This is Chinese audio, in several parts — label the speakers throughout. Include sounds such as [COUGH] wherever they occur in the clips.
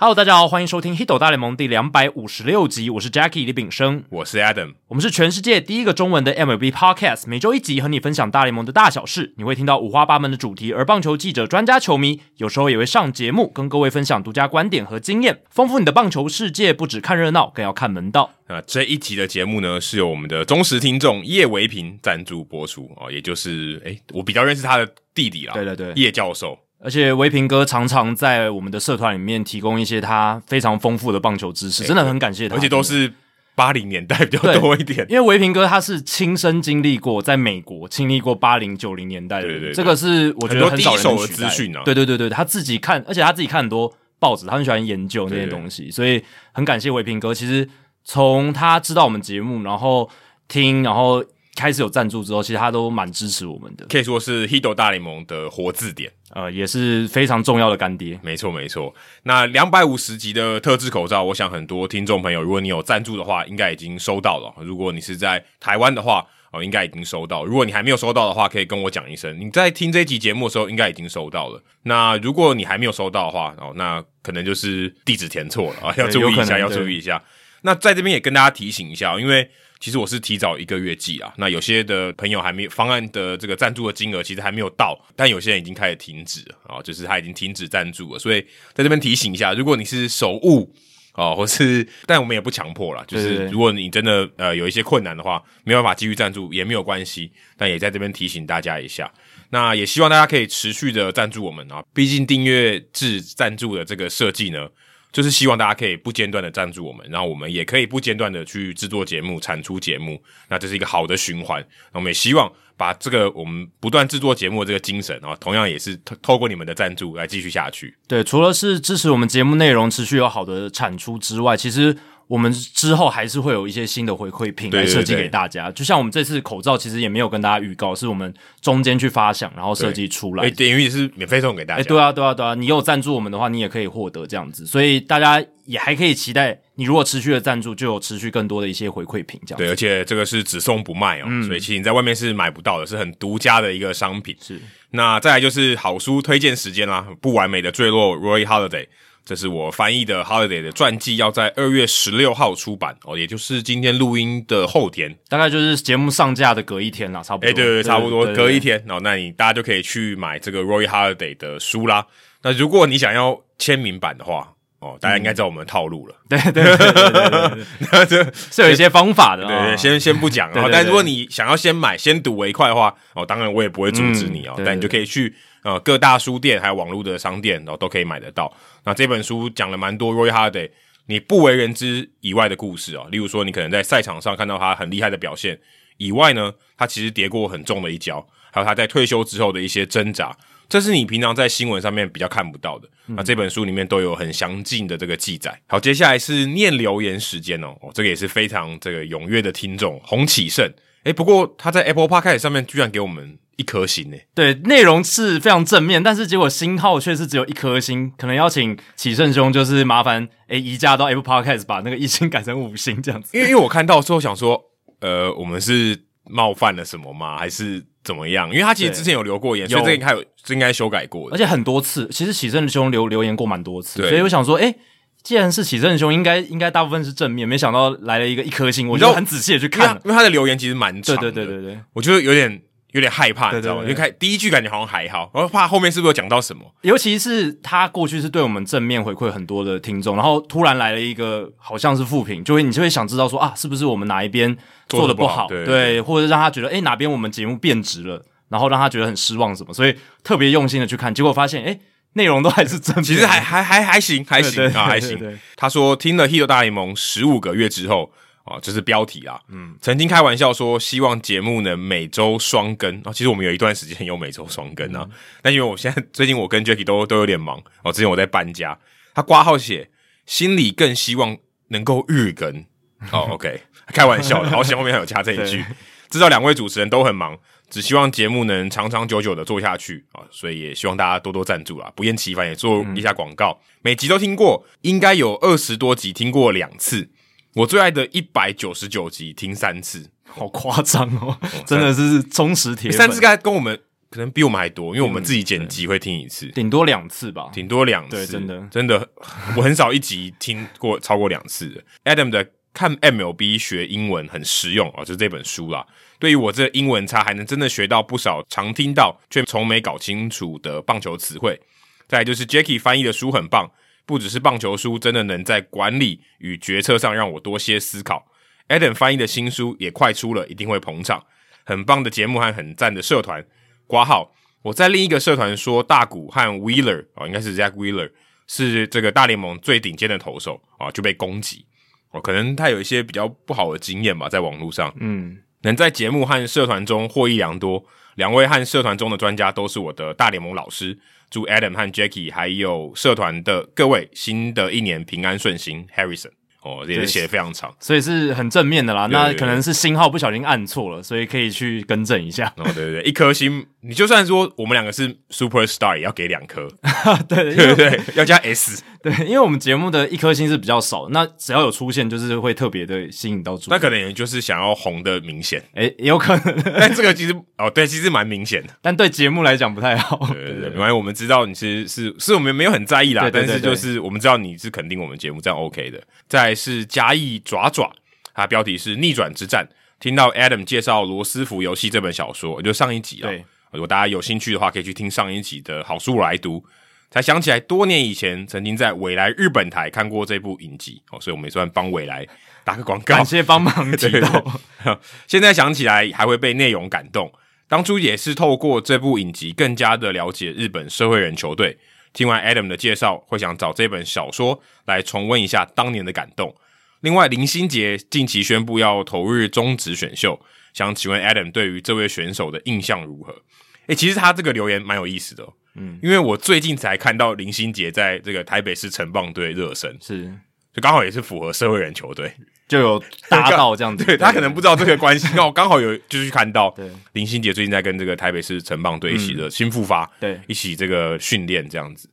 Speaker 1: Hello，大家好，欢迎收听《h i t 大联盟》第两百五十六集，我是 Jackie 李炳生，
Speaker 2: 我是 Adam。
Speaker 1: 我们是全世界第一个中文的 MLB Podcast，每周一集和你分享大联盟的大小事，你会听到五花八门的主题，而棒球记者、专家、球迷有时候也会上节目，跟各位分享独家观点和经验，丰富你的棒球世界。不只看热闹，更要看门道。
Speaker 2: 那这一集的节目呢，是由我们的忠实听众叶维平赞助播出哦，也就是诶，我比较认识他的弟弟啦，
Speaker 1: 对对对
Speaker 2: 叶教授。
Speaker 1: 而且维平哥常常在我们的社团里面提供一些他非常丰富的棒球知识，真的很感谢他，
Speaker 2: 而且都是八零年代比较多一点。
Speaker 1: 因为维平哥他是亲身经历过，在美国经历过八零九零年代的人，
Speaker 2: 对对对
Speaker 1: 这个是我觉得很少人能
Speaker 2: 很多第一手的
Speaker 1: 取代
Speaker 2: 资讯啊
Speaker 1: 对对对对，他自己看，而且他自己看很多报纸，他很喜欢研究那些
Speaker 2: 对对
Speaker 1: 东西，所以很感谢维平哥。其实从他知道我们节目，然后听，然后开始有赞助之后，其实他都蛮支持我们的，
Speaker 2: 可以说是 Hito 大联盟的活字典，
Speaker 1: 呃，也是非常重要的干爹。
Speaker 2: 没错没错。那两百五十集的特制口罩，我想很多听众朋友，如果你有赞助的话，应该已经收到了。如果你是在台湾的话，哦，应该已经收到。如果你还没有收到的话，可以跟我讲一声。你在听这集节目的时候，应该已经收到了。那如果你还没有收到的话，哦，那可能就是地址填错了啊，要注意
Speaker 1: 有
Speaker 2: 一
Speaker 1: 可能
Speaker 2: 下，要
Speaker 1: 对
Speaker 2: 注意一下。那在这边也跟大家提醒一下，因为其实我是提早一个月寄啊，那有些的朋友还没有方案的这个赞助的金额其实还没有到，但有些人已经开始停止了啊，就是他已经停止赞助了，所以在这边提醒一下，如果你是手误。哦，或是，但我们也不强迫啦。就
Speaker 1: 对
Speaker 2: 是
Speaker 1: 对对
Speaker 2: 如果你真的呃有一些困难的话，没有办法继续赞助也没有关系，但也在这边提醒大家一下。那也希望大家可以持续的赞助我们啊，毕竟订阅制赞助的这个设计呢，就是希望大家可以不间断的赞助我们，然后我们也可以不间断的去制作节目、产出节目，那这是一个好的循环。那我们也希望把这个我们不断制作节目的这个精神啊，同样也是透透过你们的赞助来继续下去。
Speaker 1: 对，除了是支持我们节目内容持续有好的产出之外，其实我们之后还是会有一些新的回馈品
Speaker 2: 对
Speaker 1: 来
Speaker 2: 对
Speaker 1: 设计
Speaker 2: 对
Speaker 1: 给大家。就像我们这次口罩，其实也没有跟大家预告，是我们中间去发想，然后设计出来
Speaker 2: 哎、。等于也是免费送给大家。
Speaker 1: 哎，对啊，对啊，对啊！你有赞助我们的话，你也可以获得这样子，所以大家也还可以期待，你如果持续的赞助，就有持续更多的一些回馈品，这样子
Speaker 2: 对，而且这个是只送不卖哦，
Speaker 1: 嗯
Speaker 2: 所以其实你在外面是买不到的，是很独家的一个商品。
Speaker 1: 是。
Speaker 2: 那再来就是好书推荐时间啦，《不完美的坠落》Roy Holiday，这是我翻译的 Holiday 的传记，要在二月十六号出版哦，也就是今天录音的后天。
Speaker 1: 大概就是节目上架的隔一天啦，差不多。
Speaker 2: 哎、对对对，差不多
Speaker 1: 对对
Speaker 2: 隔一
Speaker 1: 对
Speaker 2: 天，然哦后那你大家就可以去买这个 Roy Holiday 的书啦。那如果你想要签名版的话，哦，大家应该知道我们的套路了。 [LAUGHS]
Speaker 1: [LAUGHS]
Speaker 2: 那这
Speaker 1: 是有一些方法的啊。
Speaker 2: 对对，先先不讲
Speaker 1: 对
Speaker 2: 啊、
Speaker 1: 对
Speaker 2: 但
Speaker 1: 对
Speaker 2: 如果你想要先买、先睹为快的话，哦，当然我也不会阻止你哦。
Speaker 1: 嗯对
Speaker 2: 但你就可以去呃各大书店还有网络的商店，然、哦后都可以买得到。那这本书讲了蛮多 Roy Hardy 你不为人知以外的故事哦，例如说你可能在赛场上看到他很厉害的表现以外呢，他其实跌过很重的一跤，还有他在退休之后的一些挣扎。这是你平常在新闻上面比较看不到的。
Speaker 1: 嗯
Speaker 2: 那这本书里面都有很详尽的这个记载。好，接下来是念留言时间哦，哦，这个也是非常这个踊跃的听众洪启胜。诶，不过他在 Apple Podcast 上面居然给我们一颗星呢，
Speaker 1: 对，内容是非常正面，但是结果星号却是只有一颗星，可能要请启胜兄就是麻烦诶移驾到 Apple Podcast 把那个一星改成五星这样子。
Speaker 2: 因为因为我看到之后想说，呃，我们是冒犯了什么吗？还是怎么样？因为他其实
Speaker 1: 对
Speaker 2: 之前有留过言，
Speaker 1: 有
Speaker 2: 所以这个应该有这应该修改过
Speaker 1: 而
Speaker 2: 的。
Speaker 1: 且很多次，其实启胜兄留留言过蛮多次，
Speaker 2: 对
Speaker 1: 所以我想说，诶，既然是启胜兄，应该应该大部分是正面，没想到来了一个一颗星，我
Speaker 2: 知道
Speaker 1: 就很仔细的去
Speaker 2: 因为他
Speaker 1: 看了。
Speaker 2: 因为他的留言其实蛮长
Speaker 1: 对
Speaker 2: 的，
Speaker 1: 对对对对，
Speaker 2: 我觉得有点有点害怕，
Speaker 1: 对对
Speaker 2: 你知道吗？
Speaker 1: 对
Speaker 2: 因为开第一句感觉好像还好，然后怕后面是不是有讲到什么。
Speaker 1: 尤其是他过去是对我们正面回馈很多的听众，然后突然来了一个好像是负评，就会你就会想知道说啊，是不是我们哪一边做的不好？
Speaker 2: 做得不好对
Speaker 1: 或者让他觉得诶、哎哪边我们节目变质了，然后让他觉得很失望什么，所以特别用心的去看，结果发现诶、哎内容都还是正面的，
Speaker 2: 其实还还还还行，还行
Speaker 1: 对对
Speaker 2: 啊，还
Speaker 1: 对对
Speaker 2: 行
Speaker 1: 对。
Speaker 2: 他说听了《Hit 大联盟》十五个月之后啊，这是标题啦。嗯，曾经开玩笑说希望节目能每周双更啊，其实我们有一段时间有每周双更啊，但因为我现在最近我跟 Jacky 都都有点忙哦，之前我在搬家，他挂号写心里更希望能够日更哦，OK，开玩笑的，好险后面还有加这一句
Speaker 1: 对。
Speaker 2: 知道两位主持人都很忙，只希望节目能长长久久的做下去啊，所以也希望大家多多赞助啦，不厌其烦也做一下广告。每集都听过，应该有二十多集听过两次。我最爱的一百九十九集听三次， [LAUGHS]
Speaker 1: 好夸张哦，真的是忠实铁粉，
Speaker 2: 三次该跟我们可能比我们还多，因为我们自己剪辑会听一次，
Speaker 1: 顶多两次吧。
Speaker 2: 顶多两次。
Speaker 1: 啊对真的
Speaker 2: 真的，我很少一集听过超过两次的。Adam 的看 MLB 学英文很实用哦，就是这本书啦。对于我这英文差，还能真的学到不少常听到却从没搞清楚的棒球词汇。再来就是 Jackie 翻译的书很棒，不只是棒球书，真的能在管理与决策上让我多些思考。Adam 翻译的新书也快出了，一定会捧场。很棒的节目和很赞的社团，挂号。我在另一个社团说，大谷和 Wheeler 哦，应该是 Jack Wheeler 是这个大联盟最顶尖的投手啊、哦就被攻击哦，可能他有一些比较不好的经验吧，在网络上。
Speaker 1: 嗯，
Speaker 2: 能在节目和社团中获益良多。两位和社团中的专家都是我的大联盟老师。祝 Adam 和 Jackie 还有社团的各位新的一年平安顺心。Harrison 哦，也是写的非常长。
Speaker 1: 所以是很正面的啦。
Speaker 2: 对对
Speaker 1: 那
Speaker 2: 对
Speaker 1: 可能是星号不小心按错了，所以可以去更正一下。
Speaker 2: 哦，对对对，一颗星，你就算说我们两个是 super star，也要给两颗，
Speaker 1: 对因
Speaker 2: 对
Speaker 1: 为
Speaker 2: 不 [LAUGHS] 对？要加 S。
Speaker 1: 对，因为我们节目的一颗星是比较少，那只要有出现，就是会特别的吸引到注意。
Speaker 2: 那可能也就是想要红的明显，
Speaker 1: 诶也有可能， [LAUGHS]
Speaker 2: 但这个其实哦，对，其实蛮明显的。
Speaker 1: 但对节目来讲不太好。
Speaker 2: 对对对，没关系，我们知道你是是是我们没有很在意啦，
Speaker 1: 对对对
Speaker 2: 但是就是我们知道你是肯定我们节目，这样 OK 的。再来是嘉义爪爪，它标题是逆转之战。听到 Adam 介绍《罗斯福游戏》这本小说，就上一集啊
Speaker 1: 对，
Speaker 2: 如果大家有兴趣的话，可以去听上一集的好书我来读，才想起来多年以前曾经在未来日本台看过这部影集哦，所以我们也算帮未来打个广告，
Speaker 1: 感谢帮忙提
Speaker 2: 对对
Speaker 1: 到
Speaker 2: 对， [LAUGHS] 现在想起来还会被内容感动。当初也是透过这部影集，更加的了解日本社会人球队。听完 Adam 的介绍，会想找这本小说来重温一下当年的感动。另外，林心杰近期宣布要投入中职选秀，想请问 Adam 对于这位选手的印象如何？诶、其实他这个留言蛮有意思的、哦，嗯，因为我最近才看到林心杰在这个台北市城棒队热身，
Speaker 1: 是
Speaker 2: 就刚好也是符合社会人球队。
Speaker 1: 就有搭到这样子。
Speaker 2: 对他可能不知道这个关系，刚好刚好有就去看到
Speaker 1: 对
Speaker 2: 林心杰最近在跟这个台北市城棒队一起的新复发，
Speaker 1: 对
Speaker 2: 一起这个训练这样子。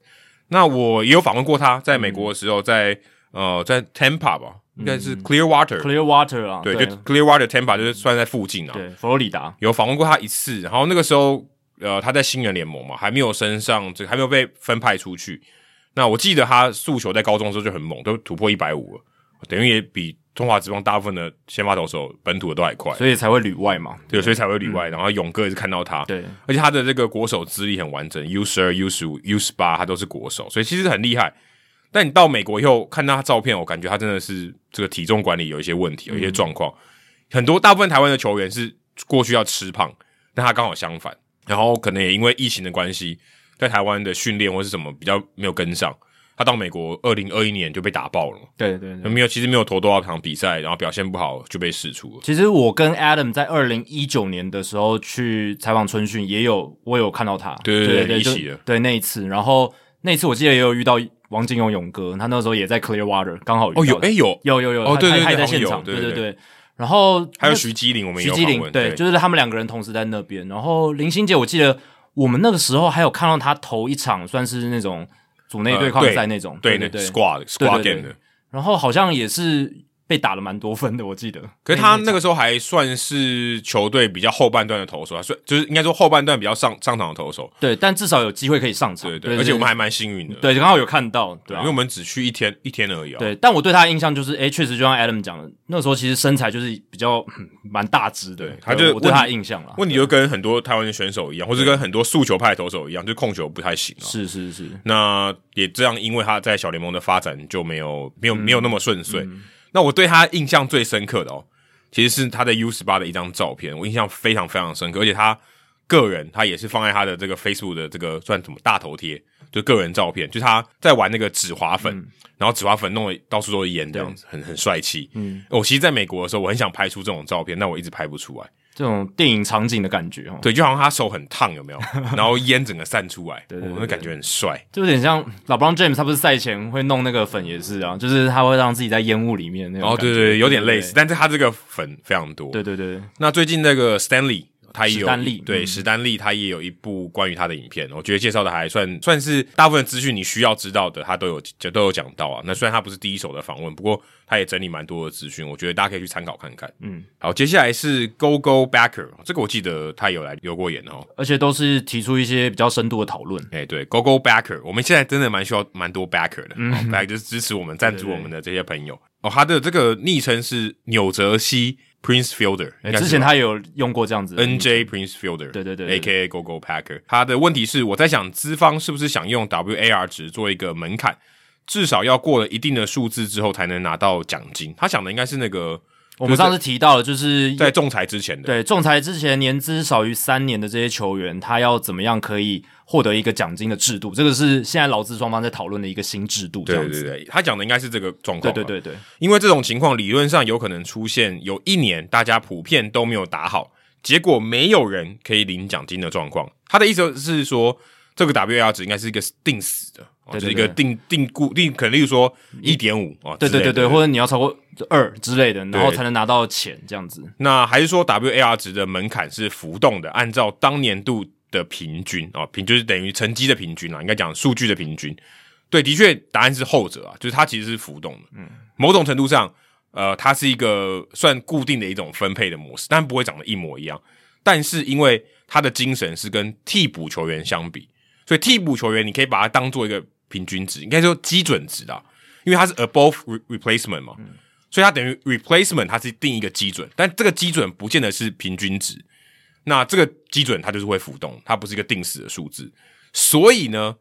Speaker 2: 那我也有访问过他，在美国的时候，在呃在 Tampa 吧，应该是 Clearwater，、
Speaker 1: Clearwater 啊，
Speaker 2: 嗯对，
Speaker 1: 对
Speaker 2: 就 Clearwater Tampa 就是算在附近啊，
Speaker 1: 对佛罗里达，
Speaker 2: 有访问过他一次，然后那个时候呃他在新人联盟嘛，还没有升上这个还没有被分派出去。那我记得他诉求在高中的时候就很猛，都突破一百五了，等于也比中华职棒大部分的先发投手本土的都还快，
Speaker 1: 所以嗯才会旅外嘛。
Speaker 2: 对，所以才会里外。然后勇哥也是看到他，
Speaker 1: 对，
Speaker 2: 而且他的这个国手资历很完整，U 十二、U 十五、U 十八，他都是国手，所以其实很厉害。但你到美国以后看到他照片，我感觉他真的是这个体重管理有一些问
Speaker 1: 嗯
Speaker 2: 题，有一些状况。很多大部分台湾的球员是过去要吃胖，但他刚好相反，然后可能也因为疫情的关系，在台湾的训练或是什么比较没有跟上。他到美国二零二一年就被打爆了嘛，
Speaker 1: 对对对。
Speaker 2: 没有，其实没有投多少场比赛，然后表现不好就被释出了。
Speaker 1: 其实我跟 Adam 在二零一九年的时候去采访春训，也有我有看到他，
Speaker 2: 对对
Speaker 1: 对
Speaker 2: 对
Speaker 1: 对，
Speaker 2: 一
Speaker 1: 就
Speaker 2: 起的
Speaker 1: 对那一次，然后那一次我记得也有遇到王金勇勇哥，他那时候也在 Clearwater，刚好遇到
Speaker 2: 哦，有哎、
Speaker 1: 哎
Speaker 2: 有，
Speaker 1: 有有有，
Speaker 2: 哦
Speaker 1: 他
Speaker 2: 对对对
Speaker 1: 他也在
Speaker 2: 好像
Speaker 1: 现
Speaker 2: 有
Speaker 1: 场，
Speaker 2: 对
Speaker 1: 对
Speaker 2: 对
Speaker 1: 对。然后
Speaker 2: 还有
Speaker 1: 那
Speaker 2: 徐基林，我们也
Speaker 1: 徐
Speaker 2: 有
Speaker 1: 基
Speaker 2: 访
Speaker 1: 林，
Speaker 2: 问，
Speaker 1: 对，就是他们两个人同时在那边。然后林心杰，我记得我们那个时候还有看到他头一场，算是那种组内对抗
Speaker 2: 呃对
Speaker 1: 赛那种，
Speaker 2: 对
Speaker 1: 对
Speaker 2: 那
Speaker 1: 对。
Speaker 2: squad
Speaker 1: 对
Speaker 2: squad
Speaker 1: 对
Speaker 2: game 的。
Speaker 1: 然后好像也是被打了蛮多分的，我记得。
Speaker 2: 可是他那个时候还算是球队比较后半段的投手，他算就是应该说后半段比较上上场的投手，
Speaker 1: 对，但至少有机会可以上场，
Speaker 2: 对
Speaker 1: 对
Speaker 2: 对。而且我们还蛮幸运的，
Speaker 1: 对刚好有看到，对
Speaker 2: 对，
Speaker 1: 啊
Speaker 2: 因为我们只去一天一天而已啊。
Speaker 1: 对，但我对他的印象就是，诶，确实就像 Adam 讲的，那时候其实身材就是比较嗯蛮大只的，
Speaker 2: 对他就
Speaker 1: 我对
Speaker 2: 问
Speaker 1: 他
Speaker 2: 题
Speaker 1: 的印象了。
Speaker 2: 问题就跟很多台湾的选手一样，或是跟很多速球派的投手一样，就控球不太行啊。
Speaker 1: 是是是，
Speaker 2: 那也这样，因为他在小联盟的发展就没有没
Speaker 1: 嗯
Speaker 2: 有没有那么顺遂。那我对他印象最深刻的哦，其实是他在 U 十八的一张照片，我印象非常非常深刻，而且他个人他也是放在他的这个 Facebook 的这个算什么大头贴，就个人照片，就是他在玩那个纸滑粉，
Speaker 1: 嗯
Speaker 2: 然后纸滑粉弄得到处都是烟，这样子很很帅气。嗯，我其实在美国的时候，我很想拍出这种照片，但我一直拍不出来。
Speaker 1: 这种电影场景的感觉哦，
Speaker 2: 对，就好像他手很烫，有
Speaker 1: [LAUGHS]
Speaker 2: 没有？然后烟整个散出来，
Speaker 1: 对对
Speaker 2: 我那感觉很帅。
Speaker 1: 就有点像老 b r o n James，他不是赛前会弄那个粉也是啊，就是他会让自己在烟雾里面那种
Speaker 2: 哦，
Speaker 1: 感觉。
Speaker 2: 对对，有点类似，但是他这个粉非常多。
Speaker 1: 对对对，
Speaker 2: 那最近那个 Stanley 他也有
Speaker 1: 史丹利嗯
Speaker 2: 对史丹利，他也有一部关于他的影片，我觉得介绍的还算算是大部分资讯你需要知道的，他都有就都有讲到啊。那虽然他不是第一手的访问，不过他也整理蛮多的资讯，我觉得大家可以去参考看看。
Speaker 1: 嗯，
Speaker 2: 好，接下来是 Go Go Backer，这个我记得他有来留过言哦。
Speaker 1: 而且都是提出一些比较深度的讨论。
Speaker 2: 哎、对，Go Go Backer，我们现在真的蛮需要蛮多 Backer 的，嗯、来就是支持我们、赞助我们的这些朋友。哦，他的这个昵称是纽泽西 Prince Fielder，
Speaker 1: 哎
Speaker 2: 应该是嗯
Speaker 1: 之前他也有用过这样子的
Speaker 2: N J Prince Fielder，
Speaker 1: 对对对对
Speaker 2: a K A Go Go Packer。他的问题是，我在想资方是不是想用 W A R 值做一个门槛，至少要过了一定的数字之后才能拿到奖金。他想的应该是那个
Speaker 1: 我们上次提到了，就是
Speaker 2: 在仲裁之前的，
Speaker 1: 对仲裁之前年资少于三年的这些球员，他要怎么样可以获得一个奖金的制度？这个是现在劳资双方在讨论的一个新制度，这样
Speaker 2: 对
Speaker 1: 子。
Speaker 2: 对哦对，他讲的应该是这个状况。
Speaker 1: 对对，对对
Speaker 2: 因为这种情况理论上有可能出现有一年大家普遍都没有打好，结果没有人可以领奖金的状况。他的意思是说，这个 W R 值应该是一个定死的，哦
Speaker 1: 对对
Speaker 2: 就是一个
Speaker 1: 对
Speaker 2: 定定固定，可能例如说一点五啊，
Speaker 1: 对对对
Speaker 2: 之类
Speaker 1: 对，
Speaker 2: 的
Speaker 1: 或者你要超过二之类的，然后
Speaker 2: 对
Speaker 1: 才能拿到钱这样子。
Speaker 2: 那还是说 WAR 值的门槛是浮动的，按照当年度的平均啊、哦，平就是等于成绩的平均啦，应该讲数据的平均。对，的确答案是后者啊，就是它其实是浮动的。嗯，某种程度上，呃，它是一个算固定的一种分配的模式，但不会长得一模一样。但是因为他的精神是跟替补球员相比，所以替补球员你可以把它当做一个平均值，应该说基准值啦，因为它是 above re- replacement 嘛，所以它等于 replacement 它是定一个基准，但这个基准不见得是平均值，那这个基准它就是会浮动，它不是一个定死的数字，所以呢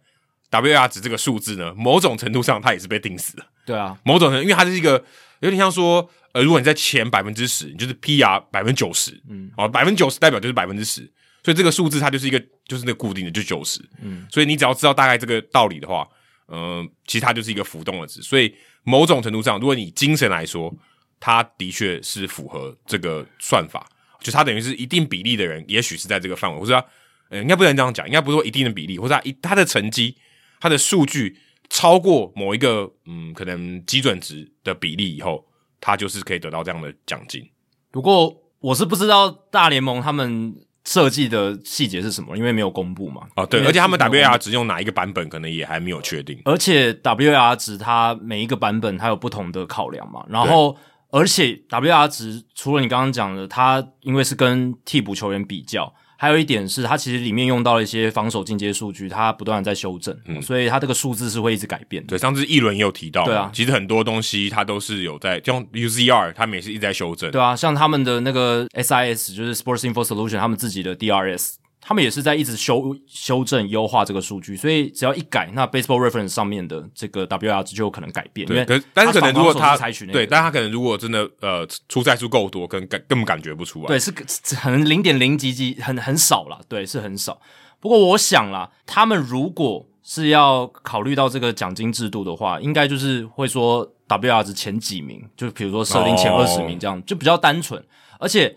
Speaker 2: ，WR 值这个数字呢，某种程度上它也是被定死的。
Speaker 1: 对啊，
Speaker 2: 某种程度，因为它是一个有点像说，呃，如果你在前百分之十，你就是 PR 百分之九十，嗯，哦，百分之九十代表就是百分之十，所以这个数字它就是一个就是那个固定的，就九十，嗯，所以你只要知道大概这个道理的话，呃，其实它就是一个浮动的值，所以某种程度上，如果你精神来说，它的确是符合这个算法，就它等于是一定比例的人，也许是在这个范围，或者他，呃，应该不能这样讲，应该不是说一定的比例，或者他一他的成绩，他的数据超过某一个嗯可能基准值的比例以后，他就是可以得到这样的奖金。
Speaker 1: 不过我是不知道大联盟他们设计的细节是什么，因为没有公布嘛。
Speaker 2: 哦，对，
Speaker 1: 因为
Speaker 2: 而且他们
Speaker 1: 没有公
Speaker 2: WR 值用哪一个版本，可能也还没有确定。
Speaker 1: 而且 WR 值它每一个版本它有不同的考量嘛，然后而且 WR 值除了你刚刚讲的，它因为是跟替补球员比较，还有一点是它其实里面用到了一些防守进阶数据，它不断的在修正，
Speaker 2: 嗯
Speaker 1: 所以它这个数字是会一直改变的。
Speaker 2: 对，上次一轮也有提到，
Speaker 1: 对啊
Speaker 2: 其实很多东西它都是有在，像 UZR，他们也是一直在修正。
Speaker 1: 对啊，像他们的那个 SIS 就是 Sports Info Solution，他们自己的 DRS，他们也是在一直修修正优化这个数据，所以只要一改，那 Baseball Reference 上面的这个 WR 值就有可能改变。因为
Speaker 2: 对，可是但是可能如果
Speaker 1: 它
Speaker 2: 他
Speaker 1: 是采取那个
Speaker 2: 对，但他可能如果真的呃出赛数够多，可能感根本感觉不出来。
Speaker 1: 对，是是很零点零几几，很很少啦，对，是很少。不过我想啦，他们如果是要考虑到这个奖金制度的话，应该就是会说 WR 值前几名，就比如说设定前
Speaker 2: 哦
Speaker 1: 二十名这样，就比较单纯。而且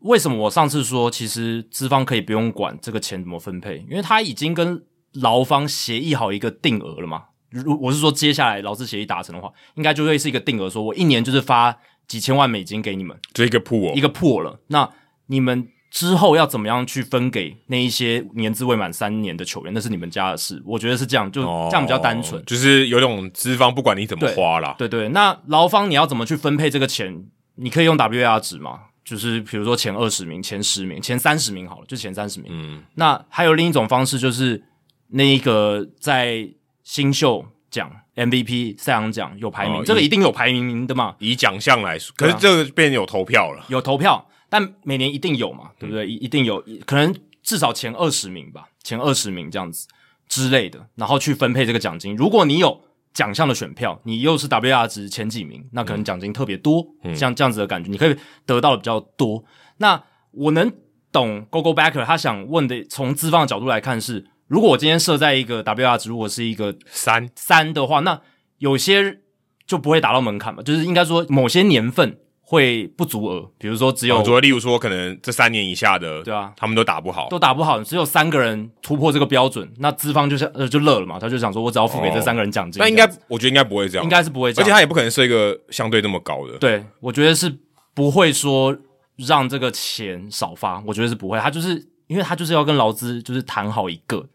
Speaker 1: 为什么我上次说，其实资方可以不用管这个钱怎么分配，因为他已经跟劳方协议好一个定额了嘛。如我是说，接下来劳资协议达成的话，应该就会是一个定额，说我一年就是发几千万美金给你们，
Speaker 2: 就一个 pool，哦
Speaker 1: 一个破了。那你们之后要怎么样去分给那一些年资未满三年的球员？那是你们家的事，我觉得是这样，就
Speaker 2: 哦
Speaker 1: [LAUGHS] 这样比较单纯。
Speaker 2: 就是有种资方不管你怎么
Speaker 1: 对
Speaker 2: 花啦，
Speaker 1: 对对，那劳方你要怎么去分配这个钱？你可以用 WAR 值嘛，就是比如说前二十名、前十名、前三十名好了，就前三十名。
Speaker 2: 嗯，
Speaker 1: 那还有另一种方式就是那一个在新秀奖、MVP 赛扬奖有排名，
Speaker 2: 哦
Speaker 1: 这个
Speaker 2: 一
Speaker 1: 一定有排名的嘛。
Speaker 2: 以奖项来说，可
Speaker 1: 对啊
Speaker 2: 是这个变成有投票了。
Speaker 1: 有投票，但每年一定有嘛，对不对？一、一定有，可能至少前二十名吧，前二十名这样子之类的，然后去分配这个奖金。如果你有奖项的选票，你又是 WR 值前几名，那可能奖金特别多，像这样子的感觉，你可以得到的比较多。那我能懂 g o g o Backer 他想问的，从资方的角度来看是，如果我今天设在一个 WR 值，如果是一个
Speaker 2: 三
Speaker 1: 三的话，那有些就不会达到门槛嘛，就是应该说某些年份会不足额，比如说只有、
Speaker 2: 我说，例如说，可能这三年以下的，
Speaker 1: 对啊
Speaker 2: 他们都打不好，
Speaker 1: 都打不好，只有三个人突破这个标准，那资方就是呃就乐了嘛，他就想说我只要付给这
Speaker 2: 哦
Speaker 1: 三个人奖金，
Speaker 2: 但应该我觉得应该不会这样，
Speaker 1: 应该是不会这
Speaker 2: 而
Speaker 1: 样，
Speaker 2: 且他也不可能设一个相对那么高的，
Speaker 1: 对，我觉得是不会说让这个钱少发，我觉得是不会。他就是因为他就是要跟劳资就是谈好一个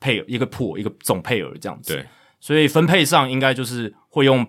Speaker 1: 配一个破一个总配额这样子。
Speaker 2: 对，
Speaker 1: 所以分配上应该就是会用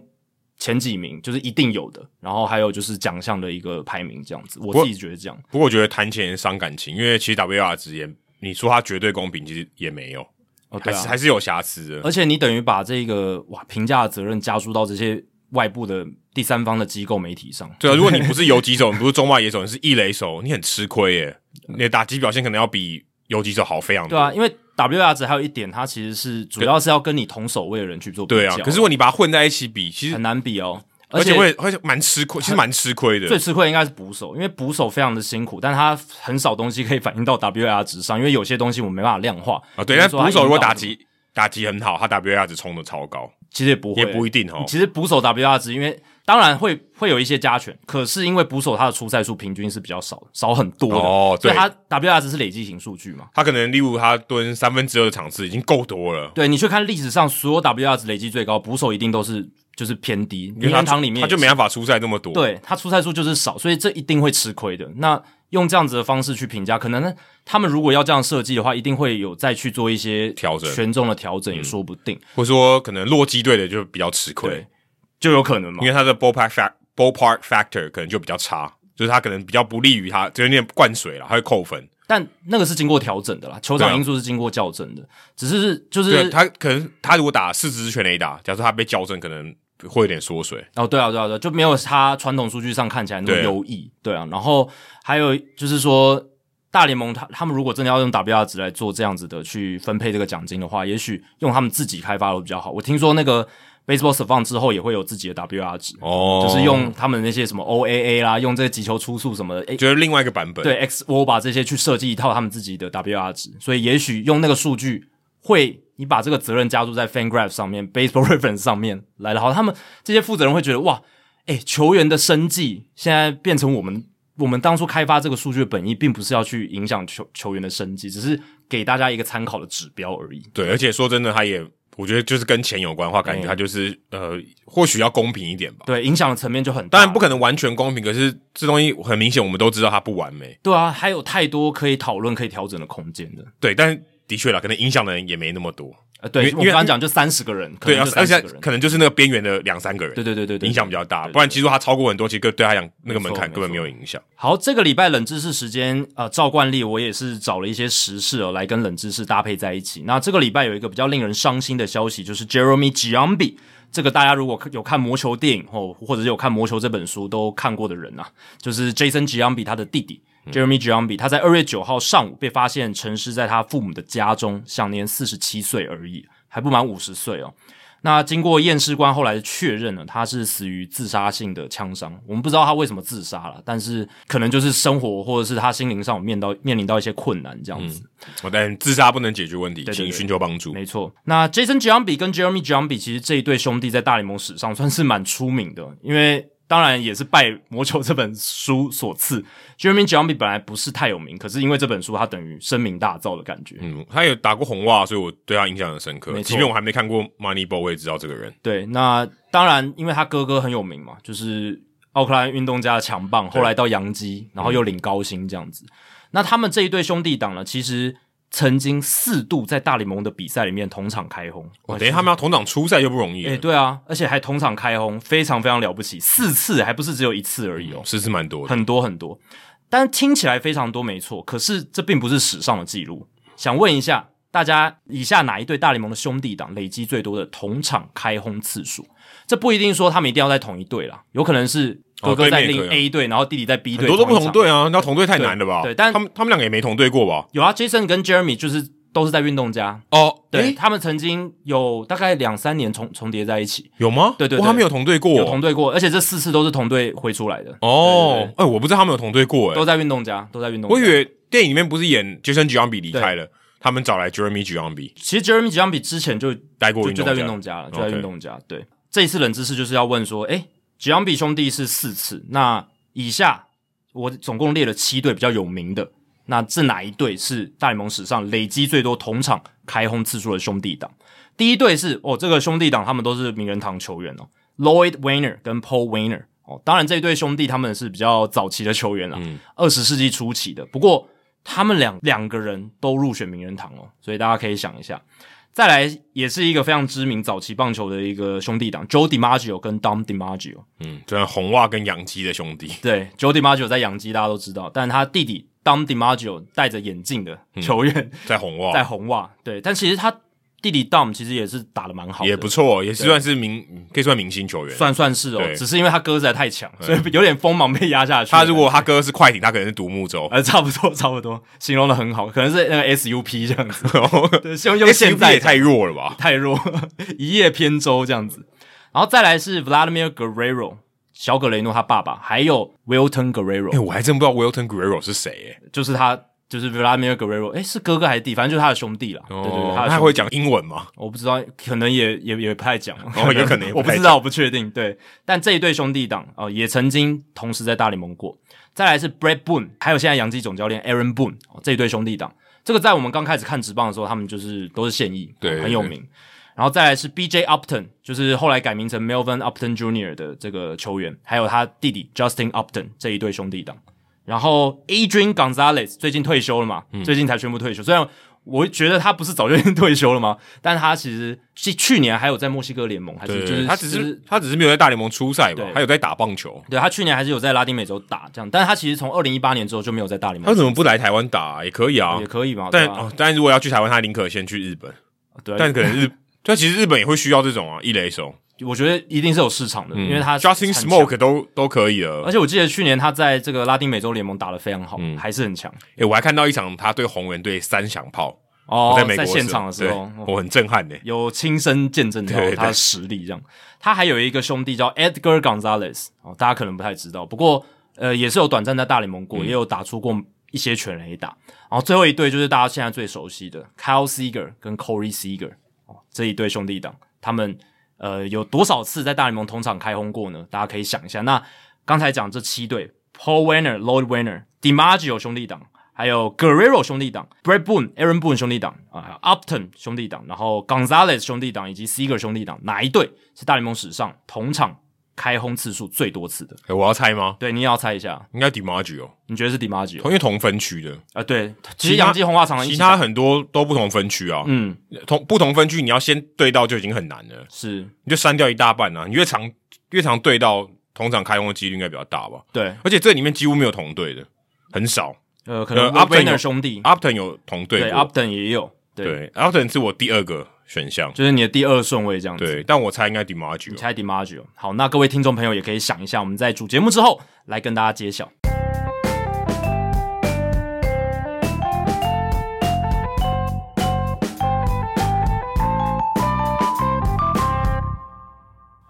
Speaker 1: 前几名，就是一定有的，然后还有就是奖项的一个排名这样子。我
Speaker 2: 过
Speaker 1: 自己觉得这样。
Speaker 2: 不过我觉得谈钱伤感情，因为其实 WR 值也，你说它绝对公平，其实也没有，
Speaker 1: 哦，对
Speaker 2: 还
Speaker 1: 啊
Speaker 2: 是，还是有瑕疵的。
Speaker 1: 而且你等于把这个哇评价的责任加注到这些外部的第三方的机构媒体上。
Speaker 2: 对啊，如果你不是游
Speaker 1: [LAUGHS]
Speaker 2: 击手，你不是中外野手，你是一垒手，你很吃亏耶。
Speaker 1: 嗯
Speaker 2: 你的打击表现可能要比游击手好非常多。
Speaker 1: 对啊，因为 WR 值还有一点，它其实是主要是要跟你同守卫的人去做比较。
Speaker 2: 对啊，可是如果你把它混在一起比，其实
Speaker 1: 很难比哦，
Speaker 2: 而且
Speaker 1: 且
Speaker 2: 会会蛮吃亏，其实蛮吃亏
Speaker 1: 最
Speaker 2: 的。
Speaker 1: 吃亏应该是捕手，因为捕手非常的辛苦，但他很少东西可以反映到 WR 值上，因为有些东西我没办法量化
Speaker 2: 啊，对，
Speaker 1: 比
Speaker 2: 但
Speaker 1: 说他
Speaker 2: 捕手如果打
Speaker 1: 引导
Speaker 2: 击打击很好，他 WR 值冲的超高，
Speaker 1: 其实也不会，
Speaker 2: 也不一定哦。
Speaker 1: 其实捕手 WR 值，因为当然会会有一些加权，可是因为捕手他的出赛数平均是比较少的，少很多的，
Speaker 2: 哦
Speaker 1: 所
Speaker 2: 对
Speaker 1: 以他 WR 值是累积型数据嘛。
Speaker 2: 他可能例如他蹲三分之二的场次已经够多了，
Speaker 1: 对你去看历史上所有 WR 值累积最高，捕手一定都是就是偏低，
Speaker 2: 因
Speaker 1: 名
Speaker 2: 为他
Speaker 1: 人堂里面
Speaker 2: 他就
Speaker 1: 也
Speaker 2: 没
Speaker 1: 是
Speaker 2: 办法出赛那么多。，
Speaker 1: 对他出赛数就是少，所以这一定会吃亏的。那用这样子的方式去评价，可能他们如果要这样设计的话，一定会有再去做一些
Speaker 2: 调整嗯
Speaker 1: 权重的调整也说不定，
Speaker 2: 或者说可能洛基队的就比较吃亏
Speaker 1: 对，，就有可能嘛
Speaker 2: 因。为他的 ballpark fact ballpark factor 可能就比较差，就是他可能比较不利于他，就有点灌水了，他会扣分。
Speaker 1: 但那个是经过调整的啦，球
Speaker 2: 对
Speaker 1: 场
Speaker 2: 啊
Speaker 1: 因素是经过校正的，只是就是
Speaker 2: 对啊他可能他如果打四支全垒打，假设他被校正，可能会有点缩水。
Speaker 1: 哦，对啊，对啊，对啊，就没有他传统数据上看起来那么
Speaker 2: 对
Speaker 1: 优异，对啊。然后还有就是说，大联盟他他们如果真的要用 WR 值来做这样子的去分配这个奖金的话，也许用他们自己开发会比较好。我听说那个 Baseball Savant 之后也会有自己的 WR 值，
Speaker 2: 哦
Speaker 1: 就是用他们那些什么 OAA 啦，用这个击球出速什么的，诶
Speaker 2: 就是另外一个版本。
Speaker 1: 对 X O 把这些去设计一套他们自己的 WR 值，所以也许用那个数据会，你把这个责任加注在 FanGraph 上面、Baseball [LAUGHS] Reference 上面来的好，他们这些负责人会觉得哇，哎、球员的生计现在变成我们我们当初开发这个数据的本意，并不是要去影响球球员的生计，只是给大家一个参考的指标而已。
Speaker 2: 对，而且说真的，他也我觉得就是跟钱有关的话，感
Speaker 1: 嗯
Speaker 2: 觉他就是、呃，或许要公平一点吧。
Speaker 1: 对，影响的层面就很大。
Speaker 2: 当然不可能完全公平，可是这东西很明显，我们都知道它不完美。
Speaker 1: 对啊，还有太多可以讨论、可以调整的空间的。
Speaker 2: 对，但是的确啦，可能影响的人也没那么多。
Speaker 1: 呃，对，
Speaker 2: 因为
Speaker 1: 我们刚刚讲就三十个人，可
Speaker 2: 对，
Speaker 1: 能
Speaker 2: 而
Speaker 1: 就
Speaker 2: 且而
Speaker 1: 三十
Speaker 2: 且
Speaker 1: 个人。
Speaker 2: 可能就是那个边缘的两三个人，
Speaker 1: 对对对对对，
Speaker 2: 影响比较大。
Speaker 1: 对对对
Speaker 2: 不然其实他超过很多，其实对他讲那个门槛
Speaker 1: 没错
Speaker 2: 根本没有影响。
Speaker 1: 好，这个礼拜冷知识时间，呃，照惯例我也是找了一些时事哦来跟冷知识搭配在一起。那这个礼拜有一个比较令人伤心的消息，就是 Jeremy Giambi，这个大家如果有看《魔球》电影哦，或者是有看《魔球》这本书都看过的人啊，就是 Jason Giambi 他的弟弟。Jeremy Giambi，他在二月九号上午被发现沉尸在他父母的家中，享年四十七岁而已，还不满五十岁哦。那经过验尸官后来确认呢，他是死于自杀性的枪伤。我们不知道他为什么自杀了，但是可能就是生活或者是他心灵上有面到面临到一些困难这样子。
Speaker 2: 哦但自杀不能解决问题，
Speaker 1: 对对
Speaker 2: 请
Speaker 1: 对
Speaker 2: 寻求帮助。
Speaker 1: 没错，那 Jason Giambi 跟 Jeremy Giambi 其实这一对兄弟在大联盟史上算是蛮出名的，因为当然也是拜《魔球》这本书所赐。Jeremy Giambi 本来不是太有名，可是因为这本书，他等于声名大噪的感觉。
Speaker 2: 嗯，他有打过红袜，所以我对他印象很深刻。
Speaker 1: 没错
Speaker 2: 即便我还没看过《Money Ball》，我也知道这个人。
Speaker 1: 对，那当然，因为他哥哥很有名嘛，就是奥克兰运动家的强棒，后来到洋基，然后又领高薪这样子。那他们这一对兄弟党呢，其实曾经四度在大联盟的比赛里面同场开轰，
Speaker 2: 哦，等于他们要同场出赛就不容易
Speaker 1: 诶、
Speaker 2: 了，
Speaker 1: 对啊，而且还同场开轰，非常非常了不起，四次还不是只有一次而已哦，
Speaker 2: 是是蛮多的。
Speaker 1: 很多很多。但听起来非常多，没错，可是这并不是史上的记录。想问一下大家，以下哪一对大联盟的兄弟党累积最多的同场开轰次数？这不一定说他们一定要在同一队啦，有可能是哥哥
Speaker 2: 哦对
Speaker 1: 在
Speaker 2: 面也可
Speaker 1: 另
Speaker 2: 以啊
Speaker 1: A 队，然后弟弟在 B
Speaker 2: 很
Speaker 1: 队，
Speaker 2: 多都不
Speaker 1: 一
Speaker 2: 同
Speaker 1: 场
Speaker 2: 队啊，那同队太难了吧？
Speaker 1: 对对但
Speaker 2: 他们他们两个也没同队过吧？
Speaker 1: 有啊，Jason 跟 Jeremy 就是都是在运动家，
Speaker 2: 哦，
Speaker 1: 对、
Speaker 2: 诶，
Speaker 1: 他们曾经有大概两三年重重叠在一起，
Speaker 2: 有吗？
Speaker 1: 对对对
Speaker 2: 哇他们有同队
Speaker 1: 有
Speaker 2: 过
Speaker 1: 同。队过，而且这四次都是同队挥出来的，
Speaker 2: 哦，哎，我不知道他们有同队过，
Speaker 1: 都
Speaker 2: 哎，
Speaker 1: 在运动家，都在运动家。
Speaker 2: 我以为电影里面不是演 Jason g i a m b i 离开了，他们找来 Jeremy g i a m b i
Speaker 1: 其实 Jeremy Giambi 之前就
Speaker 2: 待过
Speaker 1: 就
Speaker 2: 运
Speaker 1: 就
Speaker 2: 动
Speaker 1: 在
Speaker 2: 家
Speaker 1: 运动家了，就在
Speaker 2: OK
Speaker 1: 运动家。对，这一次冷知识就是要问说，诶 g i a m b i 兄弟是四次，那以下我总共列了七队比较有名的，那这哪一队是大联盟史上累积最多同场开轰次数的兄弟党？第一队是哦，这个兄弟党他们都是名人堂球员哦，Lloyd Wainer 跟 Paul Wainer。哦，当然这一对兄弟他们是比较早期的球员啦
Speaker 2: 嗯，
Speaker 1: 二十、世纪初期的。不过他们两两个人都入选名人堂哦，所以大家可以想一下。再来也是一个非常知名早期棒球的一个兄弟档，Joe DiMaggio 跟 Dom DiMaggio。
Speaker 2: 嗯，虽然红袜跟洋基的兄弟， [LAUGHS]
Speaker 1: 对，Joe DiMaggio 在洋基大家都知道，但他弟弟 Dom DiMaggio 戴着眼镜的
Speaker 2: 嗯
Speaker 1: 球员、
Speaker 2: 在红
Speaker 1: 在
Speaker 2: 袜
Speaker 1: 红袜，对，但其实他弟弟 Dom 其实也是打的蛮好的，
Speaker 2: 也不错，也是算是明，嗯可以算明星球员。
Speaker 1: 算算是哦，
Speaker 2: 对嗯
Speaker 1: 只是因为他哥实在太强，所以有点锋芒被压下去。
Speaker 2: 他如果他哥是快艇，他可能是独木舟。
Speaker 1: [LAUGHS] 呃，差不多，差不多，形容的很好，可能是那个 SUP 这
Speaker 2: [LAUGHS]
Speaker 1: 样子，对，是用用
Speaker 2: 哦 S
Speaker 1: 现在
Speaker 2: 也太弱了吧？
Speaker 1: 太弱， [LAUGHS] 一叶扁舟这样子。然后再来是 Vladimir Guerrero，小葛雷诺他爸爸，还有 Wilton
Speaker 2: 哎、
Speaker 1: Guerrero，
Speaker 2: 我还真不知道 Wilton Guerrero 是谁、欸。
Speaker 1: 就是他，就是 Vladimir Guerrero，哎，是哥哥还是弟，反正就是他的兄弟啦。对对对，
Speaker 2: 哦他
Speaker 1: 的
Speaker 2: 还
Speaker 1: 兄
Speaker 2: 会讲英文吗？
Speaker 1: 我不知道，可能也也也不太讲，
Speaker 2: 哦有可能
Speaker 1: [LAUGHS]
Speaker 2: 也
Speaker 1: 我
Speaker 2: 不
Speaker 1: 不
Speaker 2: 太
Speaker 1: 知
Speaker 2: 讲
Speaker 1: 道，我不确定。对，但这一对兄弟档哦、呃也曾经同时在大联盟过。再来是 Brad Boone，还有现在洋基总教练 Aaron Boone、哦、这一对兄弟档，这个在我们刚开始看职棒的时候，他们就是都是现役，哦
Speaker 2: 对
Speaker 1: 很有名。然后再来是 B.J. Upton，就是后来改名成 Melvin Upton Jr. 的这个球员，还有他弟弟 Justin Upton 这一对兄弟档。然后 Adrian Gonzalez 最近退休了嘛，
Speaker 2: 嗯
Speaker 1: 最近才宣布退休。虽然我觉得他不是早就已经退休了吗？ [LAUGHS] 但他其实是去年还有在墨西哥联盟，还是
Speaker 2: 对，
Speaker 1: 就是
Speaker 2: 他只是他只是没有在大联盟出赛吧
Speaker 1: 对，
Speaker 2: 他有在打棒球。
Speaker 1: 对他去年还是有在拉丁美洲打这样，但是他其实从二零一八年之后就没有在大联
Speaker 2: 他
Speaker 1: 盟
Speaker 2: 怎么不来台湾打、也可以啊
Speaker 1: 也，可以嘛，
Speaker 2: 但
Speaker 1: 对吧
Speaker 2: 哦，但如果要去台湾，他宁可先去日本。
Speaker 1: 对啊，
Speaker 2: 但可能
Speaker 1: [LAUGHS]
Speaker 2: 日，但其实日本也会需要这种啊，一垒手，
Speaker 1: 我觉得一定是有市场的，因为他
Speaker 2: 嗯 Justin
Speaker 1: 很强
Speaker 2: Smoke 都都可以了
Speaker 1: 而。且我记得去年他在这个拉丁美洲联盟打得非常好，
Speaker 2: 嗯
Speaker 1: 还是很强
Speaker 2: 诶、我还看到一场他对红人队三响炮，
Speaker 1: 哦
Speaker 2: 我在美国
Speaker 1: 现场的时候，哦
Speaker 2: 对我很震撼呢、
Speaker 1: 有亲身见证到
Speaker 2: 对对
Speaker 1: 他的实力，这样。他还有一个兄弟叫 Edgar Gonzalez，哦，大家可能不太知道，不过呃也是有短暂在大联盟过，也有打出过一些全垒打。然后最后一对就是大家现在最熟悉的 Kyle Seager 跟 Corey Seager，哦，这一对兄弟档，他们呃有多少次在大联盟同场开轰过呢？大家可以想一下。那刚才讲这七对，Paul Warner、Lloyd Warner、DiMaggio 兄弟档，还有 Guerrero 兄弟档、Brad Boone、Aaron Boone 兄弟档啊、还有 Upton 兄弟档，然后 Gonzalez 兄弟档以及 Seager 兄弟档，哪一对是大联盟史上同场开轰次数最多次的？
Speaker 2: 诶我要猜吗？
Speaker 1: 对，你也要猜一下，
Speaker 2: 应该 DiMaggio，
Speaker 1: 你觉得是 DiMaggio 啊、
Speaker 2: 同因为同分区的，
Speaker 1: 对，其实洋基红袜常常一
Speaker 2: 其
Speaker 1: 起
Speaker 2: 他
Speaker 1: 打，
Speaker 2: 很多都不同分区啊。
Speaker 1: 嗯，
Speaker 2: 同不同分区，你要先对到就已经很难了，
Speaker 1: 是
Speaker 2: 你就删掉一大半啊。你越常越常对到，同场开轰的几率应该比较大吧？
Speaker 1: 对，
Speaker 2: 而且这里面几乎没有同队的，很少。
Speaker 1: 呃，可能
Speaker 2: 呃 Upton
Speaker 1: Upton
Speaker 2: 有
Speaker 1: 兄弟，
Speaker 2: Upton 有同队
Speaker 1: 对
Speaker 2: 过，
Speaker 1: ，Upton 也有，对，
Speaker 2: 对，Upton 是我第二个选项，
Speaker 1: 就是你的第二顺位这样子。
Speaker 2: 对，但我猜应该 DiMaggio
Speaker 1: 你。猜 DiMaggio。好，那各位听众朋友也可以想一下，我们在主节目之后来跟大家揭晓。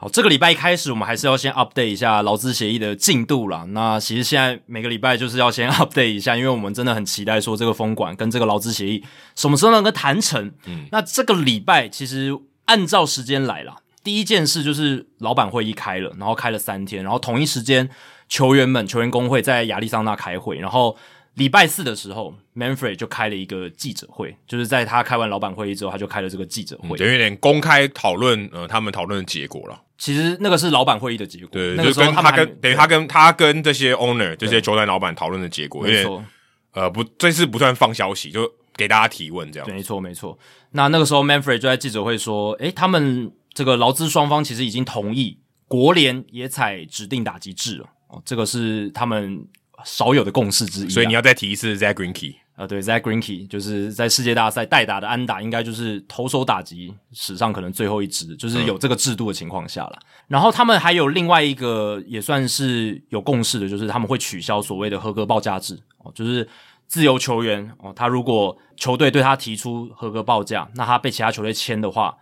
Speaker 1: 好，这个礼拜一开始，我们还是要先 update 一下劳资协议的进度啦。那其实现在每个礼拜就是要先 [LAUGHS] update 一下，因为我们真的很期待说这个封管跟这个劳资协议什么时候能够谈成。嗯，那这个礼拜其实按照时间来啦，第一件事就是老板会议开了，然后开了三天，然后同一时间球员们、球员工会在亚利桑那开会，然后礼拜四的时候，Manfred 就开了一个记者会，就是在他开完老板会议之后，他就开了这个记者会。
Speaker 2: 嗯等于有点公开讨论，呃，他们讨论的结果了。
Speaker 1: 其实那个是老板会议的结果，
Speaker 2: 对，
Speaker 1: 那个
Speaker 2: 就
Speaker 1: 时候
Speaker 2: 跟
Speaker 1: 们
Speaker 2: 他
Speaker 1: 还没
Speaker 2: 跟等于他跟他跟这些 owner 这些球队老板讨论的结果，有
Speaker 1: 没
Speaker 2: 点
Speaker 1: 错，
Speaker 2: 呃不，这次不算放消息，就给大家提问这样。
Speaker 1: 没错，没错。那那个时候，Manfred 就在记者会说：“诶，他们这个劳资双方其实已经同意，国联也采指定打击制了，哦，这个是他们少有的共识之一啊、
Speaker 2: 所以你要再提一次 Zach Greinke，
Speaker 1: 呃，对，Zach Greinke 就是在世界大赛代打的安打，应该就是投手打击史上可能最后一支，就是有这个制度的情况下了。然后他们还有另外一个也算是有共识的，就是他们会取消所谓的合格报价制哦，就是自由球员哦，他如果球队对他提出合格报价，那他被其他球队签的话，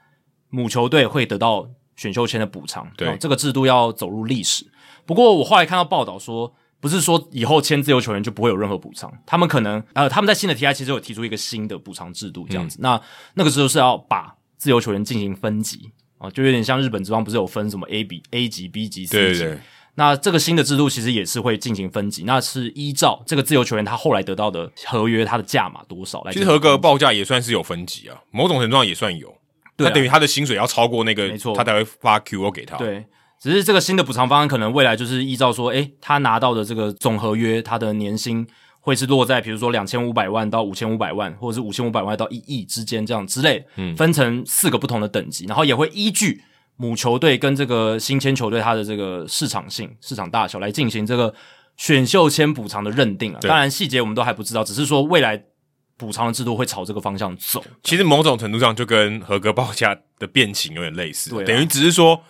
Speaker 1: 母球队会得到选秀签的补偿。
Speaker 2: 对
Speaker 1: 哦这个制度要走入历史。不过我后来看到报道说，不是说以后签自由球员就不会有任何补偿，他们可能呃他们在新的 TI 其实有提出一个新的补偿制度这样
Speaker 2: 嗯
Speaker 1: 子。那那个时候是要把自由球员进行分级啊，就有点像日本职棒不是有分什么 A 比 A 级、B 级、C 级
Speaker 2: 对对对，
Speaker 1: 那这个新的制度其实也是会进行分级，那是依照这个自由球员他后来得到的合约他的价码多少来
Speaker 2: 其
Speaker 1: 进
Speaker 2: 实
Speaker 1: 行分级。
Speaker 2: 合格的报价也算是有分级啊，某种程度上也算有。
Speaker 1: 对啊
Speaker 2: 那等于他的薪水要超过那个
Speaker 1: 没错，
Speaker 2: 他才会发 QO 给他。，
Speaker 1: 对，只是这个新的补偿方案可能未来就是依照说，诶，他拿到的这个总合约，他的年薪会是落在比如说两千五百万到五千五百万，或者是五千五百万到一亿之间这样之类，嗯，分成四个不同的等级，然后也会依据母球队跟这个新签球队它的这个市场性、市场大小来进行这个选秀签补偿的认定啊。
Speaker 2: 对
Speaker 1: 当然细节我们都还不知道，只是说未来补偿的制度会朝这个方向走。
Speaker 2: 其实某种程度上就跟合格报价的变形有点类似，
Speaker 1: 对啊
Speaker 2: 等于只是说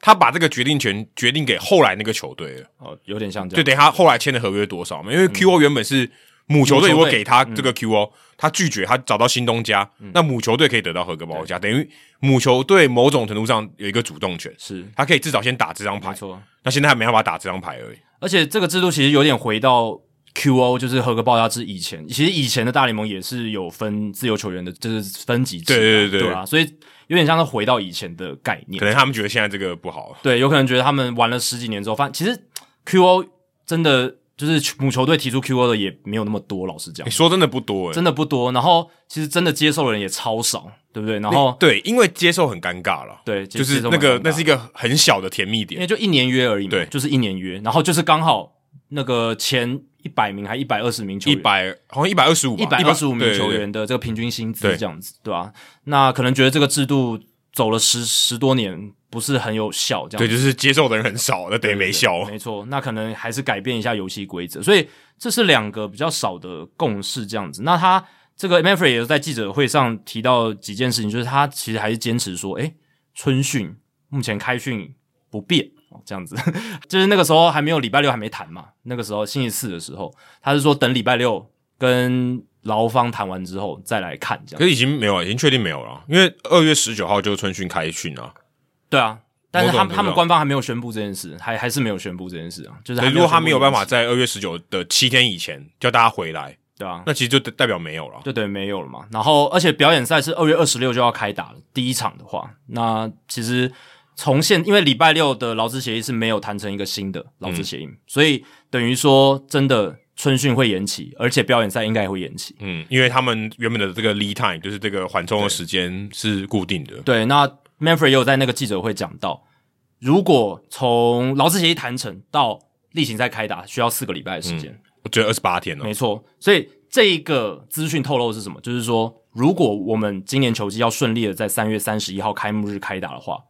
Speaker 2: 他把这个决定权决定给后来那个球队了，
Speaker 1: 哦，有点像这
Speaker 2: 就
Speaker 1: 样。
Speaker 2: 等于他后来签的合约多少嘛？因
Speaker 1: 嗯
Speaker 2: 为 QO 原本是母球队如果给他这个 QO，、他拒绝，他找到新东家，
Speaker 1: 嗯
Speaker 2: 那母球队可以得到合格报价，等于母球队某种程度上有一个主动权，
Speaker 1: 是
Speaker 2: 他可以至少先打这张
Speaker 1: 没
Speaker 2: 牌，
Speaker 1: 错。
Speaker 2: 那现在还没办法打这张牌而已。
Speaker 1: 而且这个制度其实有点回到 QO，就是合格报价制以前。其实以前的大联盟也是有分自由球员的，就是分级制嘛，
Speaker 2: 对对对
Speaker 1: 对啊，所以有点像是回到以前的概念
Speaker 2: 可。能他们觉得现在这个不好，
Speaker 1: 对，有可能觉得他们玩了十几年之后，发现其实 QO 真的就是母球队提出 QO 的也没有那么多，老实讲
Speaker 2: 你，说真的不多、欸，
Speaker 1: 啊真的不多。然后其实真的接受的人也超少，对不对？然后
Speaker 2: 对，因为接受很尴尬了，
Speaker 1: 哦对，接
Speaker 2: 就是
Speaker 1: 受
Speaker 2: 那个
Speaker 1: 蛮尴尬
Speaker 2: 那是一个很小的甜蜜
Speaker 1: 因。
Speaker 2: 点
Speaker 1: 为就一年约而已嘛，
Speaker 2: 对
Speaker 1: 就是一年约，然后就是刚好那个前一百名还一百二十名球
Speaker 2: 一
Speaker 1: 员。
Speaker 2: 百好像一百二十五，
Speaker 1: 一百二十五名
Speaker 2: 对
Speaker 1: 球，
Speaker 2: 对对
Speaker 1: 员的这个平均薪资
Speaker 2: 对
Speaker 1: 这样子，对吧、那可能觉得这个制度走了十十多年不是很有效，这样
Speaker 2: 对，
Speaker 1: 子
Speaker 2: 就是接受的人很少，那等于没效。
Speaker 1: 没错。那可能还是改变一下游戏规则，所以这是两个比较少的共识这样子。那他这个 Manfred 也在记者会上提到几件事情，就是他其实还是坚持说，诶、春训目前开训不变。哦这样子， [LAUGHS] 就是那个时候还没有礼拜六还没谈嘛，那个时候星期四的时候，他是说等礼拜六跟劳方谈完之后再来看这样
Speaker 2: 可。是已经没有，已经确定没有了，因为二月十九号就是春训开训啊。
Speaker 1: 对啊，但是他
Speaker 2: 某
Speaker 1: 们
Speaker 2: 种程度
Speaker 1: 他们官方还没有宣布这件事，还还是没有宣布这件事啊。就是
Speaker 2: 所
Speaker 1: 还
Speaker 2: 以如果他没有办法
Speaker 1: 宣布
Speaker 2: 在二月十九的七天以前叫大家回来，
Speaker 1: 这件事，对啊，
Speaker 2: 那其实就代表没有了。
Speaker 1: 就等于没有了嘛。然后，而且表演赛是二月二十六就要开打了，第一场的话，那其实从现因为礼拜六的劳资协议是没有谈成一个新的劳资协议，所以等于说真的春训会延期，而且表演赛应该也会延期。
Speaker 2: 嗯，因为他们原本的这个 lead time 就是这个缓冲的时间是固定的。
Speaker 1: 对，那 Manfred 也有在那个记者会讲到，如果从劳资协议谈成到例行赛开打需要四个礼拜的时间。
Speaker 2: 我觉得二十八天了，哦
Speaker 1: 没错，所以这一个资讯透露是什么？就是说，如果我们今年球季要顺利的在三月三十一号开幕日开打的话，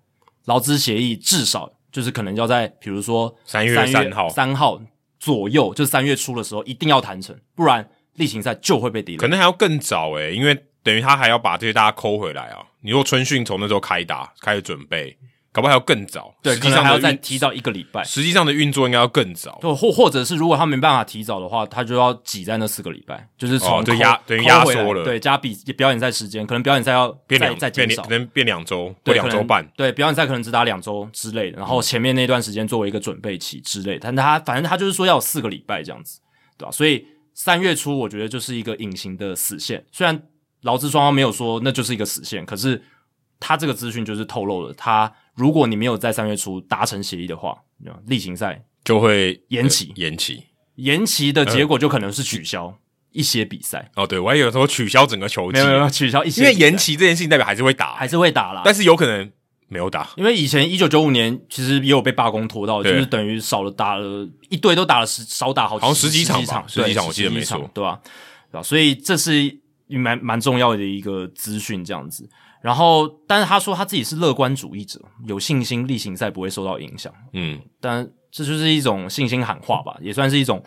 Speaker 1: 劳资协议至少就是可能要在比如说
Speaker 2: 3月3号
Speaker 1: 三号左右，就是三月初的时候一定要谈成，不然例行赛就会被抵
Speaker 2: 可
Speaker 1: 赖。
Speaker 2: 能还要更早诶、因为等于他还要把这些大家抠回来啊。你如果春训从那时候开打开始准备，搞不好还要更早。
Speaker 1: 对，
Speaker 2: 实
Speaker 1: 可
Speaker 2: 际
Speaker 1: 能
Speaker 2: 上
Speaker 1: 还要
Speaker 2: 的
Speaker 1: 再
Speaker 2: 运
Speaker 1: 提到一个礼拜。
Speaker 2: 实际上的运作应该要更早。
Speaker 1: 就或或者是如果他没办法提早的话，他就要挤在那四个礼拜，就是从
Speaker 2: 哦就
Speaker 1: 扣
Speaker 2: 压等于压
Speaker 1: 扣回来
Speaker 2: 缩了
Speaker 1: 对，加比表演赛时间，可能表演赛要
Speaker 2: 变
Speaker 1: 再
Speaker 2: 两
Speaker 1: 再
Speaker 2: 变
Speaker 1: 减
Speaker 2: 两
Speaker 1: 少
Speaker 2: 可，能变两周或
Speaker 1: 对，
Speaker 2: 两周
Speaker 1: 可
Speaker 2: 半嗯
Speaker 1: 能。，对，表演赛可能只打两周之类的，然后前面那段时间作为一个准备期之类的，但他反正他就是说要有四个礼拜这样子，对吧、所以三月初我觉得就是一个隐形的死线，虽然劳资双方没有说那就是一个死线，可是他这个资讯就是透露了，他如果你没有在三月初达成协议的话，对吧例行赛
Speaker 2: 就会
Speaker 1: 延期
Speaker 2: 呃延期。
Speaker 1: 延期
Speaker 2: 嗯
Speaker 1: 的结果就可能是取消一些比赛，
Speaker 2: 哦，对，我还有时候取消整个球
Speaker 1: 没
Speaker 2: 季
Speaker 1: 有，没有没有取消一些
Speaker 2: 因
Speaker 1: 比赛，
Speaker 2: 为延期这件事情代表还是会打，
Speaker 1: 还是会打啦，
Speaker 2: 但是有可能没有打。
Speaker 1: 因为以前一九九五年其实也有被罢工拖到，就
Speaker 2: 对
Speaker 1: 是等于少了打了一队都打了十少打好
Speaker 2: 好像
Speaker 1: 十
Speaker 2: 十几场吧
Speaker 1: 场，
Speaker 2: 十几
Speaker 1: 对
Speaker 2: 场我记得
Speaker 1: 十几
Speaker 2: 没错
Speaker 1: 场对吧、对吧、所以这是蛮蛮重要的一个资讯这样子。然后，但是他说他自己是乐观主义者，有信心例行赛不会受到影响，
Speaker 2: 嗯，
Speaker 1: 但这就是一种信心喊话吧，也算是一种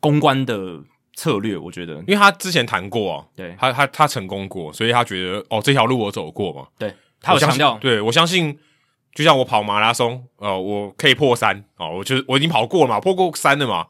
Speaker 1: 公关的策略，我觉得。
Speaker 2: 因为他之前谈过啊，
Speaker 1: 对
Speaker 2: 他他他成功过，所以他觉得哦这条路我走过嘛。
Speaker 1: 对他有
Speaker 2: 我相
Speaker 1: 强
Speaker 2: 信
Speaker 1: 调，
Speaker 2: 对我相信，就像我跑马拉松，呃，我可以破三哦，我就是我已经跑过了嘛，破过三了嘛，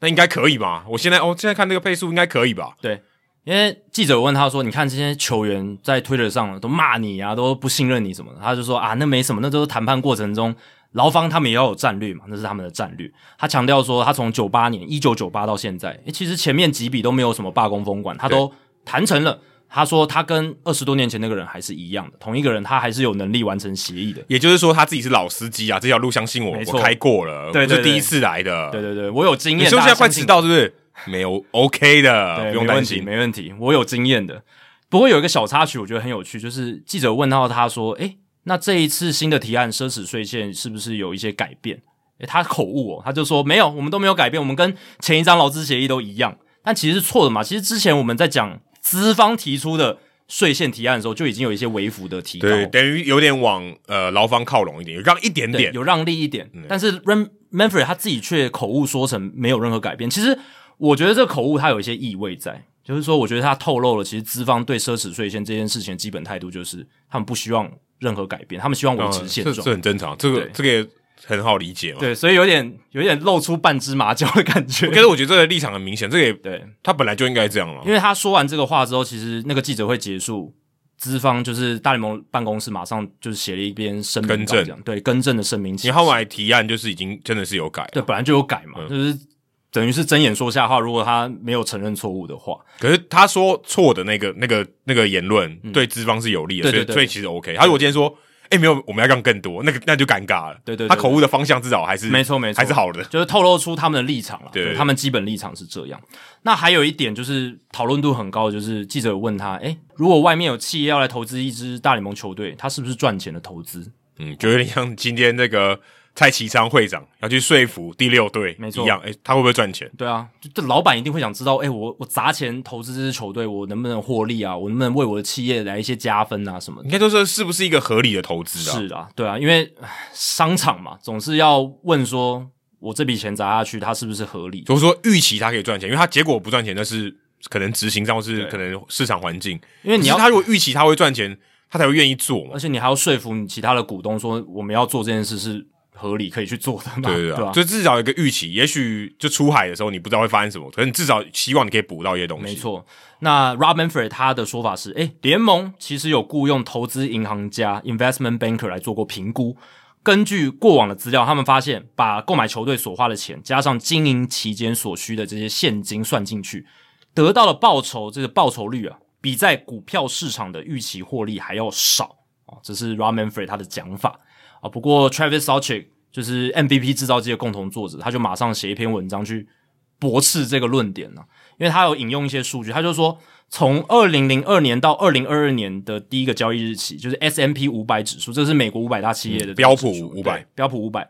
Speaker 2: 那应该可以嘛。我现在哦，现在看这个配速应该可以吧？
Speaker 1: 对，因为记者问他说：“你看这些球员在推特上都骂你啊，都不信任你什么的。”他就说：“啊，那没什么，那都是谈判过程中劳方他们也要有战略嘛，那是他们的战略。”他强调说，他从九八年一九九八到现在、诶其实前面几笔都没有什么罢工风管，他都谈成了。他说他跟二十多年前那个人还是一样的，同一个人，他还是有能力完成协议的。
Speaker 2: 也就是说他自己是老司机啊，这条路相信我
Speaker 1: 没，错
Speaker 2: 我开过了，
Speaker 1: 对对
Speaker 2: 不是第
Speaker 1: 对
Speaker 2: 一次来的。
Speaker 1: 对对对，我有经
Speaker 2: 啊你
Speaker 1: 验，
Speaker 2: 是不
Speaker 1: 大
Speaker 2: 是现
Speaker 1: 家
Speaker 2: 在快
Speaker 1: 相信
Speaker 2: 迟到？是不是？没有，OK 的，
Speaker 1: 对，
Speaker 2: 不用
Speaker 1: 没问
Speaker 2: 担
Speaker 1: 题，
Speaker 2: 心。
Speaker 1: 没问题，我有经验的。不过有一个小插曲，我觉得很有趣，就是记者问到他说：“诶，那这一次新的提案奢侈税线是不是有一些改变？诶他口误哦，他就说没有，我们都没有改变，我们跟前一张劳资协议都一样。但其实是错的嘛。其实之前我们在讲资方提出的税线提案的时候，就已经有一些微幅的提高，
Speaker 2: 对，等于有点往呃劳方靠拢一点，让一点
Speaker 1: 对
Speaker 2: 点。
Speaker 1: 有让利一点。但是 Ram Manfred 他自己却口误说成没有任何改变。其实我觉得这个口误他有一些意味在，就是说，我觉得他透露了其实资方对奢侈税线这件事情的基本态度就是，他们不希望任何改变，他们希望维
Speaker 2: 嗯
Speaker 1: 持现
Speaker 2: 这
Speaker 1: 状。
Speaker 2: 这很正常，这个
Speaker 1: 对
Speaker 2: 这个也很好理解嘛。
Speaker 1: 对，所以有点有点露出半只马脚的感觉。
Speaker 2: [LAUGHS] 可是我觉得这个立场很明显，这个也
Speaker 1: 对，
Speaker 2: 他本来就应该这样嘛。
Speaker 1: 因为他说完这个话之后，其实那个记者会结束，资方就是大联盟办公室马上就是写了一篇声明稿
Speaker 2: 更正
Speaker 1: 这样，对更正的声明。
Speaker 2: 你后来提案就是已经真的是有改
Speaker 1: 对
Speaker 2: 了，
Speaker 1: 本来就有改
Speaker 2: 嗯
Speaker 1: 嘛，就是等于是睁眼说瞎话。如果他没有承认错误的话，
Speaker 2: 可是他说错的那个那个那个言论对资方是有利
Speaker 1: 对
Speaker 2: 的，所以
Speaker 1: 嗯对对
Speaker 2: 所以其实 OK。他如果今天说，哎，没有，我们要让更多，那个那就尴尬了。
Speaker 1: 对对对
Speaker 2: 他口误的方向至少还是
Speaker 1: 没错没错
Speaker 2: 还是好的。
Speaker 1: 就是透露出他们的立场了。
Speaker 2: 对
Speaker 1: 就他们基本立场是这样。那还有一点就是讨论度很高，就是记者有问他，诶，如果外面有企业要来投资一支大联盟球队，他是不是赚钱的投资？
Speaker 2: 嗯，就有点像今天那个蔡其昌会长要去说服第六队
Speaker 1: 没错
Speaker 2: 一样，哎、他会不会赚钱？
Speaker 1: 对啊，就这老板一定会想知道，哎、我我砸钱投资这支球队，我能不能获利啊？我能不能为我的企业来一些加分啊什么的？
Speaker 2: 应该就是是不是一个合理的投资啊？
Speaker 1: 是啊，对啊，因为唉商场嘛，总是要问说，我这笔钱砸下去，它是不是合理？
Speaker 2: 就是说预期他可以赚钱，因为他结果不赚钱，那是可能执行上或是
Speaker 1: 对
Speaker 2: 可能市场环境。
Speaker 1: 因为你
Speaker 2: 可
Speaker 1: 要
Speaker 2: 是他如果预期他会赚钱，他才会愿意做嘛
Speaker 1: 而。且你还要说服你其他的股东说，我们要做这件事是合理可以去做的嘛？
Speaker 2: 对对
Speaker 1: 对
Speaker 2: 对
Speaker 1: 吧
Speaker 2: 啊，就至少有一个预期，也许就出海的时候你不知道会发生什么，可是你至少希望你可以补到一些东西。
Speaker 1: 没，错。那 Rob Manfred 他的说法是，诶，联盟其实有雇佣投资银行家 （investment banker） 来做过评估。根据过往的资料，他们发现把购买球队所花的钱加上经营期间所需的这些现金算进去，得到的报酬这个报酬率啊，比在股票市场的预期获利还要少哦。这是 Rob Manfred 他的讲法啊。不过 Travis s a l c h i k 就是 MVP 制造机的共同作者，他就马上写一篇文章去驳斥这个论点呢、因为他有引用一些数据，他就说，从二零零二年到二零二二年的第一个交易日起，就是 S M P 五百指数，这是美国五百大企业的
Speaker 2: 嗯标普
Speaker 1: 指数
Speaker 2: 500
Speaker 1: 对标普五百，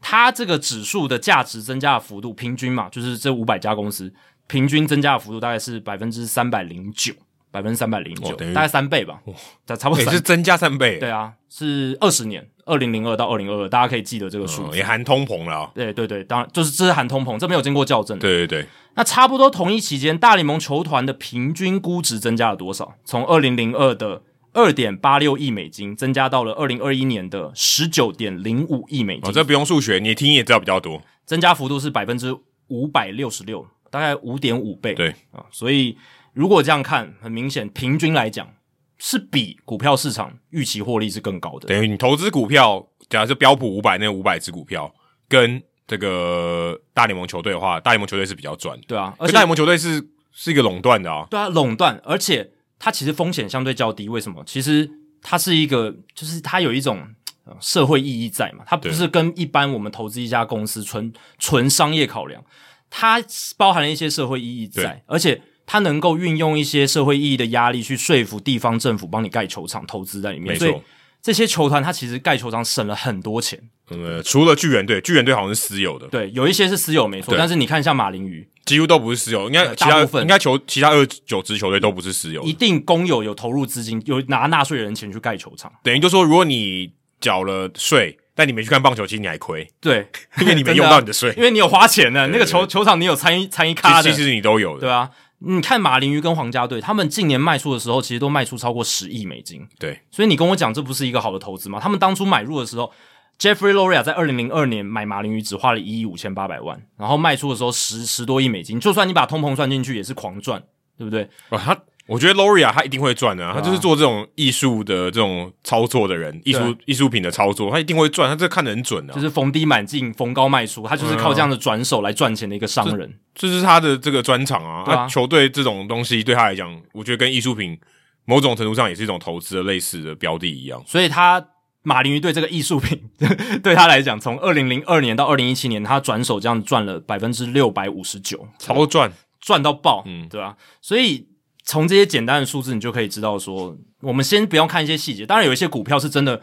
Speaker 1: 它这个指数的价值增加的幅度，平均嘛，就是这五百家公司平均增加的幅度大概是百分之三百零九，百分之三百零九
Speaker 2: 哦等，于哦
Speaker 1: 大概三倍吧，差差不多
Speaker 2: 也、
Speaker 1: 三
Speaker 2: 哎是增加三倍，
Speaker 1: 对啊，是二十年，二零零二到二零二二，大家可以记得这个数
Speaker 2: 嗯，
Speaker 1: 字。
Speaker 2: 也含通膨了、啊。
Speaker 1: 对对对，当然就是这是含通膨，这没有经过校正。
Speaker 2: 对对对，
Speaker 1: 那差不多同一期间，大联盟球团的平均估值增加了多少？从二零零二的二点八六亿美金，增加到了二零二一年的十九点零五亿美金，
Speaker 2: 哦，这不用数学，你听也知道比较多。
Speaker 1: 增加幅度是百分之五百六十六，大概五点五倍。
Speaker 2: 对
Speaker 1: 啊，所以如果这样看，很明显，平均来讲是比股票市场预期获利是更高的。
Speaker 2: 等于你投资股票，假设标普五百那五百只股票跟这个大联盟球队的话，大联盟球队是比较赚的，
Speaker 1: 对啊，而
Speaker 2: 而
Speaker 1: 且
Speaker 2: 大联盟球队是是一个垄断的啊。
Speaker 1: 对啊，垄断，而且它其实风险相对较低。为什么？其实它是一个，就是它有一种呃社会意义在嘛，它不
Speaker 2: 对
Speaker 1: 是跟一般我们投资一家公司纯纯商业考量，它包含了一些社会意义在
Speaker 2: 对，
Speaker 1: 而且它能够运用一些社会意义的压力去说服地方政府帮你盖球场，投资在里面。
Speaker 2: 没
Speaker 1: 所
Speaker 2: 错
Speaker 1: 以这些球团它其实盖球场省了很多钱，
Speaker 2: 呃，除了巨人队，巨人队好像是私有的，
Speaker 1: 对，有一些是私有没错，
Speaker 2: 对
Speaker 1: 但是你看像马林鱼，
Speaker 2: 几乎都不是私有，应该
Speaker 1: 对
Speaker 2: 其
Speaker 1: 大
Speaker 2: 他
Speaker 1: 部分
Speaker 2: 应该球其他二九支球队都不是私有
Speaker 1: 一
Speaker 2: 的，
Speaker 1: 定公有有投入资金，有拿纳税人钱去盖球场，
Speaker 2: 等于就说如果你缴了税，但你没去看棒球，其实你
Speaker 1: [LAUGHS]
Speaker 2: 还亏，
Speaker 1: 对，
Speaker 2: 因为你没
Speaker 1: 真的
Speaker 2: 用
Speaker 1: 啊
Speaker 2: 到你的税，
Speaker 1: 因为你有花钱的，那个球
Speaker 2: 对
Speaker 1: 球场你有参与参与咖
Speaker 2: 其
Speaker 1: 的
Speaker 2: 实，其实你都有的，
Speaker 1: 对啊。你看马林鱼跟皇家队，他们近年卖出的时候，其实都卖出超过十亿美金。
Speaker 2: 对，
Speaker 1: 所以你跟我讲，这不是一个好的投资吗？他们当初买入的时候，Jeffrey Loria 在二零零二年买马林鱼只花了一亿五千八百万，然后卖出的时候十十多亿美金，就算你把通膨算进去，也是狂赚，对不对？
Speaker 2: 哇，哦他我觉得 Loria 他一定会赚的、啊，他就是做这种艺术的这种操作的人，艺术艺术品的操作，他一定会赚，他这看得很准的、
Speaker 1: 就
Speaker 2: 啊，
Speaker 1: 是逢低买进，逢高卖出，他就是靠这样的转手来赚钱的一个商人。
Speaker 2: 这是他的这个专长啊。
Speaker 1: 对啊
Speaker 2: 那球队这种东西对他来讲，我觉得跟艺术品某种程度上也是一种投资的类似的标的一样。
Speaker 1: 所以他马林鱼对这个艺术品 [LAUGHS] 对他来讲，从二零零二年到二零一七年，他转手这样赚了百分之六百五十九，
Speaker 2: 超赚，
Speaker 1: 赚到爆，
Speaker 2: 嗯
Speaker 1: 对吧、所以从这些简单的数字，你就可以知道说，我们先不用看一些细节，当然有一些股票是真的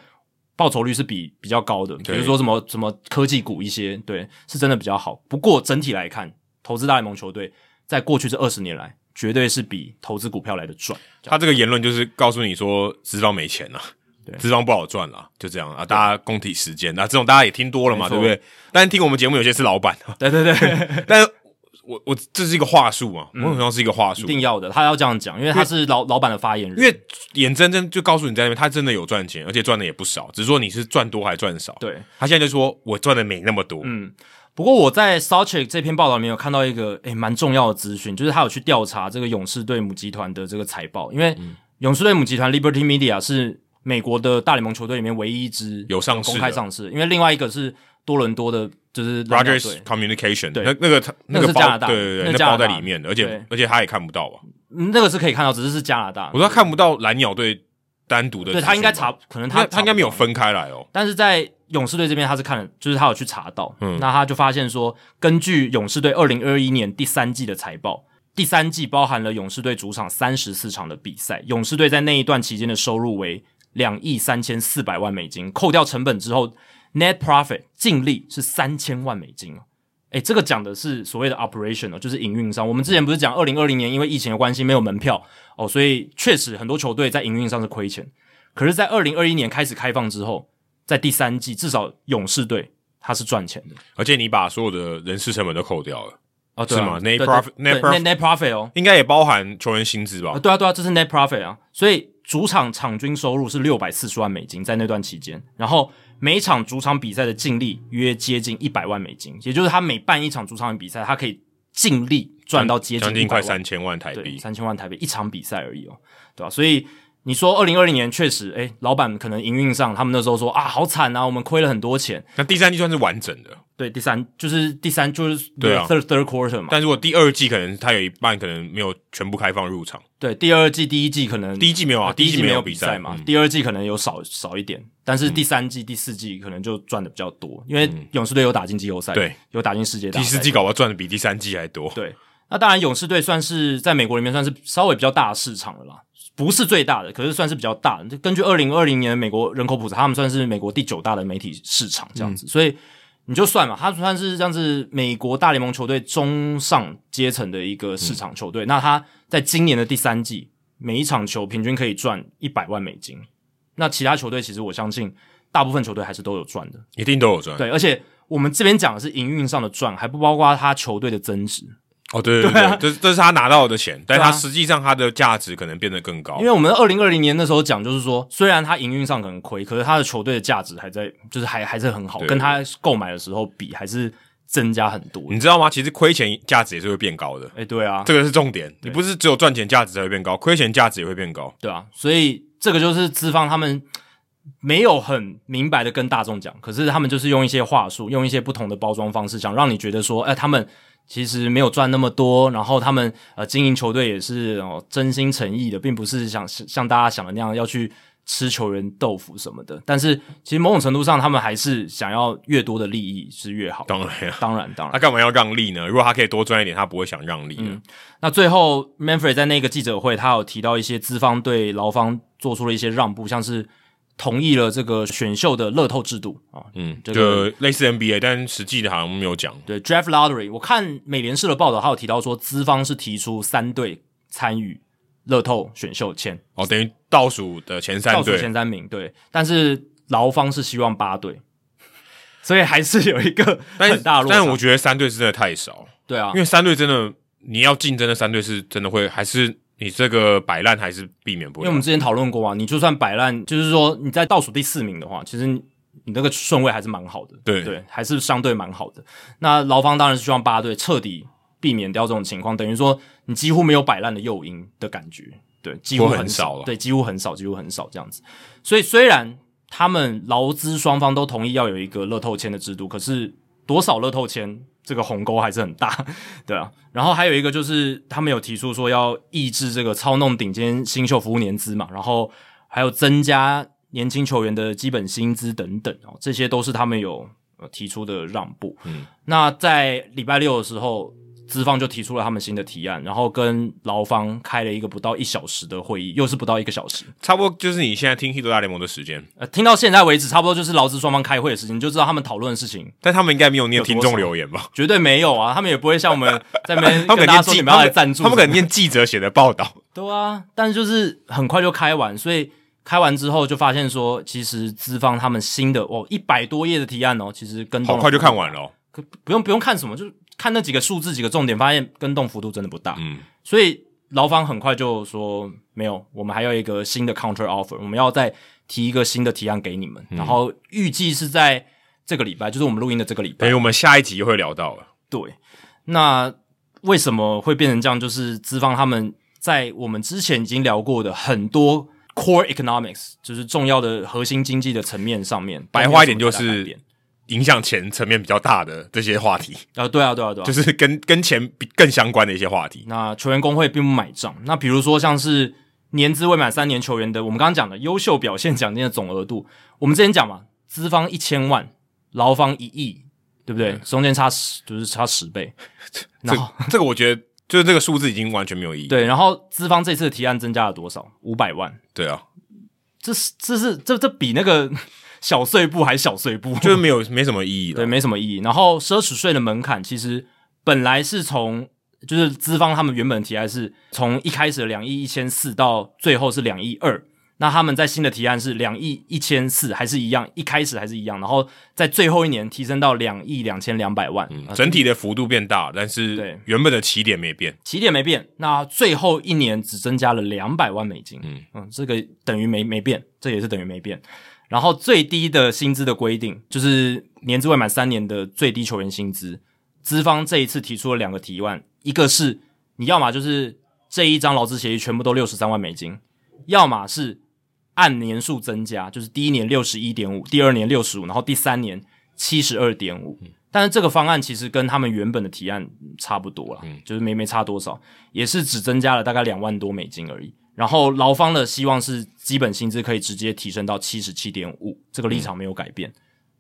Speaker 1: 报酬率是比比较高的，比
Speaker 2: 对
Speaker 1: 如说什么什么科技股一些，对，是真的比较好。不过整体来看，投资大联盟球队在过去这二十年来，绝对是比投资股票来的赚。
Speaker 2: 他这个言论就是告诉你说，资方没钱了、啊
Speaker 1: 对
Speaker 2: 资方不好赚了，就这样啊，大家共体时间啊，这种大家也听多了嘛，
Speaker 1: 没
Speaker 2: 对
Speaker 1: 错
Speaker 2: 不对？但是听我们节目有些是老板，啊
Speaker 1: [LAUGHS] 对对对，
Speaker 2: 但是我我这是一个话术嘛，我好像是一个话
Speaker 1: 嗯一
Speaker 2: 术，
Speaker 1: 定要的，他要这样讲，因为他是老老板的发言人。
Speaker 2: 因为眼睁睁就告诉你在那边，他真的有赚钱，而且赚的也不少，只是说你是赚多还赚少。，
Speaker 1: 对，嗯
Speaker 2: 他现在就说我赚的没那么多，
Speaker 1: 不过我在 s o c h e c 这篇报道里面有看到一个诶蛮重要的资讯，就是他有去调查这个勇士队母集团的这个财报，因为
Speaker 2: 嗯
Speaker 1: 勇士队母集团 Liberty Media 是美国的大联盟球队里面唯一一支
Speaker 2: 有上市
Speaker 1: 公
Speaker 2: 的
Speaker 1: 开上市，因为另外一个是多伦多的，就是蓝鸟队
Speaker 2: Rogers Communication，
Speaker 1: 对
Speaker 2: 那那个他
Speaker 1: 那个
Speaker 2: 个
Speaker 1: 是
Speaker 2: 包
Speaker 1: 加拿大
Speaker 2: 对对
Speaker 1: 那
Speaker 2: 对，
Speaker 1: 是
Speaker 2: 那
Speaker 1: 加拿
Speaker 2: 包
Speaker 1: 大
Speaker 2: 在里面的，而且
Speaker 1: 对
Speaker 2: 而且他也看不到吧？啊
Speaker 1: 嗯那个是可以看到，只是是加拿大，
Speaker 2: 我说他看不到蓝鸟队单独的资
Speaker 1: 对
Speaker 2: 讯吧，
Speaker 1: 他应该查，可能
Speaker 2: 他
Speaker 1: 他
Speaker 2: 他应该没有
Speaker 1: 查不到
Speaker 2: 分开来哦。
Speaker 1: 但是在勇士队这边他是看，就是他有去查到，
Speaker 2: 嗯
Speaker 1: 那他就发现说，根据勇士队二零二一年第三季的财报，第三季包含了勇士队主场三十四场的比赛，勇士队在那一段期间的收入为两亿三千四百万美金，扣掉成本之后，net profit 净利是三千万美金哦。诶，这个讲的是所谓的 operation 哦，就是营运上。我们之前不是讲二零二零年因为疫情的关系没有门票哦，所以确实很多球队在营运上是亏钱。可是，在二零二一年开始开放之后，在第三季至少勇士队他是赚钱的
Speaker 2: 而且你把所有的人事成本都扣掉了，
Speaker 1: 哦，
Speaker 2: 是吗
Speaker 1: 对
Speaker 2: Net
Speaker 1: 对
Speaker 2: profit-
Speaker 1: 对
Speaker 2: net
Speaker 1: 对
Speaker 2: profit- 哦
Speaker 1: net profit 哦，
Speaker 2: 应该也包含球员薪资吧
Speaker 1: 啊，？对啊，对啊，这是 net profit 啊，所以主场场均收入是六百四十万美金，在那段期间，然后每场主场比赛的净利约接近一百万美金，也就是他每办一场主场比赛，他可以净利赚到接
Speaker 2: 将
Speaker 1: 近
Speaker 2: 近快
Speaker 1: 100万
Speaker 2: 三千万台
Speaker 1: 对
Speaker 2: 币，
Speaker 1: 三千万台币一场比赛而已哦，对吧、所以你说二零二零年确实，诶，老板可能营运上他们那时候说啊，好惨啊，我们亏了很多钱。
Speaker 2: 那第三季算是完整的，
Speaker 1: 对，第三就是第三就是
Speaker 2: 对啊
Speaker 1: third third quarter 嘛，
Speaker 2: 但如果第二季可能他有一半可能没有全部开放入场，
Speaker 1: 对，第二季第一季可能
Speaker 2: 第一季没有啊，
Speaker 1: 第
Speaker 2: 第
Speaker 1: 一
Speaker 2: 一
Speaker 1: 季
Speaker 2: 没
Speaker 1: 有
Speaker 2: 比嗯
Speaker 1: 赛嘛，第二季可能有少少一点，但是第三季、第四季可能就赚的比较多，因为勇士队有打进季后赛，
Speaker 2: 嗯对，
Speaker 1: 有打进世界大
Speaker 2: 第
Speaker 1: 赛
Speaker 2: 四季搞不好赚的比第三季还多。
Speaker 1: 对，那当然，勇士队算是在美国里面算是稍微比较大的市场了啦，不是最大的，可是算是比较大的。根据二零二零年的美国人口普查，他们算是美国第九大的媒体市场这样子，所以你就算嘛，它算是这样子美国大联盟球队中上阶层的一个市场球队。那它在今年的第三季，每一场球平均可以赚一百万美金。那其他球队其实我相信，大部分球队还是都有赚的。
Speaker 2: 一定都有赚。
Speaker 1: 对，而且我们这边讲的是营运上的赚，还不包括他球队的增值。
Speaker 2: 哦，对对对，对这这是他拿到的钱，但
Speaker 1: 啊对啊
Speaker 2: 他实际上他的价值可能变得更高
Speaker 1: 因。为我们二零二零年那时候讲，就是说，虽然他营运上可能亏，可是他的球队的价值还在，就是还还是很好，
Speaker 2: 对
Speaker 1: 跟他购买的时候比，还是增加很多的。
Speaker 2: 你知道吗？其实亏钱价值也是会变高的，
Speaker 1: 哎、对啊，
Speaker 2: 这个是重点。你不是只有赚钱价值才会变高，亏钱价值也会变高。
Speaker 1: 对啊，所以这个就是资方他们没有很明白的跟大众讲，可是他们就是用一些话术，用一些不同的包装方式，想让你觉得说，哎、他们其实没有赚那么多，然后他们呃经营球队也是哦、真心诚意的，并不是想像大家想的那样要去吃球员豆腐什么的。但是其实某种程度上，他们还是想要越多的利益是越好。
Speaker 2: 当然啊，
Speaker 1: 当然，当然
Speaker 2: 他。干嘛要让利呢？如果他可以多赚一点，他不会想让利的。
Speaker 1: 嗯那最后 Manfred 在那个记者会，他有提到一些资方对劳方做出了一些让步，像是同意了这个选秀的乐透制度啊，
Speaker 2: 嗯，
Speaker 1: 这个
Speaker 2: 就类似 NBA，但实际的好像没有讲。
Speaker 1: 对 Draft Lottery。我看美联社的报道，他有提到说资方是提出三队参与乐透选秀签，
Speaker 2: 哦，等于倒数的前
Speaker 1: 倒
Speaker 2: 三
Speaker 1: 数
Speaker 2: 队，
Speaker 1: 前三名，对，但是劳方是希望八队， [LAUGHS] 所以还是有一个
Speaker 2: [LAUGHS] 但
Speaker 1: 很大的落差。
Speaker 2: 但我觉得三队是真的太少，
Speaker 1: 对啊
Speaker 2: 因，为三队真的你要竞争的三队是真的会，还是你这个摆烂还是避免不
Speaker 1: 因为
Speaker 2: 了。
Speaker 1: 我们之前讨论过啊，你就算摆烂，就是说你在倒数第四名的话，其实你你那个顺位还是蛮好的，
Speaker 2: 对
Speaker 1: 对，还是相对蛮好的。那劳方当然是希望八队彻底避免掉这种情况，等于说你几乎没有摆烂的诱因的感觉，对，几乎
Speaker 2: 或很
Speaker 1: 很
Speaker 2: 少了
Speaker 1: 对，几乎很少，几乎很少这样子。所以虽然他们劳资双方都同意要有一个乐透签的制度，可是多少乐透签这个鸿沟还是很大，对啊。然后还有一个就是他们有提出说要抑制这个操弄顶尖新秀服务年资嘛，然后还有增加年轻球员的基本薪资等等哦，这些都是他们有呃提出的让步。那在礼拜六的时候，资方就提出了他们新的提案，然后跟劳方开了一个不到一小时的会议，又是不到一个小时。
Speaker 2: 差不多就是你现在听《h i t 大联盟》的时间，
Speaker 1: 呃，听到现在为止，差不多就是劳资双方开会的事情，你就知道他们讨论的事情
Speaker 2: 但他们应该没有念
Speaker 1: 有多
Speaker 2: 听众
Speaker 1: 少
Speaker 2: 留言吧？
Speaker 1: 绝对没有啊，他们也不会像我们在那
Speaker 2: [LAUGHS]
Speaker 1: 边
Speaker 2: 他
Speaker 1: 跟
Speaker 2: 们
Speaker 1: 大
Speaker 2: 可能
Speaker 1: 家
Speaker 2: 念
Speaker 1: 说
Speaker 2: 记，
Speaker 1: 你们要来赞助
Speaker 2: 他们可
Speaker 1: 什么
Speaker 2: 能念记者写的报道，
Speaker 1: 对啊，但就是很快就开完，所以开完之后就发现说，其实资方他们新的哦一百多页的提 [LAUGHS] 案哦，其实跟动
Speaker 2: 好
Speaker 1: 了
Speaker 2: 快就看完了哦。
Speaker 1: 可不用不用看什么，就是看那几个数字几个重点，发现跟动幅度真的不大，
Speaker 2: 嗯，
Speaker 1: 所以劳方很快就说没有，我们还要一个新的 counter offer，我们要再提一个新的提案给你们，
Speaker 2: 嗯
Speaker 1: 然后预计是在这个礼拜，就是我们录音的这个礼拜
Speaker 2: 等于，我们下一集会聊到了。
Speaker 1: 对，那为什么会变成这样？就是资方他们在我们之前已经聊过的很多 core economics，就是重要的核心经济的层面上面，
Speaker 2: 白话一点就
Speaker 1: 都没有什么太大改
Speaker 2: 是
Speaker 1: 变
Speaker 2: 影响钱层面比较大的这些话题，
Speaker 1: 啊、对啊，对啊，对啊，
Speaker 2: 就是跟跟钱比更相关的一些话题。
Speaker 1: 那球员工会并不买账。那比如说像是年资未满三年球员的，我们刚刚讲的优秀表现奖金的总额度，我们之前讲嘛，资方一千万，劳方一亿，对不对？
Speaker 2: 嗯
Speaker 1: 中间差十就是差十倍，
Speaker 2: 这
Speaker 1: 然后
Speaker 2: 这个我觉得就是这个数字已经完全没有意义。
Speaker 1: 对，然后资方这次的提案增加了多少？五百万。
Speaker 2: 对啊，
Speaker 1: 这是这是这这比那个小碎步还小碎步，
Speaker 2: 就是没有没什么意义
Speaker 1: 对
Speaker 2: 了。
Speaker 1: 没什么意义。然后奢侈税的门槛其实本来是从就是资方他们原本提案是从一开始的两亿一千四到最后是两亿二，那他们在新的提案是两亿一千四还是一样，一开始还是一样，然后在最后一年提升到两亿两千两百万，啊
Speaker 2: 嗯整体的幅度变大，
Speaker 1: 对
Speaker 2: 但是原本的起点没变。
Speaker 1: 起点没变，那最后一年只增加了两百万美金，嗯
Speaker 2: 嗯
Speaker 1: 这个等于没没变，这也是等于没变。然后最低的薪资的规定就是年资未满三年的最低球员薪资，资方这一次提出了两个提案，一个是你要么就是这一张劳资协议全部都六十三万美金，要么是按年数增加，就是第一年六十一点五，第二年六十五，然后第三年七十二点五。但是这个方案其实跟他们原本的提案差不多啦，就是没没差多少，也是只增加了大概两万多美金而已。然后劳方的希望是基本薪资可以直接提升到七十七点五，这个立场没有改变，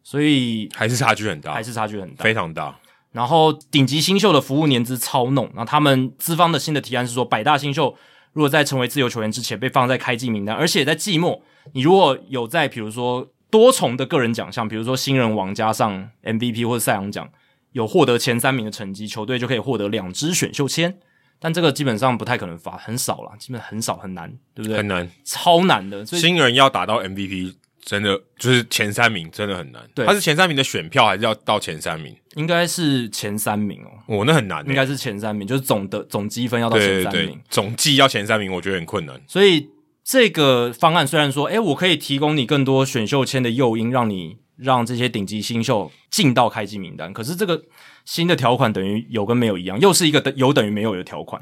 Speaker 1: 所以
Speaker 2: 还是差距很大
Speaker 1: 还，是差距很大。
Speaker 2: 非常大。
Speaker 1: 然后顶级新秀的服务年资操弄，那他们资方的新的提案是说，百大新秀如果在成为自由球员之前被放在开季名单，而且在季末，你如果有在比如说多重的个人奖项，比如说新人王加上 MVP 或者赛扬奖，有获得前三名的成绩，球队就可以获得两支选秀签。但这个基本上不太可能发，很少啦，基本很少很难，对不对
Speaker 2: 很？难。
Speaker 1: 超难的，所以
Speaker 2: 新人要打到 MVP，真的就是前三名，真的很难。
Speaker 1: 对
Speaker 2: 他是前三名的选票，还是要到前三名？
Speaker 1: 应该是前三名哦，
Speaker 2: 我、那很难、欸，
Speaker 1: 应该是前三名，就是总的总积分要到前
Speaker 2: 对对
Speaker 1: 三名。
Speaker 2: 对，总计要前三名，我觉得很困难。
Speaker 1: 所以这个方案虽然说，诶，我可以提供你更多选秀签的诱因，让你让这些顶级新秀进到开机名单，可是这个新的条款等于有跟没有一样，又是一个等有等于没有的条款，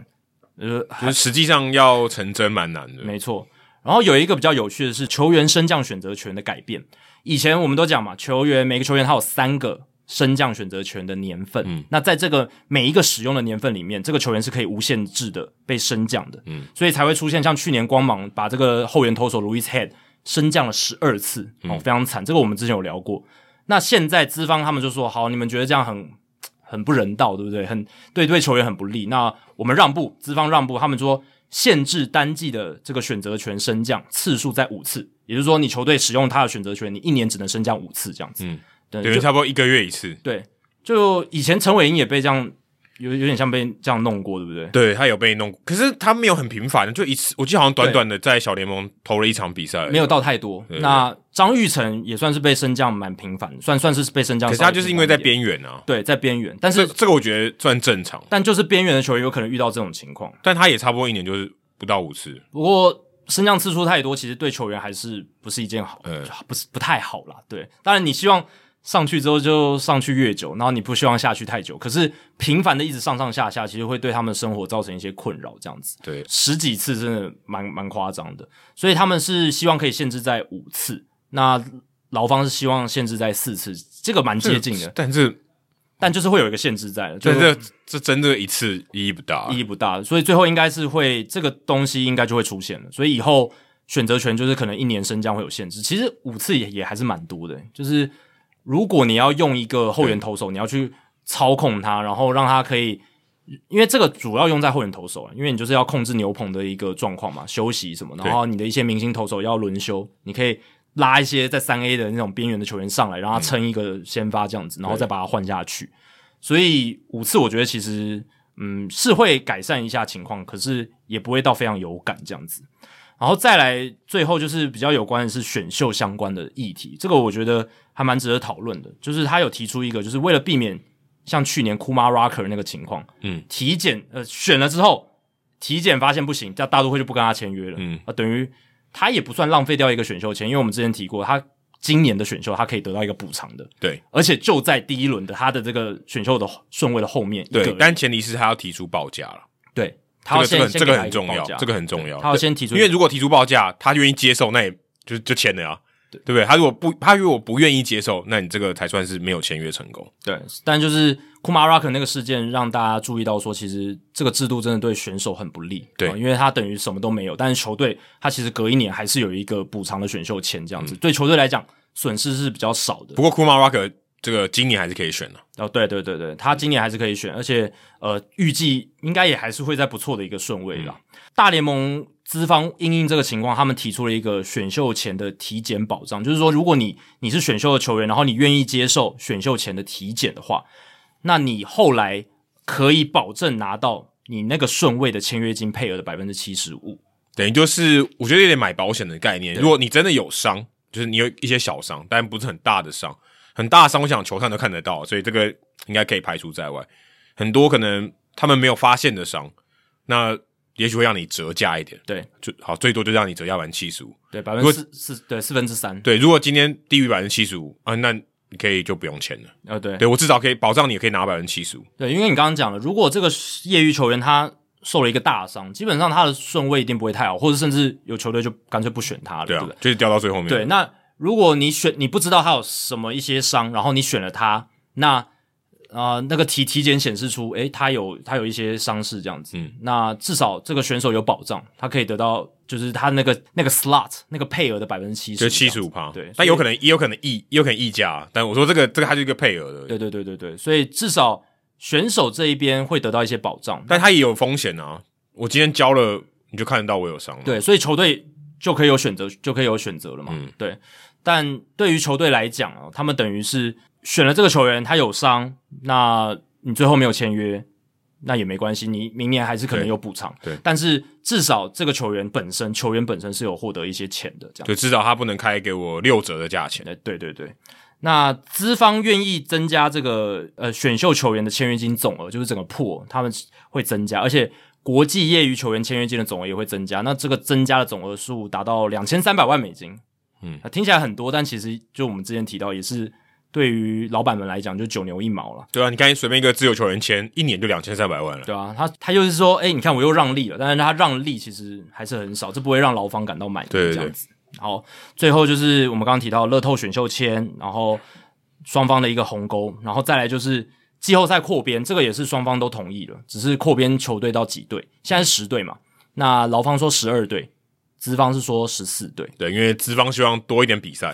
Speaker 1: 呃，
Speaker 2: 就是实际上要成真蛮难的。
Speaker 1: 没错。然后有一个比较有趣的是球员升降选择权的改变。以前我们都讲嘛，球员每个球员他有三个升降选择权的年份，
Speaker 2: 嗯
Speaker 1: 那在这个每一个使用的年份里面，这个球员是可以无限制的被升降的，
Speaker 2: 嗯
Speaker 1: 所以才会出现像去年光芒把这个后援投手 Louis Head 升降了十二次，
Speaker 2: 嗯
Speaker 1: 哦，非常惨。这个我们之前有聊过。那现在资方他们就说，好，你们觉得这样很很不人道，对不对？很对对球员很不利。那我们让步，资方让步，他们说限制单季的这个选择权升降次数在五次，也就是说，你球队使用他的选择权，你一年只能升降五次这样子。
Speaker 2: 嗯，
Speaker 1: 对
Speaker 2: 等于
Speaker 1: 就
Speaker 2: 差不多一个月一次。
Speaker 1: 对，就以前陈伟英也被这样，有有点像被这样弄过，对不对？
Speaker 2: 对他有被弄，可是他没有很频繁，就一次，我记得好像短短的在小联盟投了一场比赛，
Speaker 1: 没有，到太多。
Speaker 2: 对
Speaker 1: 那张玉成也算是被升降蛮频繁，算算是被升降
Speaker 2: 可
Speaker 1: 稍微频繁一
Speaker 2: 是他
Speaker 1: 点，
Speaker 2: 就是因为在边缘啊，
Speaker 1: 对在边缘，但
Speaker 2: 这
Speaker 1: 是
Speaker 2: 这个我觉得算正常，
Speaker 1: 但就是边缘的球员有可能遇到这种情况。
Speaker 2: 但他也差不多一年就是不到五次，
Speaker 1: 不过升降次数太多，其实对球员还是不是一件好，
Speaker 2: 嗯
Speaker 1: 不是不太好啦。对，当然你希望上去之后就上去越久，然后你不希望下去太久，可是频繁的一直上上下下，其实会对他们的生活造成一些困扰，这样子。
Speaker 2: 对，
Speaker 1: 十几次真的蛮蛮夸张的，所以他们是希望可以限制在五次，那劳方是希望限制在四次，这个蛮接近
Speaker 2: 这
Speaker 1: 的，
Speaker 2: 但是
Speaker 1: 但就是会有一个限制在的，就
Speaker 2: 但
Speaker 1: 是
Speaker 2: 这这真的一次意义不大，
Speaker 1: 意义不大，所以最后应该是会这个东西应该就会出现了，所以以后选择权就是可能一年升降会有限制，其实五次也也还是蛮多的，就是如果你要用一个后援投手，你要去操控他，然后让他可以因为这个主要用在后援投手啊，因为你就是要控制牛棚的一个状况嘛，休息什么，然后你的一些明星投手要轮休，你可以拉一些在三 A 的那种边缘的球员上来，让他撑一个先发这样子，然后再把他换下去。所以五次我觉得其实嗯是会改善一下情况，可是也不会到非常有感这样子。然后再来最后就是比较有关的是选秀相关的议题，这个我觉得还蛮值得讨论的。就是他有提出一个，就是为了避免像去年 Kuma Rocker 那个情况，
Speaker 2: 嗯，
Speaker 1: 体检呃选了之后体检发现不行，大大都会就不跟他签约了，
Speaker 2: 嗯
Speaker 1: 啊，等于他也不算浪费掉一个选秀签，因为我们之前提过他。今年的选秀，他可以得到一个补偿的，
Speaker 2: 对
Speaker 1: 而且就在第一轮的他的这个选秀的顺位的后面一个
Speaker 2: 对
Speaker 1: 人，
Speaker 2: 但前提是他要提出报价了。
Speaker 1: 对，他
Speaker 2: 这
Speaker 1: 要
Speaker 2: 个
Speaker 1: 先先
Speaker 2: 这个这
Speaker 1: 给
Speaker 2: 个
Speaker 1: 他一
Speaker 2: 很重要
Speaker 1: 报价，
Speaker 2: 这个很重要。
Speaker 1: 他要先提出
Speaker 2: 因
Speaker 1: 一
Speaker 2: 为
Speaker 1: 个，
Speaker 2: 如果提出报价，他愿意接受，那也就就签了呀、啊，对不对？他如果不，他如果不愿意接受，那你这个才算是没有签约成功。
Speaker 1: 对，但就是库马拉克那个事件让大家注意到说，其实这个制度真的对选手很不利，
Speaker 2: 对
Speaker 1: 啊因为他等于什么都没有，但是球队他其实隔一年还是有一个补偿的选秀签这样
Speaker 2: 嗯
Speaker 1: 子，对球队来讲损失是比较少的
Speaker 2: 不。过 Kuma Rocker 这个今年还是可以选啊的、
Speaker 1: 哦，对对对对，他今年还是可以选，而且呃，预计应该也还是会在不错的一个顺位啦。大联盟资方因应这个情况，他们提出了一个选秀前的体检保障，就是说，如果你你是选秀的球员，然后你愿意接受选秀前的体检的话，那你后来可以保证拿到你那个顺位的签约金配额的百分之七十五。
Speaker 2: 等于就是我觉得有点买保险的概念。如果你真的有伤，就是你有一些小伤，但不是很大的伤，很大的伤我想球探都看得到，所以这个应该可以排除在外。很多可能他们没有发现的伤，那也许会让你折价一点，
Speaker 1: 对
Speaker 2: 就好，最多就让你折价完七十五。
Speaker 1: 对，百分
Speaker 2: 果
Speaker 1: 之四四对四分之三。
Speaker 2: 对，如果今天低于百分之七十五啊，那你可以就不用签了。
Speaker 1: 呃，对
Speaker 2: 对我至少可以保障你可以拿百分之七十五。
Speaker 1: 对，因为你刚刚讲了，如果这个业余球员他受了一个大伤，基本上他的顺位一定不会太好，或者甚至有球队就干脆不选他了，
Speaker 2: 对
Speaker 1: 对
Speaker 2: 啊
Speaker 1: 不对？，
Speaker 2: 就是掉到最后面。
Speaker 1: 对，那如果你选你不知道他有什么一些伤，然后你选了他，那啊那个体体检显示出，诶，他有他有一些伤势这样子，
Speaker 2: 嗯
Speaker 1: 那至少这个选手有保障，他可以得到就是他那个那个 slot 那个配额的百分之七十，
Speaker 2: 就七十五趴，
Speaker 1: 对
Speaker 2: 但
Speaker 1: 所以
Speaker 2: 有可能也有可能溢，也有可能溢价啊。但我说这个这个它就是一个配额的，
Speaker 1: 对对对对对，所以至少选手这一边会得到一些保障，
Speaker 2: 但它也有风险啊。我今天交了，你就看得到我有伤嘛。
Speaker 1: 对，所以球队就可以有选择，就可以有选择了嘛。
Speaker 2: 嗯
Speaker 1: 对。但对于球队来讲啊，他们等于是选了这个球员，他有伤，那你最后没有签约，那也没关系，你明年还是可能
Speaker 2: 对
Speaker 1: 有补偿。
Speaker 2: 对
Speaker 1: 但是至少这个球员本身，球员本身是有获得一些钱的，这样。
Speaker 2: 就至少它不能开给我六折的价钱。
Speaker 1: 呃，对对对。那资方愿意增加这个呃选秀球员的签约金总额，就是整个破他们会增加，而且国际业余球员签约金的总额也会增加。那这个增加的总额数达到两千三百万美金，
Speaker 2: 嗯
Speaker 1: 呃听起来很多，但其实就我们之前提到，也是对于老板们来讲就九牛一毛了，
Speaker 2: 对啊，你看随便一个自由球员签一年就两千三百万了。
Speaker 1: 对啊，他他就是说，哎，你看我又让利了，但是他让利其实还是很少，这不会让劳方感到满意，
Speaker 2: 对对
Speaker 1: 这样子。好，最后就是我们刚刚提到乐透选秀签，然后双方的一个鸿沟，然后再来就是季后赛扩编，这个也是双方都同意了，只是扩编球队到几队，现在是十队嘛，那劳方说十二队，资方是说十四队，
Speaker 2: 对，因为资方希望多一点比赛，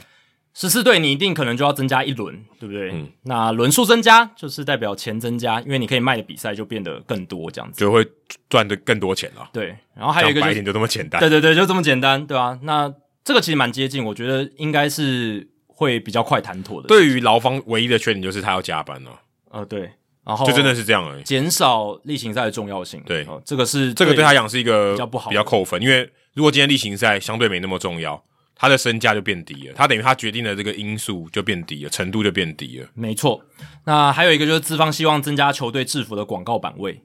Speaker 1: 十四队你一定可能就要增加一轮，对不对？
Speaker 2: 嗯
Speaker 1: 那轮数增加就是代表钱增加，因为你可以卖的比赛就变得更多这样子。
Speaker 2: 就会赚的更多钱了。
Speaker 1: 对，然后还有一个
Speaker 2: 讲白
Speaker 1: 就
Speaker 2: 一
Speaker 1: 是
Speaker 2: 点就这么简单。
Speaker 1: [LAUGHS] 对对对，就这么简单，对啊？那这个其实蛮接近，我觉得应该是会比较快谈妥的。，
Speaker 2: 对于劳方唯一的缺点就是他要加班了、
Speaker 1: 呃对，然后
Speaker 2: 就真的是这样而已。
Speaker 1: 减少例行赛的重要性。
Speaker 2: 对
Speaker 1: 哦这个是
Speaker 2: 这个对他讲是一个
Speaker 1: 比较不好
Speaker 2: 比较扣分，因为如果今天例行赛相对没那么重要，他的身价就变低了，他等于他决定的这个因素就变低了，程度就变低了。
Speaker 1: 没错。那还有一个就是资方希望增加球队制服的广告版位，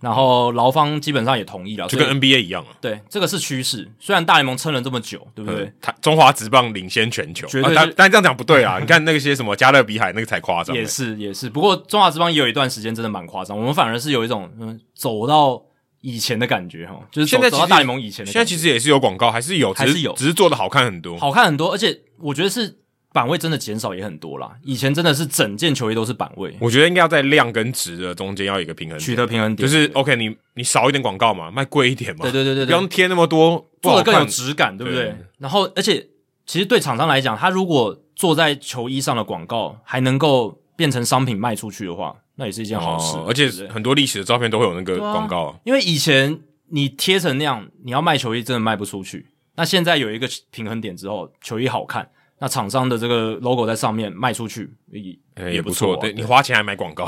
Speaker 1: 然后劳方基本上也同意了，
Speaker 2: 就
Speaker 1: 所以
Speaker 2: 跟 NBA 一样啊。
Speaker 1: 对这个是趋势。虽然大联盟撑了这么久，对不对？
Speaker 2: 嗯，他中华职棒领先全球，
Speaker 1: 绝对
Speaker 2: 啊
Speaker 1: 是
Speaker 2: 但但这样讲不对啊！你看那些什么加勒比海那个才夸张欸，
Speaker 1: 也是也是，不过中华之邦也有一段时间真的蛮夸张，我们反而是有一种嗯走到以前的感觉哈，就是走
Speaker 2: 现在其
Speaker 1: 走
Speaker 2: 实
Speaker 1: 到大联盟以前的
Speaker 2: 现
Speaker 1: 感觉
Speaker 2: 在其实也是有广告，还是有，
Speaker 1: 还
Speaker 2: 只
Speaker 1: 是有
Speaker 2: 只是做的好看很多。
Speaker 1: 好看很多，而且我觉得是版位真的减少也很多啦。以前真的是整件球衣都是版位，
Speaker 2: 我觉得应该要在量跟值的中间要有一个平衡点，
Speaker 1: 取得平衡点，
Speaker 2: 就是 OK，你你少一点广告嘛，卖贵一点嘛，
Speaker 1: 对对对对
Speaker 2: 不
Speaker 1: 对
Speaker 2: 用贴那么多，不
Speaker 1: 做
Speaker 2: 好
Speaker 1: 的更有
Speaker 2: 看。
Speaker 1: 质感，对不对？
Speaker 2: 对
Speaker 1: 然后，而且其实对厂商来讲，他如果做在球衣上的广告还能够变成商品卖出去的话，那也是一件好事。
Speaker 2: 哦，而且
Speaker 1: 对不对
Speaker 2: 很多历史的照片都会有那个
Speaker 1: 对啊
Speaker 2: 广告啊，
Speaker 1: 因为以前你贴成那样，你要卖球衣真的卖不出去。那现在有一个平衡点之后，球衣好看，那厂商的这个 logo 在上面卖出去也
Speaker 2: 呃
Speaker 1: 也
Speaker 2: 也不
Speaker 1: 错啊、
Speaker 2: 错。对你花钱还买广告，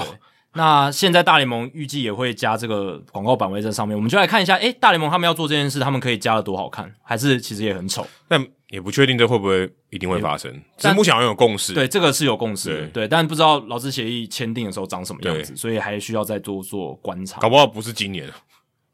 Speaker 1: 那现在大联盟预计也会加这个广告版位在上面，我们就来看一下，诶、大联盟他们要做这件事，他们可以加的多好看，还是其实也很丑？
Speaker 2: 但也不确定这会不会一定会发生，只
Speaker 1: 但
Speaker 2: 是目前好像有共识。
Speaker 1: 对，这个是有共识的，
Speaker 2: 对
Speaker 1: 对，但不知道劳资协议签订的时候长什么样子，
Speaker 2: 对
Speaker 1: 所以还需要再多做观察
Speaker 2: 搞。不好不是今年，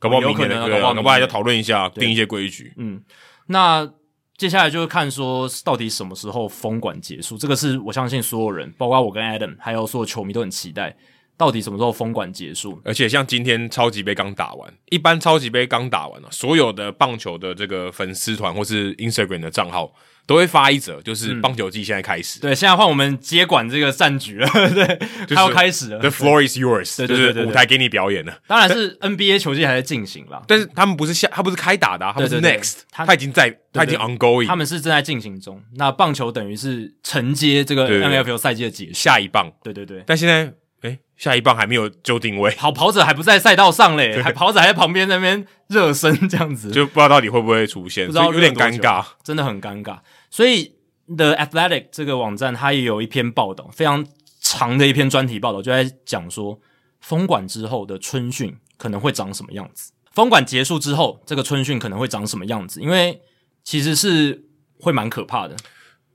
Speaker 2: 搞不好
Speaker 1: 有
Speaker 2: 明年
Speaker 1: 可能
Speaker 2: 的
Speaker 1: 啊搞
Speaker 2: 歌
Speaker 1: 不好
Speaker 2: 啊，搞不好还
Speaker 1: 明年
Speaker 2: 要讨论一下，定一些规矩。
Speaker 1: 嗯，那接下来就是看说到底什么时候封馆结束，这个是我相信所有人，包括我跟 Adam，还有所有球迷都很期待，到底什么时候封馆结束？
Speaker 2: 而且像今天超级杯刚打完，一般超级杯刚打完了、所有的棒球的这个粉丝团或是 Instagram 的账号都会发一则，就是棒球季现在开始。
Speaker 1: 嗯对，现在换我们接管这个战局了，对，
Speaker 2: 是
Speaker 1: 他要开始了
Speaker 2: The。floor is yours，
Speaker 1: 对对对
Speaker 2: 就
Speaker 1: 对
Speaker 2: 是
Speaker 1: 对
Speaker 2: 舞台给你表演了。
Speaker 1: 当然 [LAUGHS] 是 NBA 球季还在进行啦，
Speaker 2: 但是他们不是下，他不是开打的、啊，他们是
Speaker 1: 对对对
Speaker 2: next，
Speaker 1: 他
Speaker 2: 他已经在，他已经
Speaker 1: 对
Speaker 2: ongoing，
Speaker 1: 他们是正在进行中。那棒球等于是承接这个
Speaker 2: 对对对
Speaker 1: NFL 赛季的结束。
Speaker 2: 下一棒，
Speaker 1: 对对对，
Speaker 2: 但现在哎、诶下一棒还没有就定位， [LAUGHS]
Speaker 1: 跑跑者还不在赛道上嘞，还跑者还在旁边那边热身这样子，
Speaker 2: 就不知道到底会不会出现，
Speaker 1: 不知道
Speaker 2: 所以有点
Speaker 1: 热多
Speaker 2: 尴
Speaker 1: 久
Speaker 2: 尬。
Speaker 1: 真的很尴尬。所以 The Athletic 这个网站它也有一篇报道，非常长的一篇专题报道，就在讲说封馆之后的春训可能会长什么样子，封馆结束之后这个春训可能会长什么样子，因为其实是会蛮可怕的。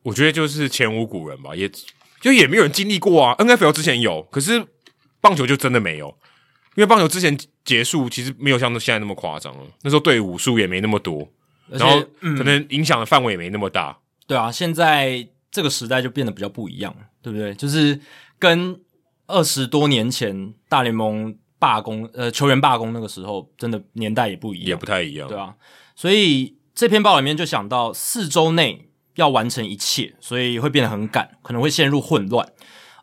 Speaker 2: 我觉得就是前无古人吧，也就也没有人经历过啊。N F L 之前有，可是棒球就真的没有，因为棒球之前结束其实没有像现在那么夸张了。那时候队伍数也没那么多，
Speaker 1: 而
Speaker 2: 然后
Speaker 1: 且，嗯
Speaker 2: 可能影响的范围也没那么大。
Speaker 1: 对啊，现在这个时代就变得比较不一样了，对不对？就是跟二十多年前大联盟罢工，呃，球员罢工那个时候，真的年代也不一样，
Speaker 2: 也不太一样，
Speaker 1: 对啊，所以这篇报道里面就想到四周内要完成一切，所以会变得很赶，可能会陷入混乱。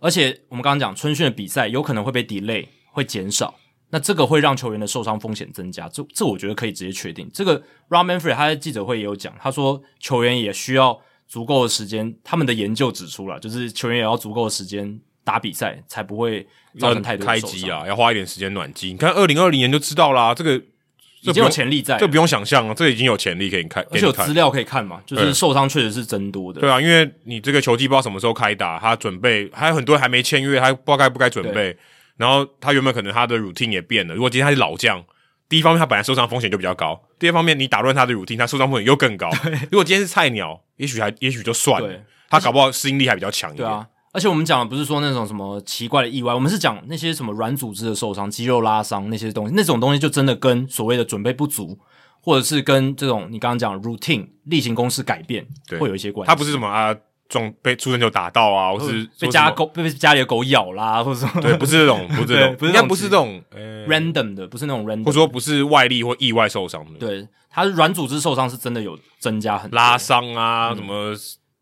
Speaker 1: 而且我们刚刚讲春训的比赛有可能会被 delay，会减少，那这个会让球员的受伤风险增加。这这我觉得可以直接确定。这个 Ron Manfred 他在记者会也有讲，他说球员也需要足够的时间，他们的研究指出了，就是球员也要足够的时间打比赛，才不会造
Speaker 2: 要
Speaker 1: 成太多的
Speaker 2: 开
Speaker 1: 受
Speaker 2: 机
Speaker 1: 伤，
Speaker 2: 啊，要花一点时间暖机。你看二零二零年就知道啦，这个
Speaker 1: 已
Speaker 2: 这不
Speaker 1: 经有
Speaker 2: 用，
Speaker 1: 潜力在了，
Speaker 2: 这不用想象啊，这已经有潜力可以看，
Speaker 1: 而且有
Speaker 2: 给你看
Speaker 1: 资料可以看嘛，就是
Speaker 2: 对
Speaker 1: 受伤确实是增多的。
Speaker 2: 对啊，因为你这个球季不知道什么时候开打，他准备还有很多人还没签约，他不知道该不该准备。然后他原本可能他的 routine 也变了。如果今天他是老将，第一方面他本来受伤风险就比较高，第二方面你打乱他的 routine，他受伤风险又更高。如果今天是菜鸟，也许还也许就算了
Speaker 1: 对，
Speaker 2: 他搞不好适应力还比较强一
Speaker 1: 对
Speaker 2: 点。
Speaker 1: 啊，而且我们讲的不是说那种什么奇怪的意外，我们是讲那些什么软组织的受伤、肌肉拉伤那些东西，那种东西就真的跟所谓的准备不足，或者是跟这种你刚刚讲 routine 例行公事改变
Speaker 2: 对
Speaker 1: 会有一些关系。
Speaker 2: 他不是什么啊撞被出生球打到啊，或是
Speaker 1: 被
Speaker 2: 说什么
Speaker 1: 家狗被家里的狗咬啦，或者什么
Speaker 2: 对，不是这种，不是这
Speaker 1: 对
Speaker 2: 种，
Speaker 1: 不是
Speaker 2: 应
Speaker 1: 这
Speaker 2: 该
Speaker 1: 种
Speaker 2: 不是这种，
Speaker 1: [LAUGHS]
Speaker 2: 呃
Speaker 1: random 的，不是那种
Speaker 2: 或
Speaker 1: random
Speaker 2: 者。说不是外力或意外受伤的，
Speaker 1: 对，它是软组织受伤是真的有增加很多
Speaker 2: 拉伤啊，什么
Speaker 1: 嗯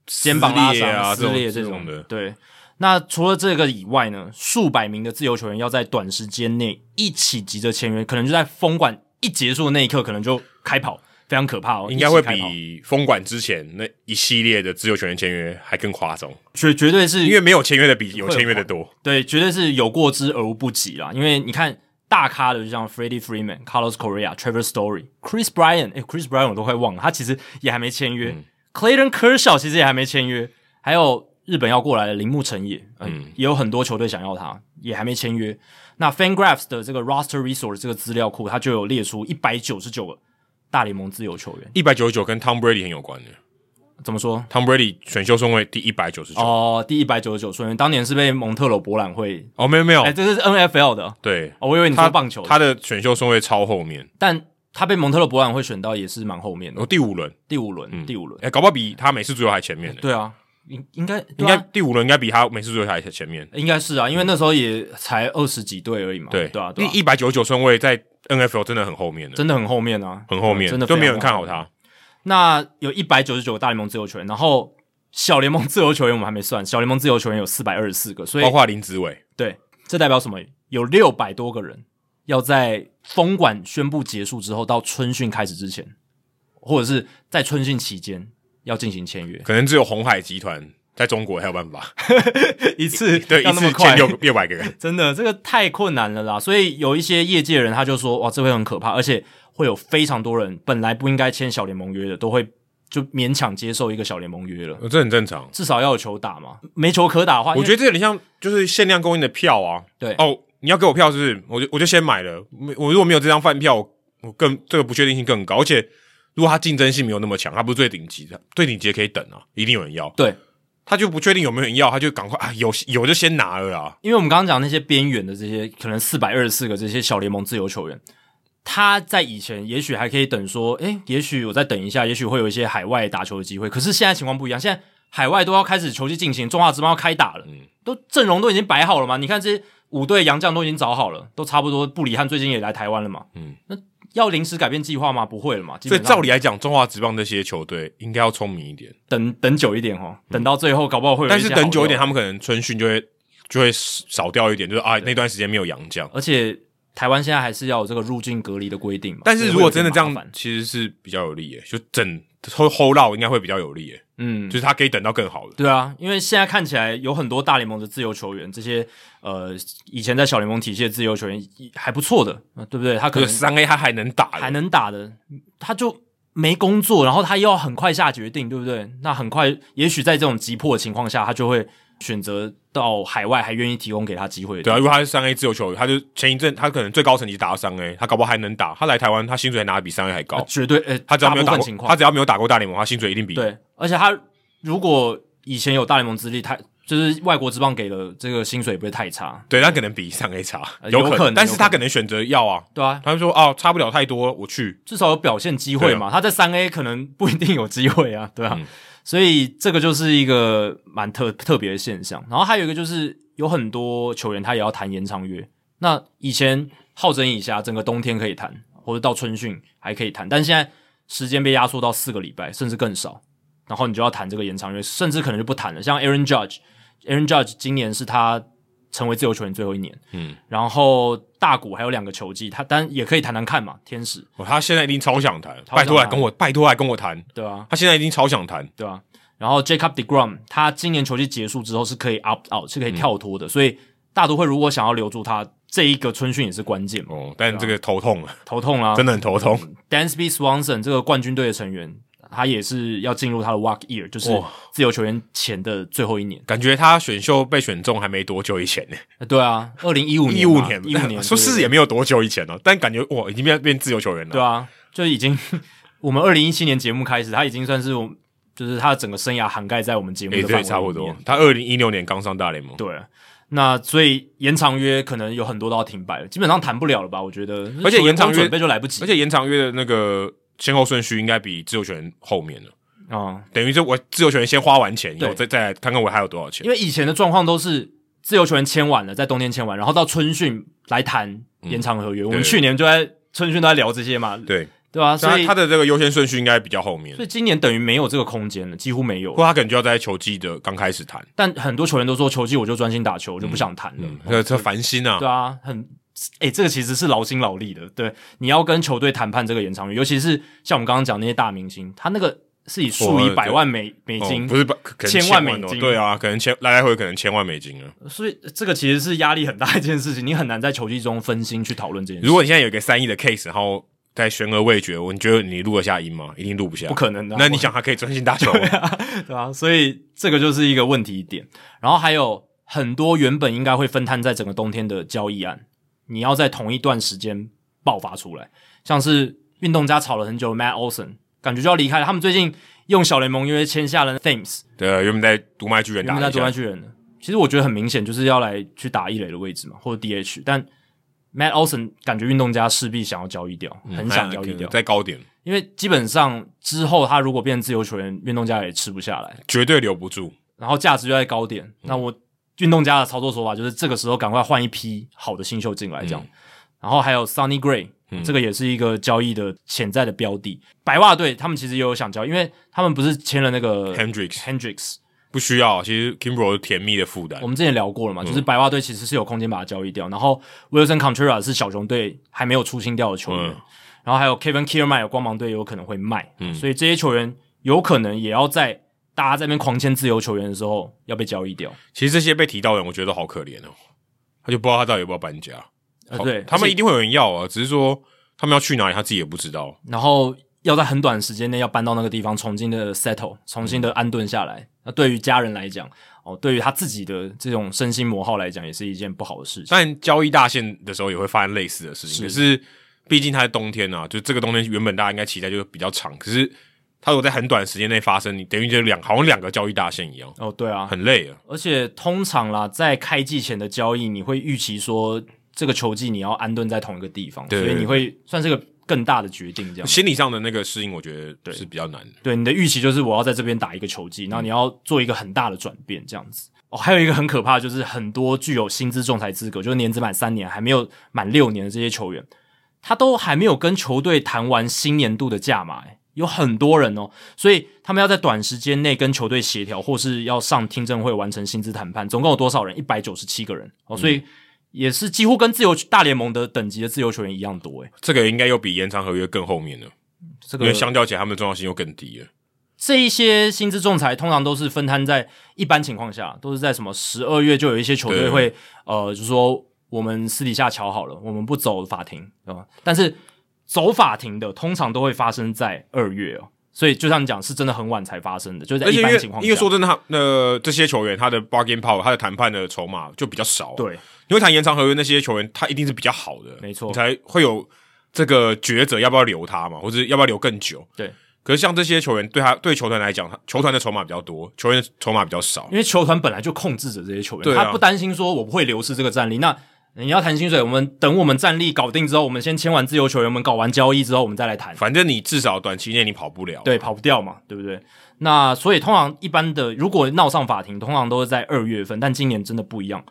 Speaker 1: 肩膀拉
Speaker 2: 撕裂
Speaker 1: 伤、
Speaker 2: 啊
Speaker 1: 撕裂
Speaker 2: 这种
Speaker 1: 种
Speaker 2: 的。
Speaker 1: 对，那除了这个以外呢，数百名的自由球员要在短时间内一起急着签约，可能就在封馆一结束的那一刻，可能就开跑，非常可怕哦。
Speaker 2: 应该会
Speaker 1: 一起开跑
Speaker 2: 比封馆之前那一系列的自由球员签约还更夸张，
Speaker 1: 绝绝对是
Speaker 2: 因为没有签约的比有签约的多。
Speaker 1: 对，绝对是有过之而无不及啦。因为你看大咖的，就像 Freddie Freeman、Carlos Correa、Trevor Story、Chris Bryan，哎，Chris Bryan 我都快忘了，他其实也还没签约。Clayton
Speaker 2: 嗯
Speaker 1: Kershaw 其实也还没签约，还有日本要过来的铃木诚也，嗯，也有很多球队想要他，也还没签约。那 FanGraphs 的这个 roster resource 这个资料库，它就有列出一百九十九个大联盟自由球员。
Speaker 2: 一百九十九跟 Tom Brady 很有关的
Speaker 1: 怎么说？
Speaker 2: ，Tom Brady 选秀顺位第一百九十九。
Speaker 1: 哦，第一百九十九顺位，当年是被蒙特罗博览会，
Speaker 2: 哦，没有没有
Speaker 1: 哎、，这是 NFL 的，
Speaker 2: 对，
Speaker 1: 哦，我以为你说棒球的
Speaker 2: 他的选秀顺位超后面，
Speaker 1: 但他被蒙特勒博览会选到也是蛮后面的，
Speaker 2: 哦，第五轮，
Speaker 1: 第五轮，第五轮，
Speaker 2: 哎，搞不好比他美式足球还前面呢。
Speaker 1: 对啊，应应该
Speaker 2: 应
Speaker 1: 应
Speaker 2: 该
Speaker 1: 该
Speaker 2: 第五轮应该比他美式足球还前面。
Speaker 1: 应该是啊，因为那时候也才二十几队而已嘛，
Speaker 2: 对
Speaker 1: 对啊，
Speaker 2: 第
Speaker 1: 对啊
Speaker 2: 一百九十九顺位在 NFL 真的很后面的，
Speaker 1: 真的很后面啊，
Speaker 2: 很后面，
Speaker 1: 真的
Speaker 2: 就没有人
Speaker 1: 非
Speaker 2: 看
Speaker 1: 常
Speaker 2: 好。他。
Speaker 1: 那有一百九十九个大联盟自由球员，然后小联盟自由球员我们还没算，小联盟自由球员有四百二十四个，所以
Speaker 2: 包括林子伟，
Speaker 1: 对，这代表什么？有六百多个人要在封馆宣布结束之后，到春训开始之前，或者是在春训期间要进行签约。
Speaker 2: 可能只有红海集团在中国还有
Speaker 1: [LAUGHS]
Speaker 2: 办法，
Speaker 1: 一次 [LAUGHS]
Speaker 2: 对，
Speaker 1: 要
Speaker 2: [LAUGHS] 一
Speaker 1: 那么
Speaker 2: 次
Speaker 1: 快
Speaker 2: 签，六六百
Speaker 1: [LAUGHS]
Speaker 2: 个人，
Speaker 1: 真的这个太困难了啦。所以有一些业界人他就说，哇，这会很可怕，而且会有非常多人本来不应该签小联盟约的，都会就勉强接受一个小联盟约了。
Speaker 2: 这很正常。
Speaker 1: 至少要有球打嘛，没球可打的话，
Speaker 2: 我觉
Speaker 1: 得
Speaker 2: 得这有点像就是限量供应的票啊。
Speaker 1: 对
Speaker 2: 哦，你要给我票是不是？我就我就先买了。没我如果没有这张饭票，我我更这个不确定性更高。而且如果它竞争性没有那么强，它不是最顶级的，最顶级的可以等啊，一定有人要。
Speaker 1: 对，
Speaker 2: 他就不确定有没有人要，他就赶快啊，有有就先拿了啊。
Speaker 1: 因为我们刚刚讲那些边缘的这些，可能四百二十四个这些小联盟自由球员，他在以前也许还可以等说，诶，也许我再等一下，也许会有一些海外打球的机会。可是现在情况不一样，现在海外都要开始球季进行，中华职棒要开打了，
Speaker 2: 嗯
Speaker 1: 都阵容都已经摆好了嘛。你看这些五队洋将都已经找好了，都差不多。布里汉最近也来台湾了嘛，
Speaker 2: 嗯
Speaker 1: 嗯，那要临时改变计划吗？不会了嘛。基
Speaker 2: 所以
Speaker 1: 本上
Speaker 2: 照理来讲，中华职棒这些球队应该要聪明一点，
Speaker 1: 等等久一点哦，等到最后搞不好会有啊
Speaker 2: 但
Speaker 1: 一
Speaker 2: 是
Speaker 1: 些好
Speaker 2: 等久
Speaker 1: 料
Speaker 2: 一点，他们可能春训就会就会少掉一点，就是啊那段时间没有洋将。
Speaker 1: 而且台湾现在还是要有这个入境隔离的规定嘛。
Speaker 2: 但是如果真的这
Speaker 1: 所以会
Speaker 2: 样
Speaker 1: 有点麻烦，
Speaker 2: 其实是比较有利耶，就整后后绕应该会比较有利耶。
Speaker 1: 嗯，
Speaker 2: 就是他可以等到更好的。
Speaker 1: 对啊，因为现在看起来有很多大联盟的自由球员，这些呃以前在小联盟体系的自由球员还不错的，呃对不对？他可
Speaker 2: 可
Speaker 1: 能
Speaker 2: 是三 A 他还能打，
Speaker 1: 还能打的，他就没工作，然后他又要很快下决定，对不对？那很快，也许在这种急迫的情况下，他就会选择到海外还愿意提供给他机会的地
Speaker 2: 对
Speaker 1: 方。
Speaker 2: 啊，因为他是三 A 自由球员，他就前一阵他可能最高层级打到三 A，他搞不好还能打。他来台湾，他薪水还拿得比三 A 还高。
Speaker 1: 绝对呃，
Speaker 2: 他只要没有
Speaker 1: 大部
Speaker 2: 打
Speaker 1: 分
Speaker 2: 过
Speaker 1: 情，况
Speaker 2: 他只要没有打过大联盟，他薪水一定比
Speaker 1: 对，而且他如果以前有大联盟资历，他就是外国职棒给的这个薪水也不会太差，
Speaker 2: 对，他可能比三 A 差，
Speaker 1: 呃
Speaker 2: 有
Speaker 1: 有可能
Speaker 2: 但是他
Speaker 1: 有可
Speaker 2: 可能选择要啊。
Speaker 1: 对啊，
Speaker 2: 他就说哦，差不了太多，我去。
Speaker 1: 至少有表现机会嘛。他在三 A 可能不一定有机会啊，对啊，
Speaker 2: 啊嗯
Speaker 1: 所以这个就是一个蛮特特别的现象。然后还有一个就是有很多球员他也要谈延长约，那以前浩整以下整个冬天可以谈，或者到春训还可以谈，但现在时间被压缩到四个礼拜，甚至更少。然后你就要谈这个延长约，甚至可能就不谈了。像 Aaron Judge，Aaron Judge 今年是他成为自由球员最后一年，
Speaker 2: 嗯，
Speaker 1: 然后大谷还有两个球季，他当然也可以谈谈看嘛，天使
Speaker 2: 哦，他现在一定超想谈，
Speaker 1: 超想谈
Speaker 2: 拜托来跟我，拜托来跟我谈。
Speaker 1: 对啊，
Speaker 2: 他现在一定超想谈，
Speaker 1: 对啊。然后 Jacob Degrom 他今年球季结束之后是可以 opt out，是可以
Speaker 2: 嗯
Speaker 1: 跳脱的，所以大都会如果想要留住他，这一个春训也是关键嘛，
Speaker 2: 哦，但这个头痛了，
Speaker 1: 头痛啦、
Speaker 2: 真的很头痛。
Speaker 1: Dansby Swanson 这个冠军队的成员，他也是要进入他的 walk year，就是
Speaker 2: 哇
Speaker 1: 自由球员前的最后一年。
Speaker 2: 感觉他选秀被选中还没多久以前呢，
Speaker 1: 呃对啊，二零一五
Speaker 2: 一
Speaker 1: 年
Speaker 2: 五
Speaker 1: 嘛，
Speaker 2: 年，
Speaker 1: 一五年
Speaker 2: [LAUGHS] 说
Speaker 1: 对
Speaker 2: 是也没有多久以前哦，但感觉哇，已经变变自由球员了
Speaker 1: 对。啊，就已经 [LAUGHS] 我们二零一七年节目开始，他已经算是我们就是他的整个生涯涵盖在我们节目
Speaker 2: 也
Speaker 1: 的范围、
Speaker 2: 哎对，差不多。。他二零一六年刚上大联盟，
Speaker 1: 对，那所以延长约可能有很多都要停摆了，基本上谈不了了吧？我觉得，
Speaker 2: 而且延长约
Speaker 1: 准备就来不及，
Speaker 2: 而且延长约的那个先后顺序应该比自由球员后面了，
Speaker 1: 啊、
Speaker 2: 等于是我自由球员先花完钱，以
Speaker 1: 对
Speaker 2: 后再再来看看我还有多少钱
Speaker 1: 因。为以前的状况都是自由球员签完了，在冬天签完，然后到春训来谈延长合约。我们
Speaker 2: 嗯对
Speaker 1: 去年就在春训都在聊这些嘛，
Speaker 2: 对，
Speaker 1: 对吧、所
Speaker 2: 所以
Speaker 1: 以
Speaker 2: 他的这个优先顺序应该比较后面
Speaker 1: 所，以今年等于没有这个空间了，几乎没有了。
Speaker 2: 不过他可能就要在球季的刚开始谈。
Speaker 1: 但很多球员都说，球季我就专心打球，我就不想谈了。
Speaker 2: 嗯，这这烦心啊
Speaker 1: 对，啊，很诶、这个其实是劳心劳力的。对，你要跟球队谈判这个延长约，尤其是像我们刚刚讲那些大明星，他那个是以数以
Speaker 2: 哇
Speaker 1: 百万美美
Speaker 2: 哦
Speaker 1: 金，
Speaker 2: 不是可能
Speaker 1: 千
Speaker 2: 千
Speaker 1: 万
Speaker 2: 万
Speaker 1: 美
Speaker 2: 哦
Speaker 1: 金
Speaker 2: 对啊，可能千来来回可能千万美金啊。
Speaker 1: 所以这个其实是压力很大一件事情，你很难在球季中分心去讨论这件事。
Speaker 2: 如果你现在有一个三亿的 case，然后在悬而未决，我你觉得你录得下音吗？一定录不下，
Speaker 1: 不可能的啊，
Speaker 2: 那你想他可以专心打球吗？
Speaker 1: 对啊，所以这个就是一个问题点。然后还有很多原本应该会分摊在整个冬天的交易案，你要在同一段时间爆发出来，像是运动家吵了很久的 Matt Olson，感觉就要离开了。他们最近用小联盟约签下了 Thames，
Speaker 2: 对，啊原本在独麦巨人
Speaker 1: 原
Speaker 2: 打
Speaker 1: 本在
Speaker 2: 一
Speaker 1: 夺冠
Speaker 2: 下，
Speaker 1: 巨人的。其实我觉得很明显就是要来去打一垒的位置嘛，或者 DH，但 Matt Olson 感觉运动家势必想要交易掉，
Speaker 2: 嗯
Speaker 1: 很想交易掉，
Speaker 2: 哎在高点
Speaker 1: 因为基本上之后他如果变自由球员，运动家也吃不下来，
Speaker 2: 绝对留不住。
Speaker 1: 然后价值又在高点。
Speaker 2: 嗯
Speaker 1: 那我运动家的操作手法就是这个时候赶快换一批好的新秀进来，这样。
Speaker 2: 嗯
Speaker 1: 然后还有 Sunny Gray，、这个也是一个交易的潜在的标的。白袜队他们其实也有想交易，因为他们不是签了那个
Speaker 2: Hendricks
Speaker 1: Hendricks，
Speaker 2: 不需要，其实 Kimbro 甜蜜的负担
Speaker 1: 我，们之前聊过了
Speaker 2: 嗯
Speaker 1: 嘛，就是白袜队其实是有空间把它交易掉，然后 Wilson Contreras 是小熊队还没有出清掉的球员，
Speaker 2: 嗯
Speaker 1: 然后还有 Kevin Kiermaier 光芒队也有可能会卖，
Speaker 2: 嗯
Speaker 1: 所以这些球员有可能也要在大家在那边狂签自由球员的时候要被交易掉。
Speaker 2: 其实这些被提到的人，我觉得好可怜哦，他就不知道他到底要不要搬家。
Speaker 1: 呃，
Speaker 2: 好
Speaker 1: 对，
Speaker 2: 他们
Speaker 1: 而
Speaker 2: 一
Speaker 1: 且
Speaker 2: 定会有人要啊，只是说他们要去哪里，他自己也不知道。
Speaker 1: 然后要在很短时间内要搬到那个地方，重新的 settle，重新
Speaker 2: 嗯
Speaker 1: 的安顿下来。那对于家人来讲，哦，对于他自己的这种身心磨耗来讲，也是一件不好的事情。
Speaker 2: 但交易大限的时候也会发生类似的事情，可是毕竟它是冬天啊，就这个冬天原本大家应该期待就比较长，可是它如果在很短时间内发生，你等于就两好像两个交易大限一样，
Speaker 1: 哦，对啊，
Speaker 2: 很累啊。
Speaker 1: 而且通常啦，在开季前的交易，你会预期说这个球季你要安顿在同一个地方，
Speaker 2: 对
Speaker 1: 所以你会算是个更大的决定，这样。
Speaker 2: 心理上的那个适应，我觉得是比较难的。
Speaker 1: 对，你的预期就是我要在这边打一个球季，然后你要做一个很大的转变，这样子。哦，还有一个很可怕，就是很多具有薪资仲裁资格，就是年资满三年还没有满六年的这些球员，他都还没有跟球队谈完新年度的价码、欸有很多人哦，所以他们要在短时间内跟球队协调，或是要上听证会完成薪资谈判。总共有多少人？一百九十七个人哦，所以也是几乎跟自由大联盟的等级的自由球员一样多诶、欸
Speaker 2: 这个应该又比延长合约更后面了，
Speaker 1: 这
Speaker 2: 因
Speaker 1: 个
Speaker 2: 为相较起来，他们的重要性又更低了。
Speaker 1: 这一些薪资仲裁通常都是分摊在一般情况下，都是在什么十二月就有一些球队
Speaker 2: 对
Speaker 1: 会呃，就说我们私底下瞧好了，我们不走法庭啊、吧？但是走法庭的通常都会发生在二月哦，所以就像你讲，是真的很晚才发生的，就是在
Speaker 2: 而且
Speaker 1: 一
Speaker 2: 因
Speaker 1: 般情
Speaker 2: 为
Speaker 1: 况
Speaker 2: 因为
Speaker 1: 下
Speaker 2: 说。真的，他呃这些球员他的 bargain power，他的谈判的筹码就比较少、啊。
Speaker 1: 对，
Speaker 2: 因为谈延长合约那些球员，他一定是比较好的，
Speaker 1: 没错
Speaker 2: 你才会有这个抉择要不要留他嘛，或者要不要留更久。
Speaker 1: 对，
Speaker 2: 可是像这些球员，对他对球团来讲，他球团的筹码比较多，球员的筹码比较少。
Speaker 1: 因为球团本来就控制着这些球员，
Speaker 2: 对啊
Speaker 1: 他不担心说我不会流失这个战力。那你要谈薪水，我们等我们战力搞定之后，我们先签完自由球员，我们搞完交易之后，我们再来谈。
Speaker 2: 反正你至少短期内你跑不了。
Speaker 1: 对，跑不掉嘛，对不对？那所以通常一般的，如果闹上法庭，通常都是在二月份，但今年真的不一样，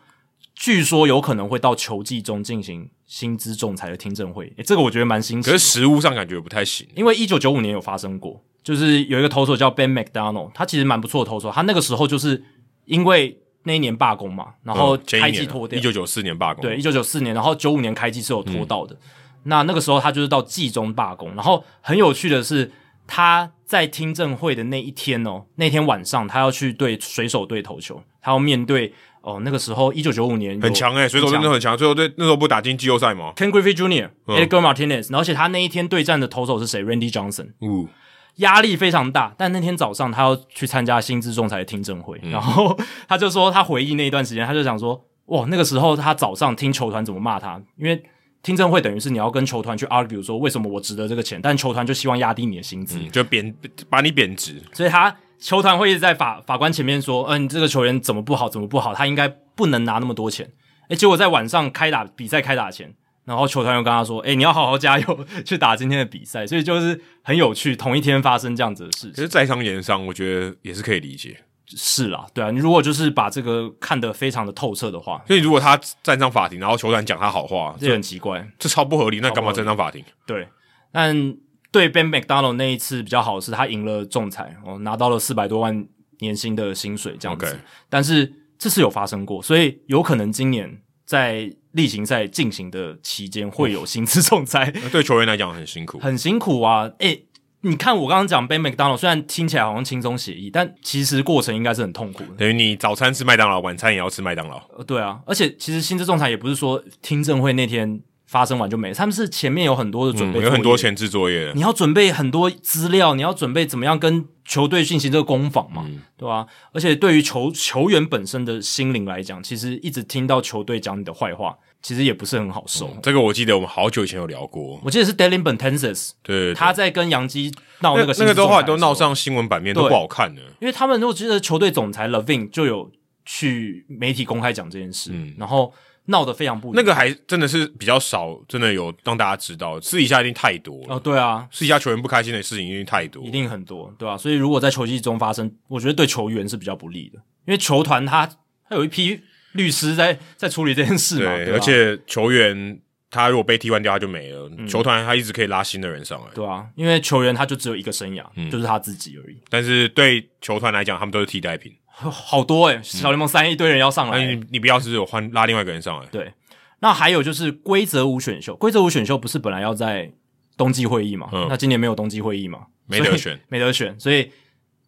Speaker 1: 据说有可能会到球季中进行薪资仲裁的听证会，诶这个我觉得蛮新奇
Speaker 2: 可
Speaker 1: 的
Speaker 2: 是，实物上感觉不太行。
Speaker 1: 因为一九九五年有发生过，就是有一个投手叫 Ben McDonald，他其实蛮不错的投手，他那个时候就是因为那一年罢工嘛，然后
Speaker 2: 嗯哦前
Speaker 1: 开
Speaker 2: 一
Speaker 1: 季
Speaker 2: 年啊
Speaker 1: 拖掉
Speaker 2: 一，九九四年罢工，嗯
Speaker 1: 对，一，九九四年，然后九五年开季是有拖到的。那那个时候他就是到季中罢工，然后很有趣的是，他在听证会的那一天哦，那天晚上他要去对水手队投球，他要面对哦那个时候一九九五年有
Speaker 2: 很强哎、水手真的很强。最后对那时候嗯不打进季后赛吗？
Speaker 1: Ken Griffey Jr.、Edgar Martinez，然后而且他那一天对战的投手是谁？Randy Johnson，
Speaker 2: 呜、
Speaker 1: 压力非常大，但那天早上他要去参加薪资仲裁的听证会，然后他就说他回忆那一段时间，他就想说，哇，那个时候他早上听球团怎么骂他，因为听证会等于是你要跟球团去 argue 说为什么我值得这个钱，但球团就希望压低你的薪资，
Speaker 2: 嗯，就贬把你贬值。
Speaker 1: 所以他球团会一直在法法官前面说，嗯、你这个球员怎么不好，怎么不好，他应该不能拿那么多钱。诶，结果在晚上开打比赛开打前，然后球团又跟他说，诶，你要好好加油 [LAUGHS] 去打今天的比赛，所以就是很有趣，同一天发生这样子的事情
Speaker 2: 可。是在商言商，我觉得也是可以理解。
Speaker 1: 是啦，对啊，你如果就是把这个看得非常的透彻的话，
Speaker 2: 所以如果他站上法庭，然后球团讲他好话，
Speaker 1: 这很奇怪。
Speaker 2: 这超不合理，那
Speaker 1: 超
Speaker 2: 干
Speaker 1: 不合
Speaker 2: 嘛
Speaker 1: 理
Speaker 2: 站上法庭？
Speaker 1: 对，但对 Ben McDonald 那一次比较好的是，他赢了仲裁，哦，拿到了四百多万年薪的薪水这样子。
Speaker 2: OK
Speaker 1: 但是这次有发生过，所以有可能今年在例行赛进行的期间会有薪资仲裁， [LAUGHS]
Speaker 2: 那 [LAUGHS] 对球员来讲很辛苦。
Speaker 1: 很辛苦啊。诶、你看我刚刚讲 Ben McDonald，虽然听起来好像轻松写意，但其实过程应该是很痛苦的。
Speaker 2: 等于你早餐吃麦当劳，晚餐也要吃麦当劳。
Speaker 1: 呃，对啊，而且其实薪资仲裁也不是说听证会那天发生完就没，他们是前面有很多的准
Speaker 2: 嗯，
Speaker 1: 备、嗯
Speaker 2: 有很多，前置作业
Speaker 1: 你。要准备很多资料，你要准备怎么样跟球队进行这个攻防嘛，
Speaker 2: 嗯
Speaker 1: 对吧、而且对于球球员本身的心灵来讲，其实一直听到球队讲你的坏话，其实也不是很好受。
Speaker 2: 嗯这个我记得我们好久以前有聊过，
Speaker 1: 我记得是 d e l i n b e n t e n s i s
Speaker 2: 对对对
Speaker 1: 他在跟杨基闹
Speaker 2: 那
Speaker 1: 个
Speaker 2: 那
Speaker 1: 薪
Speaker 2: 个
Speaker 1: 资
Speaker 2: 都
Speaker 1: 仲
Speaker 2: 后来
Speaker 1: 裁
Speaker 2: 都
Speaker 1: 的时
Speaker 2: 闹
Speaker 1: 候
Speaker 2: 上新闻版面，都
Speaker 1: 对
Speaker 2: 不好看了。
Speaker 1: 因为他们如果记得球队总裁 Levin 就有去媒体公开讲这件事，然后闹得非常不愉
Speaker 2: 嗯那个还真的是比较少，真的有让大家知道，私底下一定太多了。
Speaker 1: 哦，对啊，
Speaker 2: 私底下球员不开心的事情一定太多
Speaker 1: 一。定很多，对吧、所以如果在球季中发生，我觉得对球员是比较不利的，因为球团他他有一批律师在在处理这件事嘛，对吧
Speaker 2: 而且球员他如果被替换掉，他就没了。球团他一直可以拉新的人上来，
Speaker 1: 嗯对啊，因为球员他就只有一个生涯，
Speaker 2: 嗯
Speaker 1: 就是他自己而已，
Speaker 2: 但是对球团来讲，他们都是替代品。
Speaker 1: 好多诶、小联盟三一堆人要上来、
Speaker 2: 那你你不要是有换拉另外一个人上来，
Speaker 1: 对，那还有就是规则五选秀，规则五选秀不是本来要在冬季会议嘛？
Speaker 2: 嗯
Speaker 1: 那今年没有冬季会议嘛？
Speaker 2: 没得
Speaker 1: 所以
Speaker 2: 选，
Speaker 1: 没得选，所以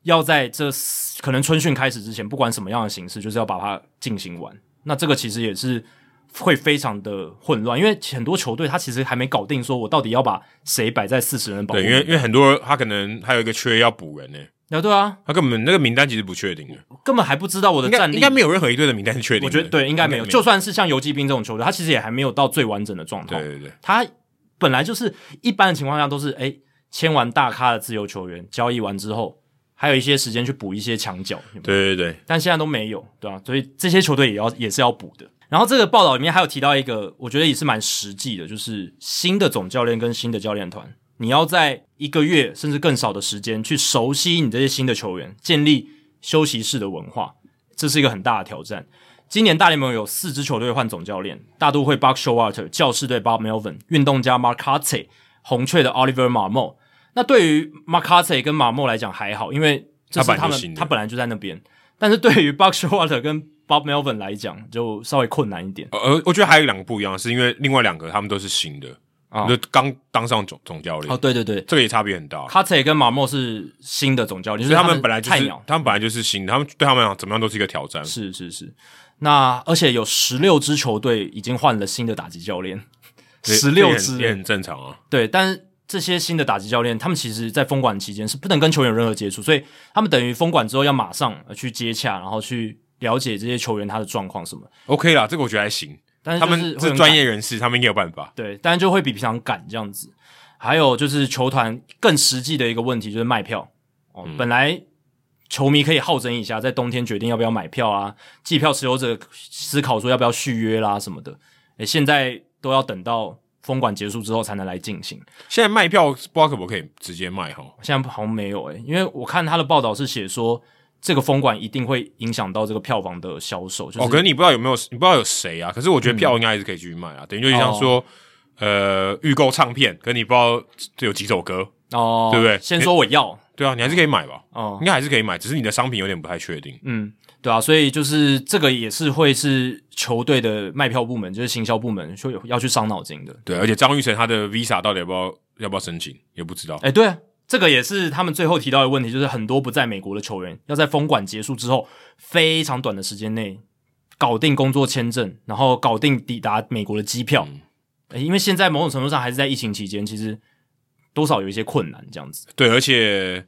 Speaker 1: 要在这四可能春训开始之前，不管什么样的形式，就是要把它进行完。那这个其实也是会非常的混乱，因为很多球队他其实还没搞定，说我到底要把谁摆在四十人的保护
Speaker 2: 对，因为因
Speaker 1: 名
Speaker 2: 为很多人他可能还有一个缺要补人呢、
Speaker 1: 单。啊，对啊，
Speaker 2: 他根本那个名单其实不确定的，
Speaker 1: 根本还不知道我的
Speaker 2: 应该
Speaker 1: 战力
Speaker 2: 应该没有任何一队的名单是确定的。
Speaker 1: 我觉得对，应该没有。就算是像游击兵这种球队，他其实也还没有到最完整的状
Speaker 2: 对
Speaker 1: 态。
Speaker 2: 对对，
Speaker 1: 他本来就是一般的情况下都是，哎，签完大咖的自由球员，交易完之后，还有一些时间去补一些墙角。有没有
Speaker 2: 对对对，
Speaker 1: 但现在都没有，对吧、所以这些球队也要也是要补的。然后这个报道里面还有提到一个，我觉得也是蛮实际的，就是新的总教练跟新的教练团，你要在一个月甚至更少的时间去熟悉你这些新的球员，建立休息室的文化，这是一个很大的挑战。今年大联盟有四支球队换总教练：大都会 Buck Showalter、教士队 Bob Melvin、运动家 Mark Harte、红雀的 Oliver Marmo。那对于 Mark Harte 跟 Marmo 来讲还好，因为这是
Speaker 2: 他本来就
Speaker 1: 他们
Speaker 2: 新的
Speaker 1: 他本来就在那边。但是对于 Buck Showalter 跟 Bob Melvin 来讲，就稍微困难一点。
Speaker 2: 呃呃，我觉得还有两个不一样，是因为另外两个他们都是新的，
Speaker 1: 啊
Speaker 2: 就刚当上总总教练，
Speaker 1: 哦，对对对
Speaker 2: 这个也差别很大。
Speaker 1: ，Harte 跟 Marmo 是新的总教练，
Speaker 2: 所
Speaker 1: 就
Speaker 2: 以
Speaker 1: 是
Speaker 2: 他们本来就
Speaker 1: 菜
Speaker 2: 是
Speaker 1: 鸟，，
Speaker 2: 他们本来就是新的，他们对他们来讲怎么样都是一个挑战。
Speaker 1: 是是是。那而且有十六支球队已经换了新的打击教练，
Speaker 2: 这
Speaker 1: 十六
Speaker 2: 这也很
Speaker 1: 支
Speaker 2: 也很正常啊。
Speaker 1: 对，但是这些新的打击教练，他们其实在封管期间是不能跟球员有任何接触，所以他们等于封管之后要马上呃去接洽，然后去了解这些球员他的状况什么。
Speaker 2: OK 啦，这个我觉得还行，
Speaker 1: 但是
Speaker 2: 他
Speaker 1: 就是
Speaker 2: 们
Speaker 1: 会
Speaker 2: 是
Speaker 1: 很
Speaker 2: 专
Speaker 1: 赶，
Speaker 2: 业人士，他们应该有办法。
Speaker 1: 对，但是就会比平常赶这样子。还有就是球团更实际的一个问题就是卖票哦，
Speaker 2: 嗯
Speaker 1: 本来。球迷可以好整一下，在冬天决定要不要买票啊，季票持有者思考说要不要续约啦什么的。诶，现在都要等到封管结束之后才能来进行。
Speaker 2: 现在卖票不知道可不可以直接卖哈？
Speaker 1: 现在好像没有诶、欸因为我看他的报道是写说，这个封管一定会影响到这个票房的销售，就是、嗯
Speaker 2: 哦，可是你不知道有没有，你不知道有谁啊？可是我觉得票应该还是可以继续卖啊，等于就
Speaker 1: 哦
Speaker 2: 像说，呃，预购唱片，可是你不知道这有几首歌，
Speaker 1: 哦，
Speaker 2: 对不对
Speaker 1: 先说我要
Speaker 2: 对啊，你还是可以买吧，
Speaker 1: 哦
Speaker 2: 应，该还是可以买，只是你的商品有点不太确定。
Speaker 1: 嗯，对啊，所以就是这个也是会是球队的卖票部门，就是行销部门，说有要去伤脑筋的。
Speaker 2: 对，而且张玉成他的 Visa 到底要不要要不要申请，也不知道。
Speaker 1: 哎，对、啊，这个也是他们最后提到的问题，就是很多不在美国的球员要在封管结束之后非常短的时间内搞定工作签证，然后搞定抵达美国的机票，
Speaker 2: 嗯
Speaker 1: 诶因为现在某种程度上还是在疫情期间，其实多少有一些困难这样子。
Speaker 2: 对，而且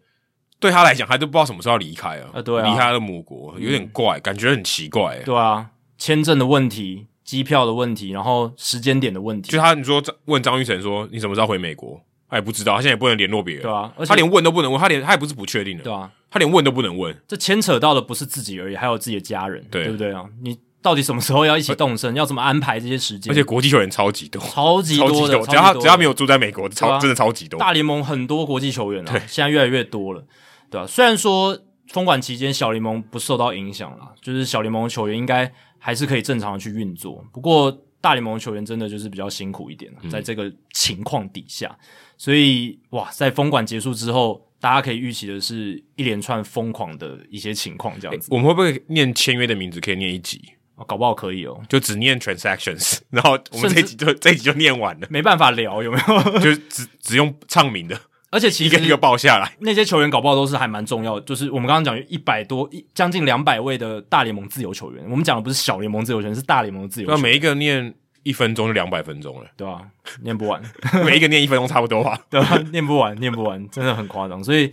Speaker 2: 对他来讲，他都不知道什么时候要离开啊。
Speaker 1: 啊对啊
Speaker 2: 离开他的母国有点怪，感觉很奇怪、欸
Speaker 1: 对啊，签证的问题、机票的问题，然后时间点的问题，
Speaker 2: 就他你说问张玉成说你什么时候回美国，他也不知道，他现在也不能联络别人，
Speaker 1: 对啊，而且
Speaker 2: 他连问都不能问，他连他也不是不确定的，
Speaker 1: 对啊，
Speaker 2: 他连问都不能问。
Speaker 1: 这牵扯到的不是自己而已，还有自己的家人，
Speaker 2: 对
Speaker 1: 不对啊？你到底什么时候要一起动身？要怎么安排这些时间？
Speaker 2: 而且国际球员超级多，
Speaker 1: 超级
Speaker 2: 超级
Speaker 1: 多的，
Speaker 2: 只要他只要没
Speaker 1: 有
Speaker 2: 有住在美国，超、
Speaker 1: 对啊
Speaker 2: 真的超级多。
Speaker 1: 大联盟很多国际球员啊，现在越来越多了，对吧、虽然说封管期间小联盟不受到影响啦，就是小联盟球员应该还是可以正常的去运作，不过。大联盟球员真的就是比较辛苦一点
Speaker 2: 嗯
Speaker 1: 啊，在这个情况底下，所以哇，在封管结束之后，大家可以预期的是一连串疯狂的一些情况，这样子、
Speaker 2: 我们会不会念签约的名字可以念一集，
Speaker 1: 哦搞不好可以哦，
Speaker 2: 就只念 transactions，然 [LAUGHS] 后我们
Speaker 1: 甚至
Speaker 2: 这一集就这一集就念完
Speaker 1: [LAUGHS]，
Speaker 2: 了
Speaker 1: 没办法聊有没有？
Speaker 2: 就是只只用唱名的
Speaker 1: 而且其
Speaker 2: 一
Speaker 1: 实
Speaker 2: 个一个报
Speaker 1: [LAUGHS]
Speaker 2: 下来。
Speaker 1: 那些球员搞不好都是还蛮重要的，就是我们刚刚讲一百多、一将近两百位的大联盟自由球员，我们讲的不是小联盟自由球员，是大联盟自由球
Speaker 2: 那
Speaker 1: 员，
Speaker 2: 每一个念一分钟就两百分
Speaker 1: [LAUGHS]，
Speaker 2: 钟了
Speaker 1: 对吧、念不完， [LAUGHS]
Speaker 2: 每一个念一分钟差不多吧。
Speaker 1: 对吧、念不完，念不完，真的很夸张。所以，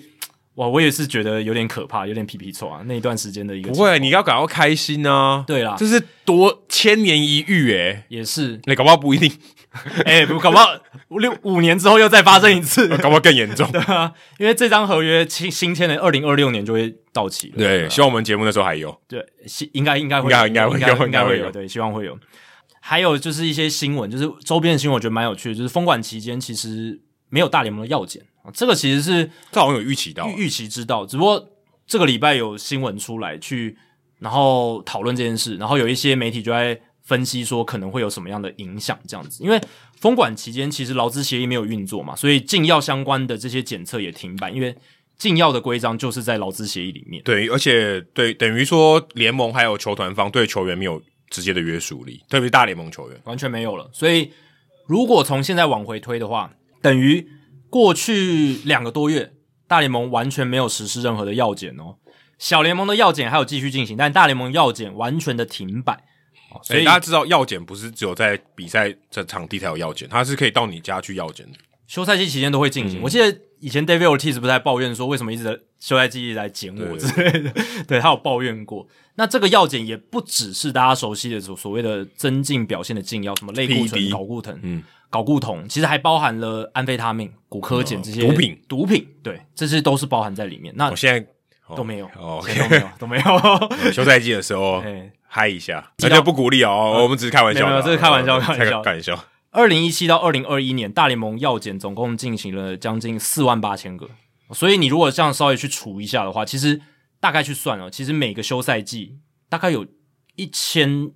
Speaker 1: 哇，我也是觉得有点可怕，有点皮皮臭啊。那一段时间的一个
Speaker 2: 不
Speaker 1: 情况
Speaker 2: 会，你要感到开心啊！
Speaker 1: 对啦
Speaker 2: 这是多千年一遇
Speaker 1: [LAUGHS]
Speaker 2: 诶、欸。
Speaker 1: 也是，
Speaker 2: 那、搞不好不
Speaker 1: [LAUGHS]
Speaker 2: 一定，
Speaker 1: 哎、不搞不好 [LAUGHS] 五六五年之后又再发生一次， [LAUGHS]
Speaker 2: 搞不好更严重。
Speaker 1: 对啊，因为这张合约新新签的二零二六年就会到期了，
Speaker 2: 对，希望我们节目那时候还有。
Speaker 1: 对，希应该应该会
Speaker 2: 应该
Speaker 1: 有
Speaker 2: 应该会
Speaker 1: 应该
Speaker 2: 有
Speaker 1: 应该会
Speaker 2: 应该会有
Speaker 1: 有，对，希望会有。还有就是一些新闻，就是周边的新闻，我觉得蛮有趣的。就是封管期间其实没有大联盟的药检啊，这个其实是
Speaker 2: 这好像有预期到，啊
Speaker 1: 预预期知道，只不过这个礼拜有新闻出来去，然后讨论这件事，然后有一些媒体就在分析说可能会有什么样的影响，这样子。因为封管期间其实劳资协议没有运作嘛，所以禁药相关的这些检测也停摆，因为禁药的规章就是在劳资协议里面。
Speaker 2: 对，而且对等于说联盟还有球团方对球员没有直接的约束力，特别是大联盟球员。
Speaker 1: 完全没有了。所以如果从现在往回推的话，等于过去两个多月，大联盟完全没有实施任何的药检哦。小联盟的药检还有继续进行，但大联盟药检完全的停摆。哦所
Speaker 2: 所以
Speaker 1: 以
Speaker 2: 大家知道药检不是只有在比赛这场地才有药检，它是可以到你家去药检的。
Speaker 1: 休赛季期间都会进
Speaker 2: 嗯
Speaker 1: 行。我记得以前 David Ortiz 不是在抱怨说，为什么一直在休赛季一直来检我
Speaker 2: 对
Speaker 1: 之类的， [LAUGHS] 对他有抱怨过。那这个药检也不只是大家熟悉的所所谓的增进表现的禁药，什么类固醇、
Speaker 2: PED
Speaker 1: 睾固酮、
Speaker 2: 嗯
Speaker 1: 睾固酮，其实还包含了安非他命、骨科碱这些、
Speaker 2: 啊毒品，
Speaker 1: 毒品，对，这些都是包含在里面。那
Speaker 2: 我现在哦
Speaker 1: 都没有，
Speaker 2: 哦
Speaker 1: 现在都没有，都
Speaker 2: [LAUGHS]
Speaker 1: 没有。
Speaker 2: 休赛季的时候
Speaker 1: [LAUGHS] 哎，
Speaker 2: 嗨一下，
Speaker 1: 提
Speaker 2: 那
Speaker 1: 到
Speaker 2: 就不鼓励哦，我们只是开玩笑
Speaker 1: 没有没
Speaker 2: 的
Speaker 1: 有
Speaker 2: 啊，
Speaker 1: 这是开玩笑
Speaker 2: 哦
Speaker 1: 开玩笑
Speaker 2: 开玩笑。
Speaker 1: 二零一七到二零二一年，大联盟药检总共进行了将近四万八千个，所以你如果这样稍微去除一下的话，其实大概去算了，哦其实每个休赛季大概有一千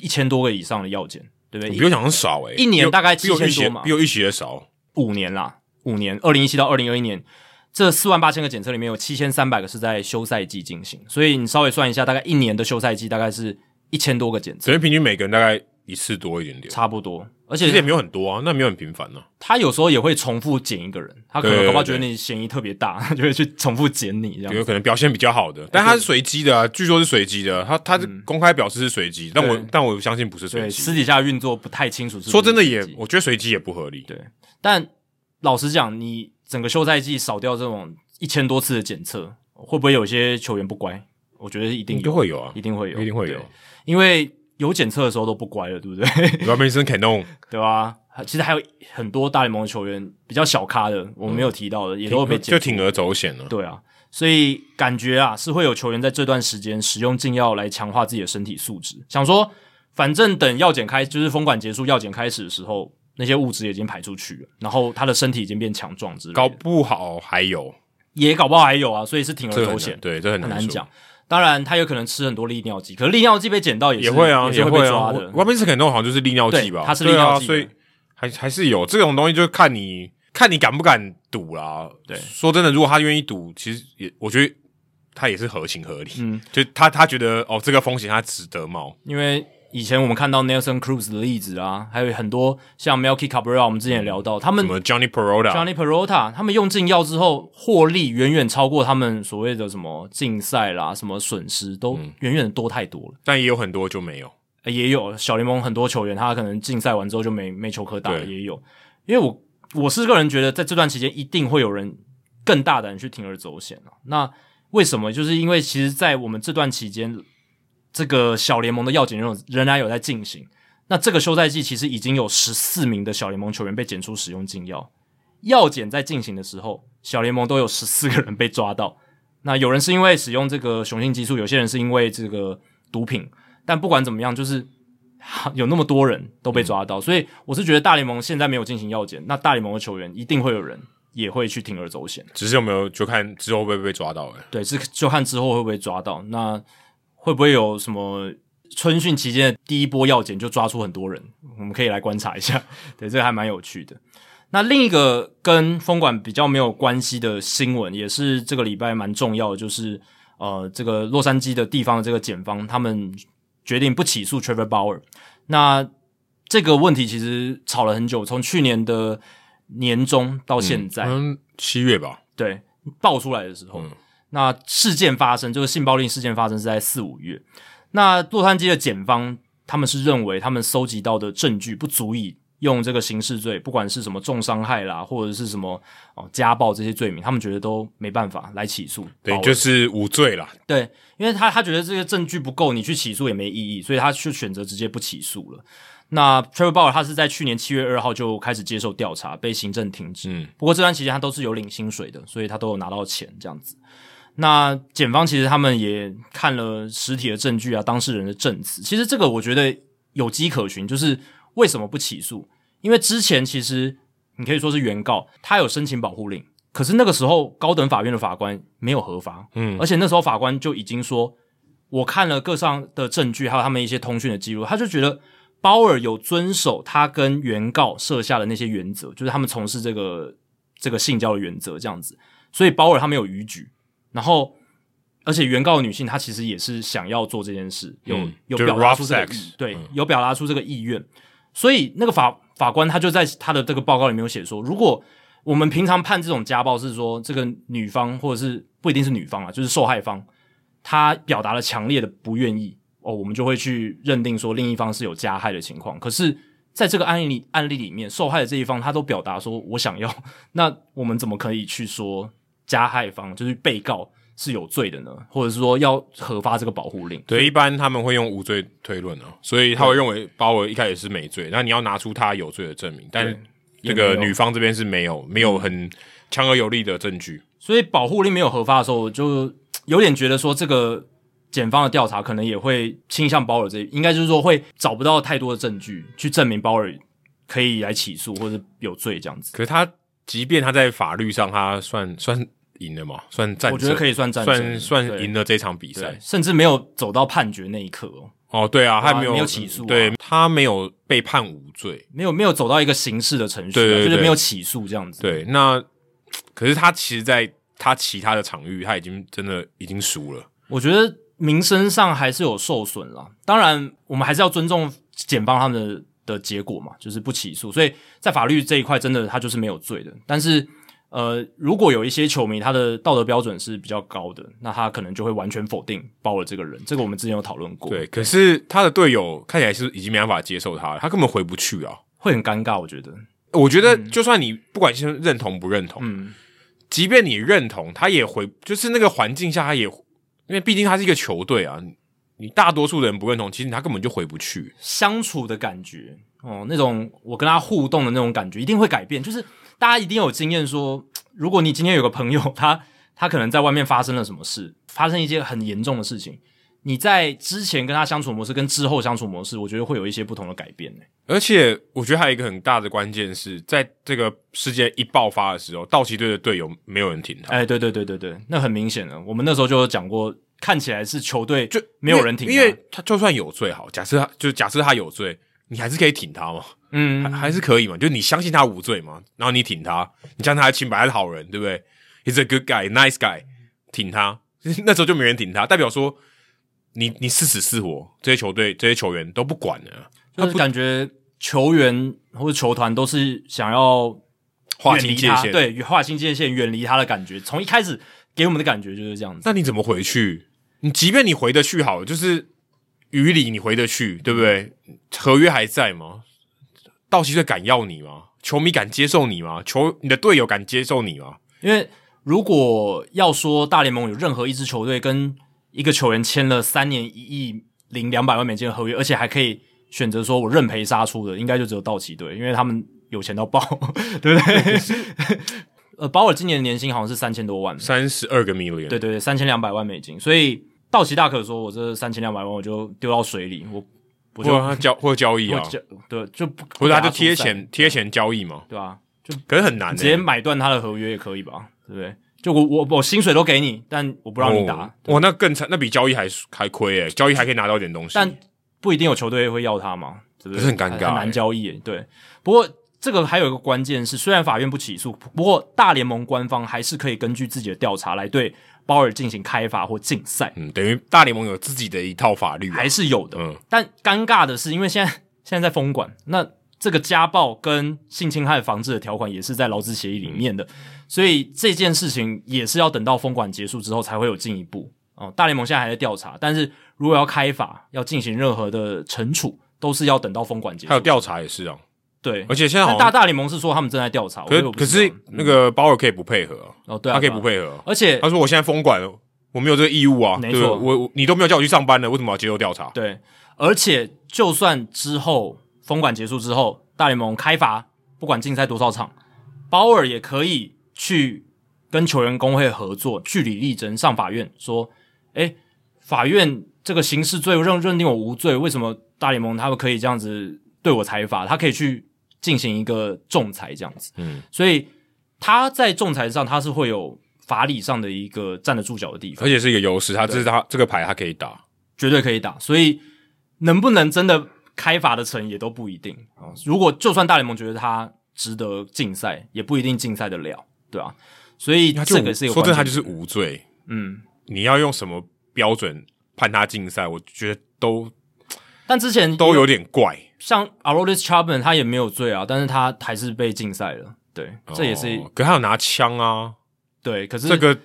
Speaker 1: 一千多个以上的药检，对不
Speaker 2: 你
Speaker 1: 对？
Speaker 2: 比我想象少哎，
Speaker 1: 一年大概
Speaker 2: 比我
Speaker 1: 7000
Speaker 2: 预期
Speaker 1: 多嘛
Speaker 2: 比我预期的少。
Speaker 1: 五年啦，五年，二零一七到二零二一年，这四万八千个检测里面有七千三百个是在休赛季进行，所以你稍微算一下，大概一年的休赛季大概是一千多个检测，
Speaker 2: 整天平均每个人大概一次多一点点，
Speaker 1: 差不多。而
Speaker 2: 其实也
Speaker 1: 且
Speaker 2: 没有很多啊，那没有很频繁呢。
Speaker 1: 他有时候也会重复检一个人，他可能
Speaker 2: 对
Speaker 1: 搞不好觉得你嫌疑特别大， [LAUGHS] 他就会去重复检你这样哎
Speaker 2: 有。可能表现比较好的，但他是随机的啊，据说是随机的，他他是公开表示是随机，但我
Speaker 1: 嗯对
Speaker 2: 但我相信不是随
Speaker 1: 对，
Speaker 2: 机。
Speaker 1: 私底下运作不太清楚是不是
Speaker 2: 说真的也
Speaker 1: 自己，
Speaker 2: 我觉得随机也不合理。
Speaker 1: 但老实讲，你整个休赛季少掉这种一千多次的检测，会不会有些球员不乖？我觉得一定
Speaker 2: 就
Speaker 1: 有，
Speaker 2: 会有啊，
Speaker 1: 一定会有，
Speaker 2: 一定会有
Speaker 1: 对，。因为有检测的时候都不乖了，对不对？ [LAUGHS]
Speaker 2: Robinson Cano
Speaker 1: 对吧、其实还有很多大联盟的球员比较小咖的，我们没有提到的， [LAUGHS] 也都会被
Speaker 2: 嗯就
Speaker 1: 检。
Speaker 2: 铤而走险了。
Speaker 1: 对啊，所以感觉啊是会有球员在这段时间使用禁药来强化自己的身体素质，想说反正等药检开，就是封管结束、药检开始的时候，那些物质已经排出去了，然后他的身体已经变强壮之类的，
Speaker 2: 搞不好还有，
Speaker 1: 也搞不好还有啊，所以是铤
Speaker 2: 这
Speaker 1: 而
Speaker 2: 个很
Speaker 1: 走
Speaker 2: 难
Speaker 1: 险，
Speaker 2: 对，这很
Speaker 1: 很
Speaker 2: 难
Speaker 1: 难
Speaker 2: 说。
Speaker 1: 讲。当然，他有可能吃很多利尿剂，可是利尿剂被捡到也是
Speaker 2: 也会啊，
Speaker 1: 也是
Speaker 2: 也
Speaker 1: 会被
Speaker 2: 会
Speaker 1: 抓
Speaker 2: 啊。
Speaker 1: 的。
Speaker 2: Robinson Cano 好像就是利尿剂吧
Speaker 1: 对，他是利尿剂的
Speaker 2: 对啊所以还还是有这种东西，就看你看你敢不敢赌啦。
Speaker 1: 对
Speaker 2: 说真的，如果他愿意赌，其实也我觉得他也是合情合理。
Speaker 1: 嗯，
Speaker 2: 就他他觉得哦，这个风险他值得冒。
Speaker 1: 因为以前我们看到 Nelson Cruz 的例子啊，还有很多像 Melky Cabrera，我们之前也聊到，他们
Speaker 2: 什么 Johnny Perota，
Speaker 1: 嗯 Johnny Perota 他们用禁药之后获利远远超过他们所谓的什么竞赛啦、什么损失都远远的多太多了。
Speaker 2: 但也有很多就没有。
Speaker 1: 呃也有小联盟很多球员，他可能竞赛完之后就没没球可打了，
Speaker 2: 对
Speaker 1: 也有。因为我我是个人觉得，在这段期间一定会有人更大胆去铤而走险了、那为什么？就是因为其实，在我们这段期间，这个小联盟的药检仍有仍然有在进行。那这个休赛季其实已经有十四名的小联盟球员被检出使用禁药，药检在进行的时候，小联盟都有十四个人被抓到。那有人是因为使用这个雄性激素，有些人是因为这个毒品，但不管怎么样，就是 [LAUGHS] 有那么多人都被抓到，所以我是觉得大联盟现在没有进行药检，那大联盟的球员一定会有人也会去铤而走险。
Speaker 2: 只是有没有就看之后会不会被抓到、欸。
Speaker 1: 对，这就看之后会不会抓到，那会不会有什么春训期间的第一波药检就抓出很多人，我们可以来观察一下。对，这个还蛮有趣的。那另一个跟风管比较没有关系的新闻，也是这个礼拜蛮重要的，就是呃，这个洛杉矶的地方的这个检方，他们决定不起诉 Trevor Bauer。那这个问题其实吵了很久，从去年的年中到现在，
Speaker 2: 嗯，七月吧，
Speaker 1: 对爆出来的时候，
Speaker 2: 嗯
Speaker 1: 那事件发生，就是性暴力事件发生是在四五月。那洛杉矶的检方他们是认为他们搜集到的证据不足以用这个刑事罪，不管是什么重伤害啦，或者是什么哦家暴这些罪名，他们觉得都没办法来起诉。
Speaker 2: 对，
Speaker 1: 保
Speaker 2: 就
Speaker 1: 卫
Speaker 2: 是无罪啦。
Speaker 1: 对，因为他他觉得这些证据不够，你去起诉也没意义，所以他就选择直接不起诉了。那 Trevor Bauer 他是在去年七月二号就开始接受调查，被行政停职。
Speaker 2: 嗯，
Speaker 1: 不过这段期间他都是有领薪水的，所以他都有拿到钱这样子。那检方其实他们也看了实体的证据啊，当事人的证词，其实这个我觉得有迹可循，就是为什么不起诉？因为之前其实你可以说是原告，他有申请保护令，可是那个时候高等法院的法官没有核发，
Speaker 2: 嗯
Speaker 1: 而且那时候法官就已经说，我看了各项的证据，还有他们一些通讯的记录，他就觉得鲍尔有遵守他跟原告设下的那些原则，就是他们从事这个这个性交的原则这样子，所以鲍尔他没有逾矩，然后。而且原告女性她其实也是想要做这件事，有、
Speaker 2: 嗯
Speaker 1: 有
Speaker 2: 就是
Speaker 1: 表达出
Speaker 2: rough
Speaker 1: 这个
Speaker 2: sex 嗯
Speaker 1: 意对，有表达出这个意愿，所以那个法法官他就在他的这个报告里面有写说，如果我们平常判这种家暴是说这个女方或者是不一定是女方啊，就是受害方，她表达了强烈的不愿意哦，我们就会去认定说另一方是有加害的情况。可是，在这个案例里案例里面，受害的这一方他都表达说我想要， [LAUGHS] 那我们怎么可以去说加害方就是被告是有罪的呢？或者是说要核发这个保护令？
Speaker 2: 对，一般他们会用无罪推论哦，所以他会认为鲍尔一开始是没罪，那你要拿出他有罪的证明，但是这
Speaker 1: 也
Speaker 2: 个
Speaker 1: 没有
Speaker 2: 女方这边是没有没有很强而有力的证据。
Speaker 1: 所以保护令没有核发的时候，我就有点觉得说，这个检方的调查可能也会倾向鲍尔这，应该就是说会找不到太多的证据去证明鲍尔可以来起诉或者有罪这样子。
Speaker 2: 可是他即便他在法律上他算算赢了嘛，算战胜，
Speaker 1: 我觉得可以算战胜
Speaker 2: 算算
Speaker 1: 对
Speaker 2: 赢了这场比
Speaker 1: 对
Speaker 2: 赛，。
Speaker 1: 甚至没有走到判决那一刻哦，
Speaker 2: 哦，对啊，
Speaker 1: 对啊
Speaker 2: 他没有
Speaker 1: 没有起诉啊
Speaker 2: 对他没有被判无罪。
Speaker 1: 没有没有走到一个刑事的程序、啊，
Speaker 2: 对对对
Speaker 1: 就是没有起诉这样子。
Speaker 2: 对，那可是他其实在他其他的场域他已经真的已经输了。
Speaker 1: 我觉得名声上还是有受损啦。当然，我们还是要尊重检方他们的的结果嘛，就是不起诉。所以在法律这一块，真的他就是没有罪的。但是，呃，如果有一些球迷他的道德标准是比较高的，那他可能就会完全否定包尔这个人。这个我们之前有讨论过，
Speaker 2: 对，可是他的队友看起来是已经没办法接受他了，他根本回不去啊。
Speaker 1: 会很尴尬。我觉得，
Speaker 2: 我觉得，就算你不管是认同不认同，
Speaker 1: 嗯，
Speaker 2: 即便你认同，他也回，就是那个环境下，他也，因为毕竟他是一个球队啊，你你大多数的人不认同，其实他根本就回不去。
Speaker 1: 相处的感觉哦，那种我跟他互动的那种感觉一定会改变。就是大家一定有经验说，如果你今天有个朋友，他他可能在外面发生了什么事，发生一些很严重的事情，你在之前跟他相处模式跟之后相处模式，我觉得会有一些不同的改变欸呢。
Speaker 2: 而且，我觉得还有一个很大的关键是在这个事件一爆发的时候，道奇队的队友没有人挺他，
Speaker 1: 哎、对对对对对，那很明显了。我们那时候就有讲过，看起来是球队
Speaker 2: 就
Speaker 1: 没有人挺他，
Speaker 2: 因为因为他就算有罪好，假设他就假设他有罪，你还是可以挺他嘛，还
Speaker 1: 嗯，
Speaker 2: 还是可以嘛，就你相信他无罪嘛，然后你挺他，你相信他清白，他是好人，对不对？He's a good guy, nice guy，挺他。 [LAUGHS] 那时候就没人挺他，代表说你你是死是活，这些球队这些球员都不管了，
Speaker 1: 就是感觉球员或者球团都是想要
Speaker 2: 划
Speaker 1: 远
Speaker 2: 清
Speaker 1: 离
Speaker 2: 界
Speaker 1: 他，
Speaker 2: 限。，
Speaker 1: 对，划清界限，远离他的感觉。从一开始给我们的感觉就是这样子。
Speaker 2: 那你怎么回去？你即便你回得去好了，就是于理你回得去，对不对？合约还在吗？道奇队敢要你吗？球迷敢接受你吗？球你的队友敢接受你吗？
Speaker 1: 因为如果要说大联盟有任何一支球队跟一个球员签了三年一亿零两百万美金的合约，而且还可以选择说我认赔杀出的，应该就只有道奇队，因为他们有钱到爆， [LAUGHS] 对不对？呃，保尔今年的年薪好像是三千多万，
Speaker 2: 三十二个 million，
Speaker 1: 对对对，三千两百万美金，所以道奇大可说我这三千两百万我就丢到水里，我我
Speaker 2: 或
Speaker 1: 就
Speaker 2: 者他交或者交易啊
Speaker 1: 我，就对就不
Speaker 2: 或者他
Speaker 1: 不
Speaker 2: 啊
Speaker 1: 给
Speaker 2: 就
Speaker 1: 出
Speaker 2: 贴
Speaker 1: 赛
Speaker 2: 钱贴钱交易嘛，
Speaker 1: 对吧、啊
Speaker 2: 可是很难、欸，
Speaker 1: 直接买断他的合约也可以吧？对不对？就我我我薪水都给你，但我不让你打，
Speaker 2: 哦哇，那更惨，那比交易还还亏诶、交易还可以拿到点东西，
Speaker 1: 但不一定有球队会要他嘛，对不
Speaker 2: 可
Speaker 1: 对？
Speaker 2: 是很尴尬欸
Speaker 1: 很难交易耶、对，不过这个还有一个关键是，虽然法院不起诉，不过大联盟官方还是可以根据自己的调查来对鲍尔进行开罚或禁赛，
Speaker 2: 嗯，等于大联盟有自己的一套法律啊、
Speaker 1: 还是有的。
Speaker 2: 嗯
Speaker 1: 但尴尬的是，因为现在 [LAUGHS] 现在在封馆，那这个家暴跟性侵害防治的条款也是在劳资协议里面的，
Speaker 2: 嗯
Speaker 1: 所以这件事情也是要等到封馆结束之后才会有进一步。哦，大联盟现在还在调查，但是如果要开法，要进行任何的惩处，都是要等到封馆结
Speaker 2: 还有
Speaker 1: 束。
Speaker 2: 调查也是啊，
Speaker 1: 对，
Speaker 2: 而且现在
Speaker 1: 但
Speaker 2: 好
Speaker 1: 大
Speaker 2: 像
Speaker 1: 大联盟是说他们正在调查，
Speaker 2: 可
Speaker 1: 我
Speaker 2: 是
Speaker 1: 也不
Speaker 2: 可
Speaker 1: 知
Speaker 2: 是
Speaker 1: 道
Speaker 2: 那个鲍尔可以不配合啊、
Speaker 1: 嗯哦，对啊，
Speaker 2: 他可以
Speaker 1: 对啊
Speaker 2: 不，配合啊、
Speaker 1: 而且
Speaker 2: 他说我现在封管了，我没有这个义务啊，
Speaker 1: 没
Speaker 2: 对不对
Speaker 1: 错
Speaker 2: 我我你都没有叫我去上班了，为什么要接受调查？
Speaker 1: 对，而且就算之后封管结束之后，大联盟开罚，不管竞赛多少场，鲍尔也可以去跟球员工会合作，据理力争，上法院说，诶，法院这个刑事罪认认定我无罪，为什么大联盟他们可以这样子对我裁罚？他可以去进行一个仲裁，这样子，
Speaker 2: 嗯，
Speaker 1: 所以他在仲裁上他是会有法理上的一个站得住脚的地方。
Speaker 2: 而且是一个优势，他这是他这个牌他可以打，
Speaker 1: 绝对可以打，所以能不能真的开罚的成也都不一定啊。如果就算大联盟觉得他值得竞赛，也不一定竞赛得了，对吧、所以
Speaker 2: 他就
Speaker 1: 这个是一个
Speaker 2: 说真的，他
Speaker 1: 关
Speaker 2: 就
Speaker 1: 键
Speaker 2: 是无罪，
Speaker 1: 嗯，
Speaker 2: 你要用什么标准判他禁赛？我觉得都
Speaker 1: 但之前
Speaker 2: 都有点怪。
Speaker 1: 像 Aroldis Chapman 他也没有罪啊，但是他还是被禁赛了，对，这也是、
Speaker 2: 哦可他有拿枪啊，
Speaker 1: 对。可是
Speaker 2: 这个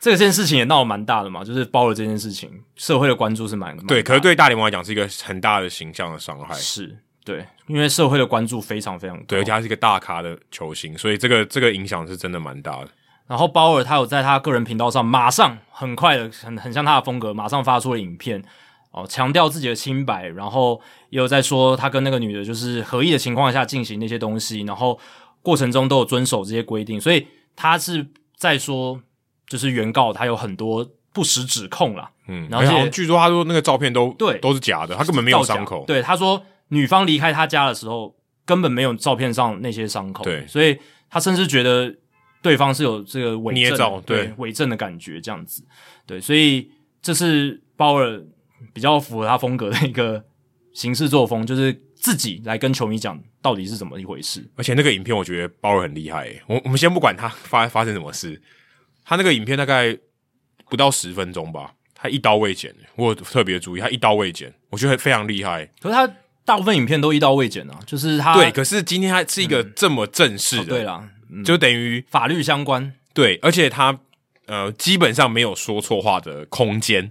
Speaker 1: 这件事情也闹得蛮大的嘛，就是包了这件事情，社会的关注是蛮蛮
Speaker 2: 对，
Speaker 1: 大
Speaker 2: 可是对大联盟来讲是一个很大的形象的伤害
Speaker 1: 的。是，对，因为社会的关注非常非常高。
Speaker 2: 对，而且他是一个大咖的球星，所以这个这个影响是真的蛮大的。
Speaker 1: 然后鲍尔他有在他个人频道上马上很快的很很像他的风格，马上发出了影片哦，强调自己的清白，然后也有在说他跟那个女的就是合意的情况下进行那些东西，然后过程中都有遵守这些规定，所以他是在说就是原告他有很多不实指控啦，
Speaker 2: 嗯，
Speaker 1: 然后而且
Speaker 2: 好像据说他说那个照片都
Speaker 1: 对
Speaker 2: 都是假的，他根本没有
Speaker 1: 造假
Speaker 2: 伤口。
Speaker 1: 对，他说女方离开他家的时候，根本没有照片上那些伤口。
Speaker 2: 对
Speaker 1: 所以他甚至觉得对方是有这个伪
Speaker 2: 捏
Speaker 1: 证
Speaker 2: 造
Speaker 1: 对
Speaker 2: 对
Speaker 1: 伪证的感觉，这样子。对，所以这是鲍尔比较符合他风格的一个行事作风，就是自己来跟球迷讲到底是怎么一回事。
Speaker 2: 而且那个影片我觉得包尔很厉害欸耶。我我们先不管他发发生什么事，他那个影片大概不到十分钟吧，他一刀未剪，欸我有特别注意，他一刀未剪，我觉得非常厉害。
Speaker 1: 可是他大部分影片都一刀未剪啊，就是他
Speaker 2: 对，可是今天他是一个这么正式的，
Speaker 1: 哦对啦，嗯，
Speaker 2: 就等于
Speaker 1: 法律相关，
Speaker 2: 对，而且他呃基本上没有说错话的空间，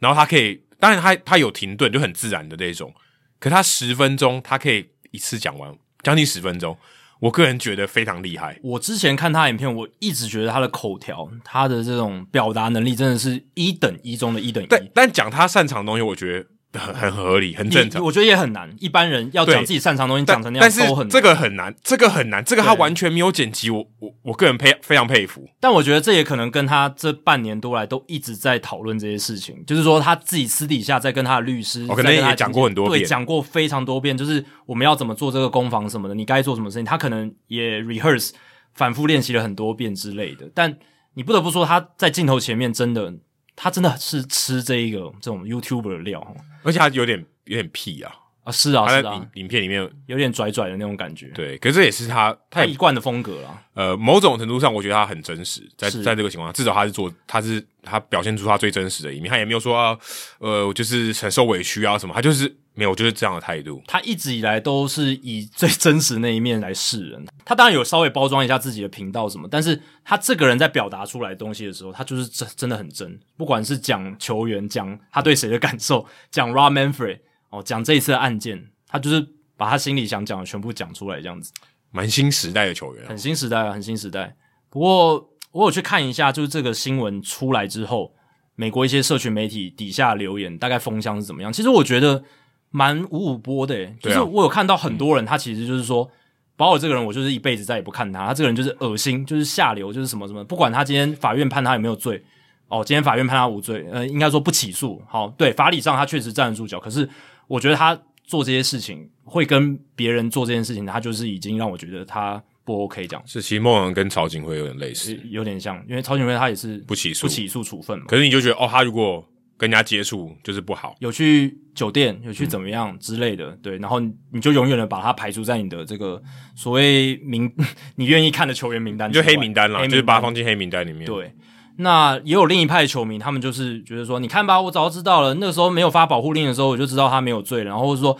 Speaker 2: 然后他可以，当然他他有停顿，就很自然的那种，可他十分钟他可以一次讲完，将近十分钟，我个人觉得非常厉害。
Speaker 1: 我之前看他影片，我一直觉得他的口条、他的这种表达能力，真的是一等一中的一等一。
Speaker 2: 但但讲他擅长的东西，我觉得很很合理，很正
Speaker 1: 你
Speaker 2: 常。
Speaker 1: 我觉得也很难，一般人要讲
Speaker 2: 对
Speaker 1: 自己擅长的东西
Speaker 2: 但
Speaker 1: 讲成那样
Speaker 2: 但是
Speaker 1: 都很难。
Speaker 2: 这个很难，这个很难，这个他
Speaker 1: 对
Speaker 2: 完全没有剪辑，我我我个人佩非常佩服。
Speaker 1: 但我觉得这也可能跟他这半年多来都一直在讨论这些事情，就是说他自己私底下在跟他的律师，
Speaker 2: 哦可能
Speaker 1: 在跟他的
Speaker 2: 也讲过很多
Speaker 1: 对，
Speaker 2: 遍
Speaker 1: 讲过非常多遍，就是我们要怎么做这个攻防什么的，你该做什么事情，他可能也 rehearse 反复练习了很多遍之类的。但你不得不说，他在镜头前面真的，他真的是吃这一个这种 YouTuber 的料哦
Speaker 2: 而且他有点有点屁啊，
Speaker 1: 啊，是啊
Speaker 2: 他
Speaker 1: 是
Speaker 2: 在
Speaker 1: 啊
Speaker 2: 影，影片里面
Speaker 1: 有点拽拽的那种感觉，
Speaker 2: 对，可是这也是他他
Speaker 1: 他
Speaker 2: 也
Speaker 1: 一贯的风格啦。
Speaker 2: 呃，某种程度上，我觉得他很真实，在
Speaker 1: 是
Speaker 2: 在这个情况下，至少他是做，他是他表现出他最真实的一面，他也没有说啊，呃，我就是很受委屈啊什么，他就是没有，就是这样的态度。
Speaker 1: 他一直以来都是以最真实那一面来示人。他当然有稍微包装一下自己的频道什么，但是他这个人在表达出来的东西的时候，他就是真真的很真。不管是讲球员，讲他对谁的感受，讲 Rob Manfred 哦，讲这一次的案件，他就是把他心里想讲的全部讲出来，这样子
Speaker 2: 蛮新时代的球员啊，
Speaker 1: 很新时代啊，很新时代。不过我有去看一下，就是这个新闻出来之后，美国一些社群媒体底下留言，大概风向是怎么样？其实我觉得蛮五五波的、欸，就
Speaker 2: 对啊
Speaker 1: 是我有看到很多人，他其实就是说，保尔这个人，我就是一辈子再也不看他，他这个人就是恶心，就是下流，就是什么什么，不管他今天法院判他有没有罪，哦，今天法院判他无罪，呃，应该说不起诉。好，对，法理上他确实站得住脚，可是我觉得他做这些事情会跟别人做这件事情，他就是已经让我觉得他不 OK 这样。
Speaker 2: 是其实梦龙跟曹景辉有点类似，
Speaker 1: 有点像，因为曹景辉他也是
Speaker 2: 不起诉
Speaker 1: 不起诉处分嘛，
Speaker 2: 可是你就觉得哦，他如果跟人家接触就是不好，
Speaker 1: 有去酒店，有
Speaker 2: 嗯
Speaker 1: 去怎么样之类的，对，然后你你就永远的把他排除在你的这个所谓名， [LAUGHS] 你愿意看的球员名单
Speaker 2: 你
Speaker 1: 之
Speaker 2: 就
Speaker 1: 外，
Speaker 2: 黑名单啦，
Speaker 1: 黑
Speaker 2: 就是把他放进黑名单里面。，
Speaker 1: 对。那也有另一派的球迷，他们就是觉得说，你看吧，我早就知道了，那个时候没有发保护令的时候，我就知道他没有罪了，然后或者说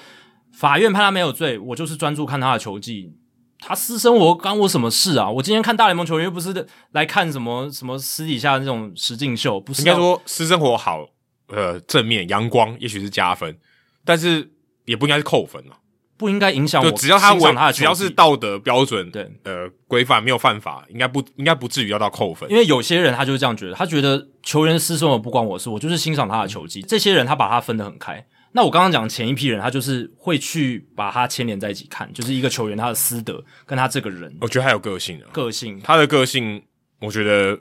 Speaker 1: 法院判他没有罪，我就是专注看他的球技。他私生活干我什么事啊？我今天看大联盟球员又不是来看什么什么私底下那种实境秀，不是
Speaker 2: 应该
Speaker 1: 要
Speaker 2: 说私生活好，呃，正面阳光也许是加分，但是也不应该是扣分啊。
Speaker 1: 不应该影响
Speaker 2: 就
Speaker 1: 我
Speaker 2: 只要他
Speaker 1: 欣赏他
Speaker 2: 违，
Speaker 1: 的
Speaker 2: 只要
Speaker 1: 球技
Speaker 2: 是道德标准
Speaker 1: 对，
Speaker 2: 呃规范没有犯法，应该不应该不至于要到扣分
Speaker 1: 因。为有些人他就是这样觉得，他觉得球员私生活不关我的事，我就是欣赏他的球技。这些人他把他分得很开。那我刚刚讲前一批人，他就是会去把他牵连在一起看，就是一个球员他的私德跟他这个人
Speaker 2: 我觉得他有个性啊，
Speaker 1: 个性
Speaker 2: 他的个性我觉得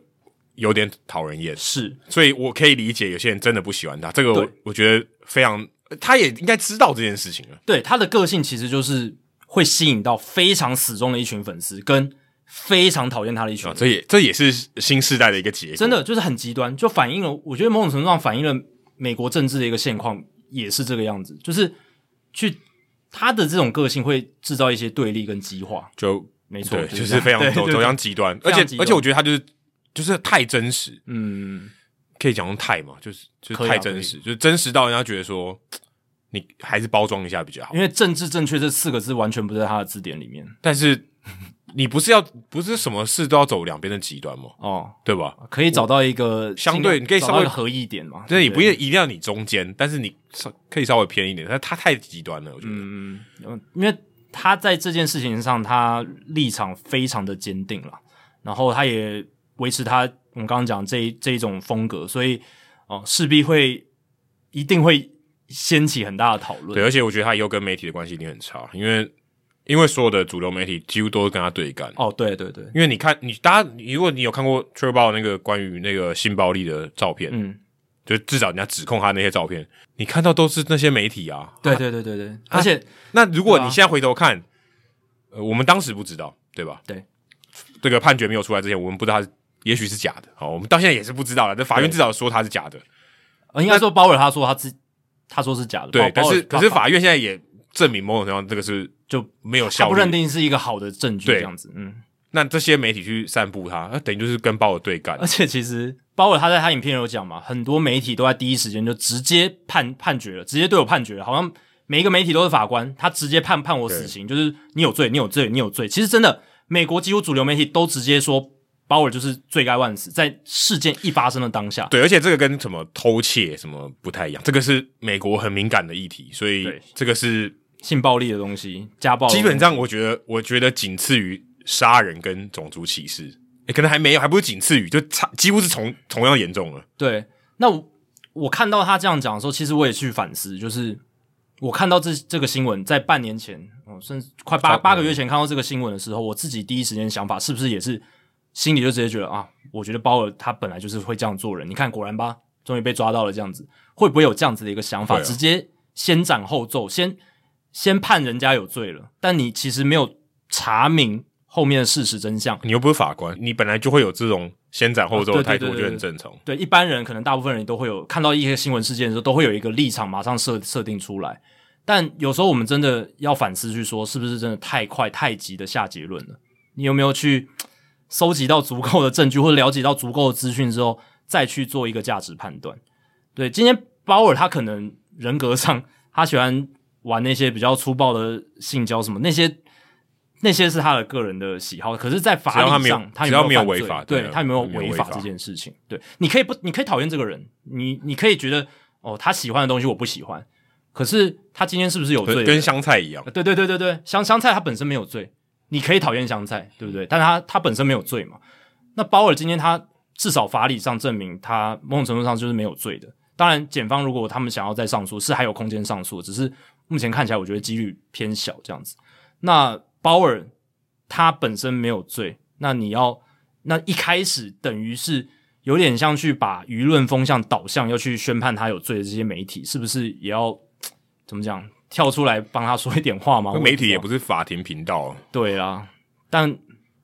Speaker 2: 有点讨人厌，
Speaker 1: 是
Speaker 2: 所以我可以理解有些人真的不喜欢他。这个我
Speaker 1: 对
Speaker 2: 我觉得非常，他也应该知道这件事情了。
Speaker 1: 对他的个性其实就是会吸引到非常死忠的一群粉丝，跟非常讨厌他的一群
Speaker 2: 啊，
Speaker 1: 人。
Speaker 2: 这也这也是新时代的一个结果，
Speaker 1: 真的就是很极端，就反映了，我觉得某种程度上反映了美国政治的一个现况，也是这个样子，就是去他的这种个性会制造一些对立跟激化，
Speaker 2: 就
Speaker 1: 没错，
Speaker 2: 对，
Speaker 1: 这
Speaker 2: 就
Speaker 1: 样
Speaker 2: 是非常
Speaker 1: 对
Speaker 2: 走
Speaker 1: 对
Speaker 2: 走
Speaker 1: 对
Speaker 2: 向极端，
Speaker 1: 非
Speaker 2: 而
Speaker 1: 常
Speaker 2: 且
Speaker 1: 极
Speaker 2: 而
Speaker 1: 端
Speaker 2: 且我觉得他就是就是太真实，
Speaker 1: 嗯，
Speaker 2: 可以讲用太嘛，就是就
Speaker 1: 可
Speaker 2: 是
Speaker 1: 以啊
Speaker 2: 太真实，就是真实到人家觉得说你还是包装一下比较好
Speaker 1: 因。为政治正确这四个字完全不在他的字典里面，
Speaker 2: 但是你不是要不是什么事都要走两边的极端吗？
Speaker 1: 哦，
Speaker 2: 对吧？
Speaker 1: 可以找到一个
Speaker 2: 相
Speaker 1: 尽
Speaker 2: 对
Speaker 1: 量
Speaker 2: 你可以
Speaker 1: 找
Speaker 2: 稍
Speaker 1: 到
Speaker 2: 微
Speaker 1: 一个合意点嘛，
Speaker 2: 对，你
Speaker 1: 不
Speaker 2: 不一一定要你中间，但是你稍可以稍微偏一点，但它太极端了，我觉得。
Speaker 1: 嗯，嗯因为他在这件事情上，他立场非常的坚定了，然后他也维持他我们刚刚讲这一这一种风格，所以哦、呃势必会一定会掀起很大的讨论。
Speaker 2: 对，而且我觉得他以后跟媒体的关系一定很差，因为因为所有的主流媒体几乎都是跟他对干。
Speaker 1: 哦，对对对，
Speaker 2: 因为你看，你大家如果你有看过 t r i b a l 那个关于那个性暴力的照片，
Speaker 1: 嗯，
Speaker 2: 就至少人家指控他那些照片，你看到都是那些媒体啊。
Speaker 1: 对对对对对，而且
Speaker 2: 那如果
Speaker 1: 对
Speaker 2: 你
Speaker 1: 啊
Speaker 2: 现在回头看，呃，我们当时不知道，对吧？
Speaker 1: 对，
Speaker 2: 这个判决没有出来之前，我们不知道他是，也许是假的。好，我们到现在也是不知道了。但法院
Speaker 1: 对
Speaker 2: 至少说他是假的，
Speaker 1: 呃应该说鲍尔他说他自他说是假的，
Speaker 2: 对。
Speaker 1: 鲍
Speaker 2: 但
Speaker 1: 鲍尔
Speaker 2: 是
Speaker 1: 他
Speaker 2: 可是法院现在也证明某种程度上这个是
Speaker 1: 就
Speaker 2: 没有
Speaker 1: 他
Speaker 2: 效
Speaker 1: 不
Speaker 2: 率
Speaker 1: 认
Speaker 2: 的。
Speaker 1: 定是一个好的证据，
Speaker 2: 对
Speaker 1: 这样子，嗯。
Speaker 2: 那这些媒体去散布它，啊那等于就是跟鲍尔对干
Speaker 1: 而。且其实包括他在他影片有讲嘛，很多媒体都在第一时间就直接判判决了，直接对我判决了，好像每一个媒体都是法官，他直接判判我死刑，就是你有罪，你有罪，你有罪。其实真的，美国几乎主流媒体都直接说鲍尔就是罪该万死，在事件一发生的当下，
Speaker 2: 对，而且这个跟什么偷窃什么不太一样，这个是美国很敏感的议题，所以
Speaker 1: 对
Speaker 2: 这个是
Speaker 1: 性暴力的东西，家暴的东
Speaker 2: 基
Speaker 1: 西，
Speaker 2: 本上我觉得，我觉得仅次于杀人跟种族歧视，诶可能还没有，还不是仅次于，就差几乎是同同样严重了。
Speaker 1: 对，那我我看到他这样讲的时候，其实我也去反思，就是我看到这这个新闻在半年前，哦，甚至快八
Speaker 2: 差不多
Speaker 1: 八个月前看到这个新闻的时候，我自己第一时间想法是不是也是心里就直接觉得啊，我觉得鲍尔他本来就是会这样做人，你看果然吧，终于被抓到了，这样子会不会有这样子的一个想法，
Speaker 2: 会啊
Speaker 1: 直接先斩后奏，先先判人家有罪了，但你其实没有查明后面的事实真相，
Speaker 2: 你又不是法官，你本来就会有这种先斩后奏的
Speaker 1: 啊对
Speaker 2: 态
Speaker 1: 对
Speaker 2: 度，我觉
Speaker 1: 对
Speaker 2: 得
Speaker 1: 对
Speaker 2: 很正常。
Speaker 1: 对一般人，可能大部分人都会有看到一些新闻事件的时候，都会有一个立场马上设设定出来。但有时候我们真的要反思，去说是不是真的太快、太急的下结论了？你有没有去收集到足够的证据，或者了解到足够的资讯之后，再去做一个价值判断？对，今天鲍尔他可能人格上他喜欢玩那些比较粗暴的性交什么那些。那些是他的个人的喜好，可是，在法
Speaker 2: 只要他
Speaker 1: 理
Speaker 2: 没有
Speaker 1: 上，他
Speaker 2: 只要没有
Speaker 1: 犯
Speaker 2: 违
Speaker 1: 罪
Speaker 2: 法
Speaker 1: 对
Speaker 2: 对啊
Speaker 1: 他有没有
Speaker 2: 没有
Speaker 1: 违
Speaker 2: 违
Speaker 1: 法
Speaker 2: 法
Speaker 1: 这件这件事情。对，你可以不，你可以讨厌这个人，你你可以觉得哦，他喜欢的东西我不喜欢，可是他今天是不是有罪
Speaker 2: 跟
Speaker 1: 的？
Speaker 2: 跟香菜一样，
Speaker 1: 对对对对对，香香菜它本身没有罪，你可以讨厌香菜，对不对？但他他本身没有罪嘛。那鲍尔今天他至少法理上证明他某种程度上就是没有罪的。当然，检方如果他们想要再上诉，是还有空间上诉，只是目前看起来我觉得几率偏小这样子。那鲍尔他本身没有罪，那你要那一开始等于是有点像去把舆论风向导向要去宣判他有罪的这些媒体，是不是也要怎么讲跳出来帮他说一点话吗？
Speaker 2: 媒体也
Speaker 1: 我
Speaker 2: 不是法庭频道。啊
Speaker 1: 知道对啦，但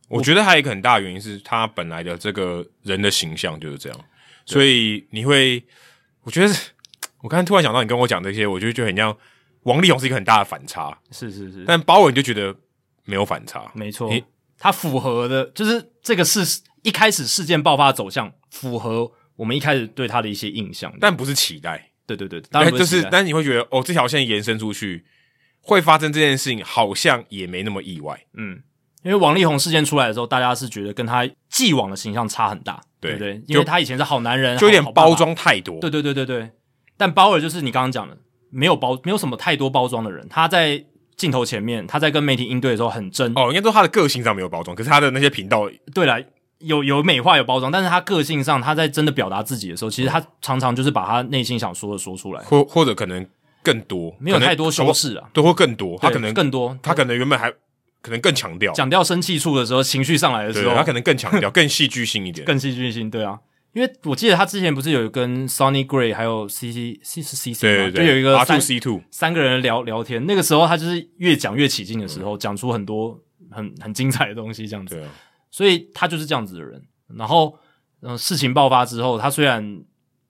Speaker 2: 我觉得还有一个很大的原因是他本来的这个人的形象就是这样，所以你会，我觉得是我刚才突然想到你跟我讲这些，我就觉得很像王力宏是一个很大的反差，
Speaker 1: 是是是，
Speaker 2: 但包文就觉得没有反差，
Speaker 1: 没错
Speaker 2: 你，
Speaker 1: 它符合的就是这个事一开始事件爆发的走向符合我们一开始对他的一些印象。
Speaker 2: 但不是期待，
Speaker 1: 对对对，当然不
Speaker 2: 但哎就
Speaker 1: 期
Speaker 2: 是是
Speaker 1: 待
Speaker 2: 但你会觉得哦，这条线延伸出去会发生这件事情，好像也没那么意外。
Speaker 1: 嗯，因为王力宏事件出来的时候，大家是觉得跟他既往的形象差很大，对
Speaker 2: 对
Speaker 1: 不对
Speaker 2: 就？
Speaker 1: 因为他以前是好男人，
Speaker 2: 就有点
Speaker 1: 好
Speaker 2: 包。装太多
Speaker 1: 好爸爸。对对对对对，但包尔就是你刚刚讲的，没有包，没有什么太多包装的人。他在镜头前面，他在跟媒体应对的时候很真。
Speaker 2: 哦，应该说他的个性上没有包装，可是他的那些频道
Speaker 1: 对了，有有美化有包装，但是他个性上，他在真的表达自己的时候，其
Speaker 2: 嗯
Speaker 1: 实他常常就是把他内心想说的说出来，
Speaker 2: 或或者可能更多，
Speaker 1: 没有
Speaker 2: 可能
Speaker 1: 太多修，饰啊。
Speaker 2: 对，或更多，他
Speaker 1: 对
Speaker 2: 可能
Speaker 1: 更多，
Speaker 2: 他可能原本还可能更强调，
Speaker 1: 讲掉生气处的时候，情绪上来的
Speaker 2: 对
Speaker 1: 时候，
Speaker 2: 他可能更强
Speaker 1: [LAUGHS]
Speaker 2: 调，更戏剧性一点。
Speaker 1: 哦更戏剧性，对啊，因为我记得他之前不是有跟 Sonny Gray 还有 C C C 是 C C
Speaker 2: 对对
Speaker 1: 嘛，就
Speaker 2: 对，
Speaker 1: 有一个
Speaker 2: R
Speaker 1: 三
Speaker 2: two C two，
Speaker 1: 三个人聊聊天，那个时候他就是越讲越起劲的时
Speaker 2: 嗯
Speaker 1: 候，讲出很多很很精彩的东西，这样子，
Speaker 2: 对啊，
Speaker 1: 所以他就是这样子的人。然后，嗯、事情爆发之后，他虽然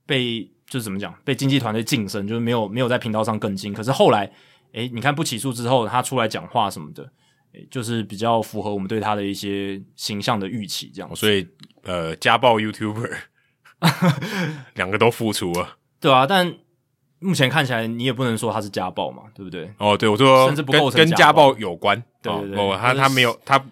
Speaker 1: 被就是怎么讲，被经纪团队晋升，就是没有没有在频道上更新，可是后来，诶，你看不起诉之后，他出来讲话什么的。诶就是比较符合我们对他的一些形象的预期，这样子。
Speaker 2: 所以呃，家
Speaker 1: [LAUGHS]
Speaker 2: 暴 YouTuber 两个都付出了。
Speaker 1: 对啊，但目前看起来你也不能说他是家暴嘛，对不对？
Speaker 2: 哦，对我说，
Speaker 1: 甚至不
Speaker 2: 跟
Speaker 1: 构成
Speaker 2: 跟
Speaker 1: 家
Speaker 2: 家
Speaker 1: 暴
Speaker 2: 暴有关。
Speaker 1: 对
Speaker 2: 哦
Speaker 1: 对对
Speaker 2: 哦，他
Speaker 1: 就是
Speaker 2: 他没有他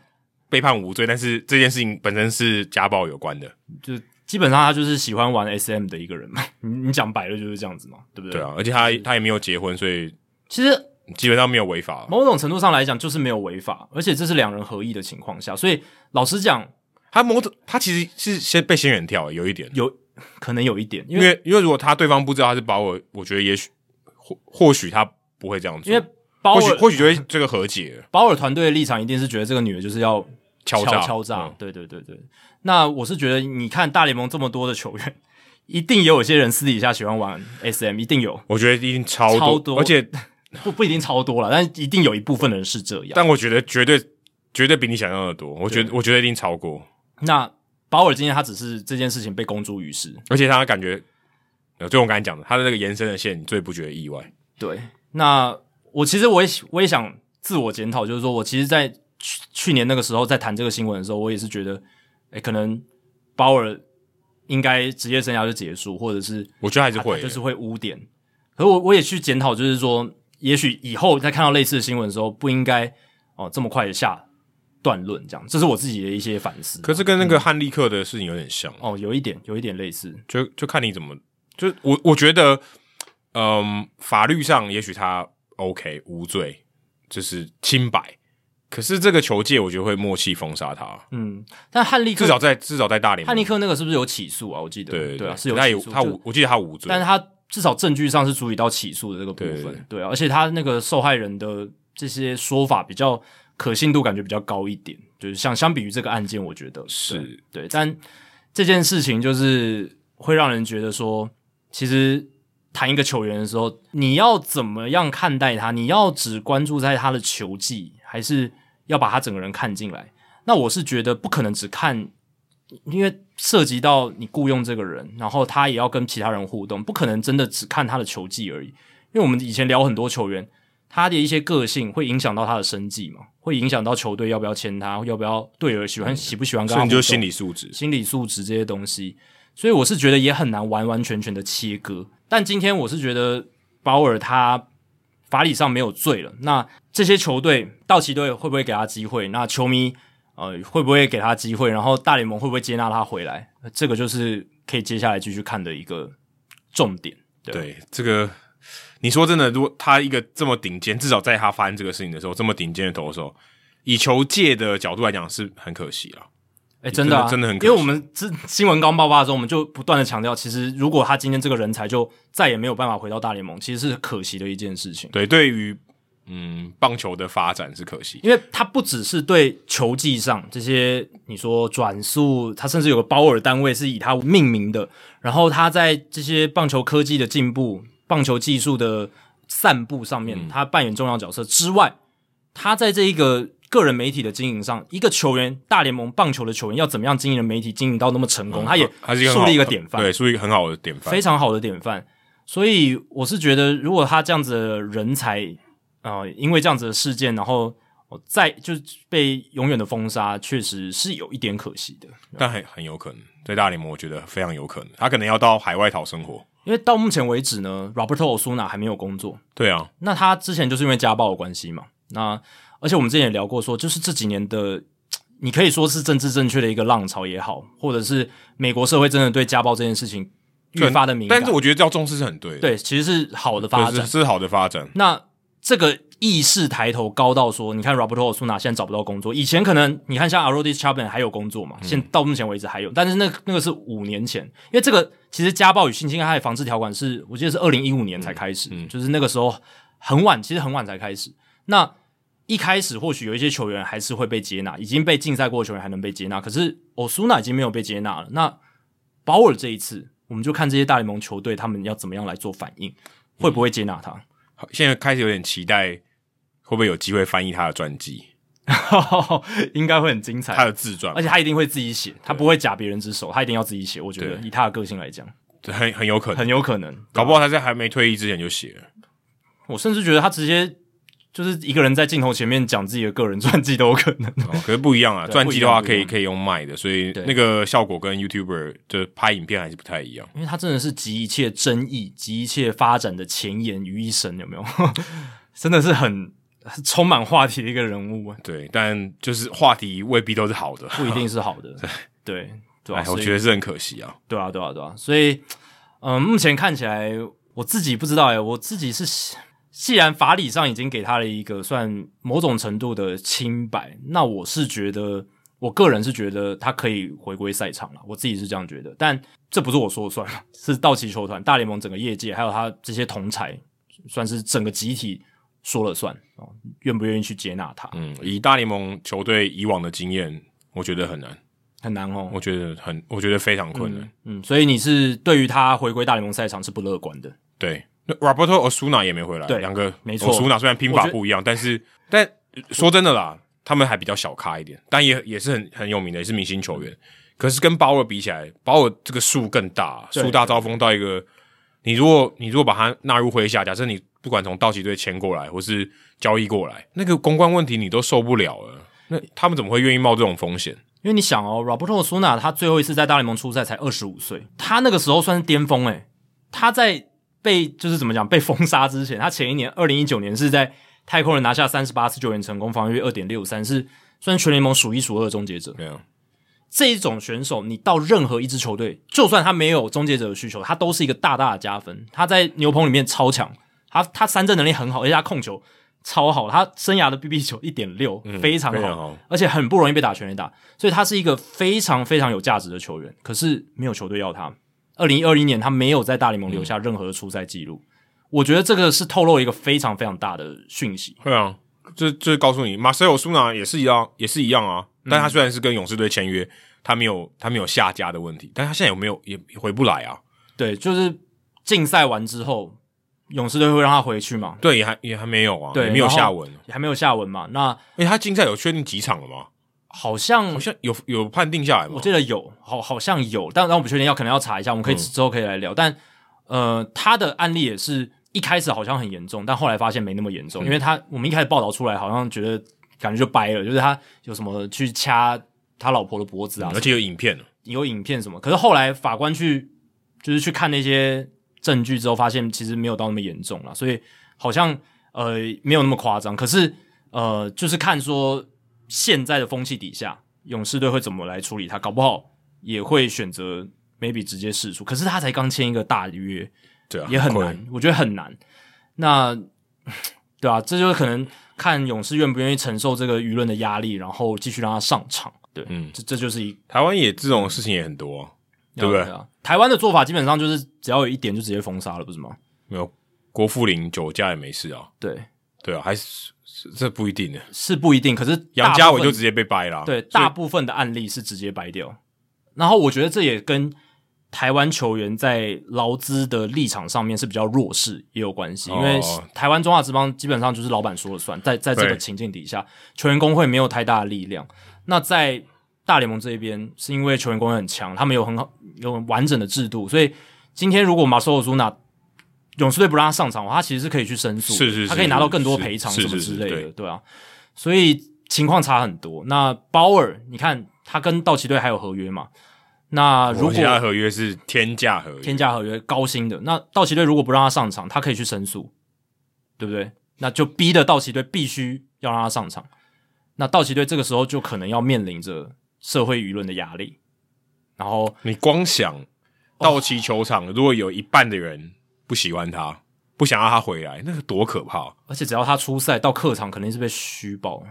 Speaker 2: 被判无罪，但是这件事情本身是家暴有关的。
Speaker 1: 就基本上他就是喜欢玩 SM 的一个人嘛。 [LAUGHS] 你你讲白了就是这样子嘛，对不对？
Speaker 2: 对啊，而且他他也没有结婚，所以
Speaker 1: 其实
Speaker 2: 基本上没有违法。
Speaker 1: 某种程度上来讲就是没有违法，而且这是两人合意的情况下，所以老实讲
Speaker 2: 他某种他其实是先被先远跳，有一点，
Speaker 1: 有可能有一点，因
Speaker 2: 因
Speaker 1: 为
Speaker 2: 为因为如果他对方不知道他是保尔，我觉得也许或或许他不会这样做，
Speaker 1: 因为包
Speaker 2: 或许
Speaker 1: 尔
Speaker 2: 或许就会这个和解了
Speaker 1: 保尔团队的立场一定是觉得这个女的就是要
Speaker 2: 敲诈
Speaker 1: 敲诈，
Speaker 2: 嗯
Speaker 1: 对对对对。那我是觉得，你看大联盟这么多的球员，一定也有些人私底下喜欢玩 SM，一定有，
Speaker 2: 我觉得一定超
Speaker 1: 超多
Speaker 2: 而且
Speaker 1: 不不一定超多了，但一定有一部分人是这样。
Speaker 2: 但我觉得绝对绝对比你想象的多，我觉得我觉得一定超过，
Speaker 1: 那保尔今天他只是这件事情被公诸于世，
Speaker 2: 而且他感觉，呃，就我刚才讲的，他的那个延伸的线，你最不觉得意外？
Speaker 1: 对，那我其实我也我也想自我检讨，就是说我其实在去去年那个时候在谈这个新闻的时候，我也是觉得，诶，可能鲍尔应该职业生涯就结束，或者是啊
Speaker 2: 我觉得还是
Speaker 1: 他
Speaker 2: 会、
Speaker 1: 他就是会污点。可我我也去检讨，就是说，也许以后在看到类似的新闻的时候，不应该哦、这么快的下断论，这样，这是我自己的一些反思。
Speaker 2: 可是跟那个汉利克的事情有点像，
Speaker 1: 哦，有一点有一点类似，
Speaker 2: 就就看你怎么，就我我觉得，嗯，法律上也许他 OK 无罪，就是清白，可是这个球界我觉得会默契封杀他，
Speaker 1: 嗯，但汉利克
Speaker 2: 至少在至少在大联
Speaker 1: 汉
Speaker 2: 盟
Speaker 1: 利，克那个是不是有起诉啊？我记得
Speaker 2: 对对
Speaker 1: 啊，是有
Speaker 2: 他
Speaker 1: 起
Speaker 2: 有
Speaker 1: 诉，
Speaker 2: 他
Speaker 1: 就
Speaker 2: 无，我记得他无罪，
Speaker 1: 但是他至少证据上是足以到起诉的这个部
Speaker 2: 对
Speaker 1: 分，对啊，而且他那个受害人的这些说法比较可信度感觉比较高一点，就是相相比于这个案件，我觉得
Speaker 2: 是
Speaker 1: 对对，但这件事情就是会让人觉得说，其实谈一个球员的时候，你要怎么样看待他？你要只关注在他的球技，还是要把他整个人看进来？那我是觉得不可能只看因为涉及到你雇佣这个人，然后他也要跟其他人互动，不可能真的只看他的球技而已。因为我们以前聊很多球员，他的一些个性会影响到他的生计嘛，会影响到球队要不要签他，要不要队友喜欢喜不喜欢跟
Speaker 2: 所
Speaker 1: 他互
Speaker 2: 以你
Speaker 1: 动，
Speaker 2: 就心理素质，
Speaker 1: 心理素质这些东西，所以我是觉得也很难完完全全的切割。但今天我是觉得鲍尔他法理上没有罪了，那这些球队道奇队会不会给他机会？那球迷呃会不会给他机会？然后大联盟会不会接纳他回来？呃这个就是可以接下来继续看的一个重点。对啊
Speaker 2: 对这个，你说真的，如果他一个这么顶尖，至少在他发生这个事情的时候，这么顶尖的投手，以球界的角度来讲是很可惜了。
Speaker 1: 哎、真的、啊、
Speaker 2: 真的真的很可惜
Speaker 1: 因为我们之新闻刚爆发的时候，我们就不断的强调，其实如果他今天这个人才就再也没有办法回到大联盟，其实是可惜的一件事情。
Speaker 2: 对，对于嗯棒球的发展是可惜。
Speaker 1: 因为他不只是对球技上这些，你说转速，他甚至有个包尔单位是以他命名的。然后他在这些棒球科技的进步、棒球技术的散布上
Speaker 2: 嗯
Speaker 1: 面，他扮演重要角色之外，他在这一个个人媒体的经营上，一个球员，大联盟棒球的球员要怎么样经营的媒体经营到那么成嗯功，他也
Speaker 2: 还是一个很
Speaker 1: 树
Speaker 2: 哦好
Speaker 1: 立一个典范，
Speaker 2: 对，树立一个很好的典范
Speaker 1: 非。常好的典范。所以我是觉得，如果他这样子的人才，呃，因为这样子的事件，然后呃再就是被永远的封杀，确实是有一点可惜的。
Speaker 2: 但很很有可能在大联盟，我觉得非常有可能，他可能要到海外讨生活。
Speaker 1: 因为到目前为止呢，Roberto Osuna 还没有工作，
Speaker 2: 对啊，
Speaker 1: 那他之前就是因为家暴的关系嘛。那而且我们之前也聊过说就是这几年的，你可以说是政治正确的一个浪潮也好，或者是美国社会真的对家暴这件事情
Speaker 2: 对
Speaker 1: 越发的敏感，
Speaker 2: 但是我觉得要重视是很对的，
Speaker 1: 对其实是好的发
Speaker 2: 对，
Speaker 1: 展
Speaker 2: 是。是好的发展。
Speaker 1: 那这个意识抬头高到说，你看 Roberto Osuna 现在找不到工作，以前可能你看像 Arodis Chapman 还有工作嘛，现到目前为止还有，但是那那个是五年前，因为这个其实家暴与性侵害防治条款是我记得是二零一五年才开始，就是那个时候很晚，其实很晚才开始。那一开始或许有一些球员还是会被接纳，已经被禁赛过的球员还能被接纳，可是 Osuna 已经没有被接纳了。那保尔这一次，我们就看这些大联盟球队他们要怎么样来做反应，会不会接纳他？
Speaker 2: 好现在开始有点期待，会不会有机会翻译他的传记，
Speaker 1: [LAUGHS] 应该会很精
Speaker 2: 他
Speaker 1: 彩，
Speaker 2: 的自传
Speaker 1: 而，且他一定会自己写，他不会假别人之手，他一定要自己写。我觉得
Speaker 2: 对
Speaker 1: 以他的个性来讲，
Speaker 2: 很很有可能，
Speaker 1: 很有可能。
Speaker 2: 搞不好他在还没退役之前就写了。
Speaker 1: 我甚至觉得他直接就是一个人在镜头前面讲自己的个人传记都有可能。
Speaker 2: 哦可是不一样啊，
Speaker 1: [LAUGHS] 对
Speaker 2: 传记的话
Speaker 1: 不
Speaker 2: 可
Speaker 1: 一样
Speaker 2: 以
Speaker 1: 不一样
Speaker 2: 可以用卖的，所以
Speaker 1: 对
Speaker 2: 那个效果跟 YouTuber 就是拍影片还是不太一样。
Speaker 1: 因为他真的是集一 [LAUGHS] 切争议、集一切发展的前沿于一身，有没有？真的是很充满话题的一个人物啊，
Speaker 2: 对，但就是话题未必都是好的，
Speaker 1: 不一定是好
Speaker 2: [LAUGHS]
Speaker 1: 的。对对啊，
Speaker 2: 哎，我
Speaker 1: 所以
Speaker 2: 觉得是很可惜啊。
Speaker 1: 对啊对啊对啊，所以嗯、呃目前看起来我自己不知道哎、我自己是喜既然法理上已经给他了一个算某种程度的清白，那我是觉得。我个人是觉得他可以回归赛场了，我自己是这样觉得，但这不是我说了算， [LAUGHS] 是道奇球团、大联盟整个业界，还有他这些同才，算是整个集体说了算哦，愿不愿意去接纳他，
Speaker 2: 嗯，以大联盟球队以往的经验，我觉得很难，
Speaker 1: 很难哦。
Speaker 2: 我觉得很，我觉得非常困难。
Speaker 1: 嗯，所以你是对于他回归大联盟赛场是不乐观的。
Speaker 2: 对，那 Roberto Osuna 也没回来，
Speaker 1: 对
Speaker 2: 两个
Speaker 1: 没错
Speaker 2: Osuna 虽然拼
Speaker 1: 我
Speaker 2: 法
Speaker 1: 觉得
Speaker 2: 不一样，但是但呃说真的啦，他们还比较小咖一点，但也也是很很有名的，也是明星球员。可是跟鲍尔比起来，鲍尔这个树更大，
Speaker 1: 对
Speaker 2: 树大招风到一个，你如果你如果把他纳入麾下，假设你不管从道奇队签过来，或是交易过来，那个公关问题你都受不了了，那他们怎么会愿意冒这种风险？
Speaker 1: 因为你想哦，Roberto Osuna 他最后一次在大联盟出赛才二十五岁，他那个时候算是巅峰诶、他在被就是怎么讲被封杀之前，他前一年二零一九年是在太空人拿下三十八次救援成功，防御率二点六三，是算是全联盟数一数二的终结者。
Speaker 2: 对啊，
Speaker 1: 这一种选手，你到任何一支球队，就算他没有终结者的需求，他都是一个大大的加分。他在牛棚里面超强，他他三振能力很好，而且他控球超好，他生涯的 BB 球一点六，非常
Speaker 2: 非常
Speaker 1: 好
Speaker 2: 好，
Speaker 1: 而且很不容易被打全垒打，所以他是一个非常非常有价值的球员。可是没有球队要他。二零二一年他没有在大联盟留下任何的出赛记录，我觉得这个是透露一个非常非常大的讯息。
Speaker 2: 会啊，这这告诉你，马塞尔苏纳也是一样，也是一样啊。但
Speaker 1: 嗯
Speaker 2: 他虽然是跟勇士队签约，他没有他没有下家的问题，但他现在有没有也也回不来啊？
Speaker 1: 对，就是竞赛完之后，勇士队会让他回去嘛？
Speaker 2: 对，也还也还没有啊，
Speaker 1: 对
Speaker 2: 也没有
Speaker 1: 然后
Speaker 2: 下文。
Speaker 1: 还没有下文嘛？那
Speaker 2: 哎，他竞赛有确定几场了吗？
Speaker 1: 好像
Speaker 2: 好像有有判定下来
Speaker 1: 我
Speaker 2: 吗？
Speaker 1: 记得有，好好像有，但但我不确定，要可能要查一下，我们可
Speaker 2: 嗯
Speaker 1: 以、之后可以来聊。但呃，他的案例也是一开始好像很严重，但后来发现没那么严
Speaker 2: 嗯
Speaker 1: 重，因为他我们一开始报道出来，好像觉得感觉就掰了，就是他有什么去掐他老婆的脖子啊，
Speaker 2: 而且有影片了，
Speaker 1: 有影片什么。可是后来法官去就是去看那些证据之后，发现其实没有到那么严重了，所以好像呃没有那么夸张。可是呃，就是看说现在的风气底下，勇士队会怎么来处理他，搞不好也会选择 maybe 直接释出。可是他才刚签一个大约，
Speaker 2: 对啊，
Speaker 1: 也很
Speaker 2: 亏
Speaker 1: 难，。我觉得很难。那对啊，这就是可能看勇士愿不愿意承受这个舆论的压力，然后继续让他上场。对，
Speaker 2: 嗯
Speaker 1: 这这就是一
Speaker 2: 台湾也这种事情也很多啊，对不对？
Speaker 1: 啊？台湾的做法基本上就是只要有一点就直接封杀了，不是吗？
Speaker 2: 没有郭富林酒驾也没事啊，
Speaker 1: 对，
Speaker 2: 对啊，还是是这不一定呢。
Speaker 1: 是不一定。可是大
Speaker 2: 杨
Speaker 1: 部分
Speaker 2: 家伟就直接被掰啦，
Speaker 1: 对
Speaker 2: 啊所以
Speaker 1: 大部分的案例是直接掰掉。然后我觉得这也跟台湾球员在劳资的立场上面是比较弱势也有关系，
Speaker 2: 哦
Speaker 1: 因为台湾中华职棒基本上就是老板说了算，在在这个
Speaker 2: 对
Speaker 1: 情境底下，球员工会没有太大的力量。那在大联盟这边，是因为球员工会很强，他们有很好有很完整的制度，所以今天如果马索尔苏纳勇士队不让他上场的话，他其实是可以去申诉的，
Speaker 2: 是是是
Speaker 1: 他可以拿到更多
Speaker 2: 是
Speaker 1: 赔偿
Speaker 2: 是
Speaker 1: 什么
Speaker 2: 是
Speaker 1: 之
Speaker 2: 是
Speaker 1: 类的，
Speaker 2: 对
Speaker 1: 对啊。所以情况差很多。那鲍尔，你看他跟道奇队还有合约嘛？那如
Speaker 2: 而且他的
Speaker 1: 果
Speaker 2: 合约是天价合约，
Speaker 1: 天价合约高薪的，那道奇队如果不让他上场，他可以去申诉，对不对？那就逼得道奇队必须要让他上场。那道奇队这个时候就可能要面临着社会舆论的压力，然后
Speaker 2: 你光想
Speaker 1: 哦
Speaker 2: 道奇球场，如果有一半的人不喜欢他，不想让他回来，那个多可怕！
Speaker 1: 而且只要他出赛到客场，肯定是被虚爆。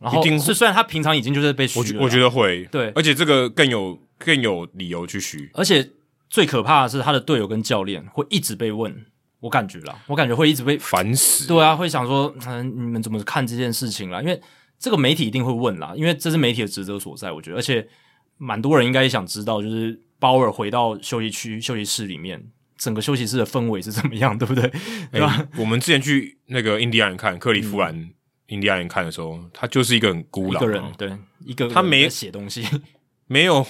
Speaker 1: 然后
Speaker 2: 一定会
Speaker 1: 是虽然他平常已经就是被虚
Speaker 2: 我
Speaker 1: 了
Speaker 2: 觉
Speaker 1: 啦，
Speaker 2: 我觉得会
Speaker 1: 对
Speaker 2: 而且这个更有更有理由去虚。
Speaker 1: 而且最可怕的是，他的队友跟教练会一直被问，我感觉啦，我感觉会一直被，
Speaker 2: 烦死！
Speaker 1: 对啊，会想说，嗯，你们怎么看这件事情啦？因为这个媒体一定会问啦，因为这是媒体的职责所在，我觉得，而且蛮多人应该也想知道，就是鲍尔回到休息区、休息室里面，整个休息室的氛围是怎么样，对不对？啊嗯
Speaker 2: 哎、我们之前去那个印第安人看克利夫兰、印第安人看的时候，他就是一个很孤
Speaker 1: 一
Speaker 2: 狼、
Speaker 1: 个人，对，一个人
Speaker 2: 他没
Speaker 1: 在写东西， [LAUGHS]
Speaker 2: 没有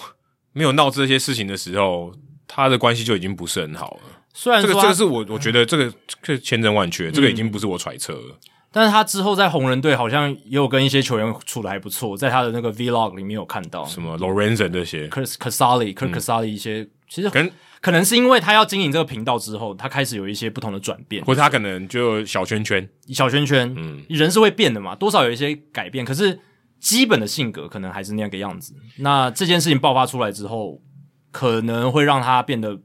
Speaker 2: 没有闹这些事情的时候，他的关系就已经不是很好了。
Speaker 1: 虽然
Speaker 2: 这
Speaker 1: 说啊他嗯
Speaker 2: 个这个是我我觉得这个这个千真万确，这个已经不是我揣测了。
Speaker 1: 但是他之后在红人队好像也有跟一些球员处的还不错，在他的那个 vlog 里面有看到
Speaker 2: 什么 Lorenzen 这些，
Speaker 1: Chris Casali、Chris
Speaker 2: 嗯
Speaker 1: Casali 一些，其实
Speaker 2: 跟
Speaker 1: 可能是因为他要经营这个频道之后，他开始有一些不同的转变，
Speaker 2: 或者他可能就小圈圈，
Speaker 1: 小圈圈，
Speaker 2: 嗯
Speaker 1: 人是会变的嘛，多少有一些改变，可是基本的性格可能还是那个样子。那这件事情爆发出来之后，可能会让他变得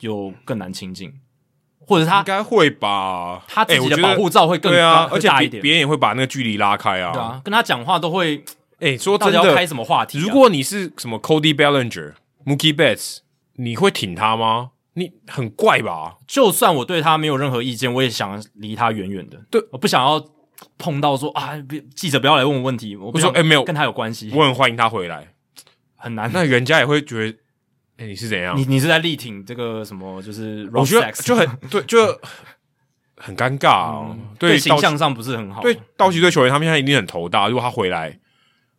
Speaker 1: 有更难亲近，或者
Speaker 2: 应
Speaker 1: 他
Speaker 2: 该会吧？
Speaker 1: 他自
Speaker 2: 哎
Speaker 1: 己
Speaker 2: 我
Speaker 1: 的
Speaker 2: 觉
Speaker 1: 保
Speaker 2: 得
Speaker 1: 护罩会更
Speaker 2: 对啊，
Speaker 1: 高
Speaker 2: 而
Speaker 1: 更
Speaker 2: 且
Speaker 1: 大
Speaker 2: 别
Speaker 1: 一点，
Speaker 2: 别人也会把那个距离拉开啊。
Speaker 1: 对啊，跟他讲话都会
Speaker 2: 哎，说
Speaker 1: 到
Speaker 2: 真
Speaker 1: 底要
Speaker 2: 的
Speaker 1: 开，什么话题啊、
Speaker 2: 如果你是什么 Cody Bellinger、Mookie Betts，你会挺他吗？你很怪吧？
Speaker 1: 就算我对他没有任何意见，我也想离他远远的。
Speaker 2: 对，
Speaker 1: 我不想要碰到说啊，别记者不要来问我问题，我不
Speaker 2: 我说
Speaker 1: 想
Speaker 2: 哎没有
Speaker 1: 跟他有关系，
Speaker 2: 我很欢迎他回来，
Speaker 1: 很难。
Speaker 2: 那人家也会觉得，哎，你是怎样
Speaker 1: 你？你是在力挺这个什么？就是
Speaker 2: 我觉
Speaker 1: Rob
Speaker 2: 得
Speaker 1: Sacks
Speaker 2: 就很对，就很尴尬啊。
Speaker 1: 哦嗯对形
Speaker 2: 道
Speaker 1: 象上不是很好。
Speaker 2: 对，道奇队球员，他们现在一定很头大。如果他回来，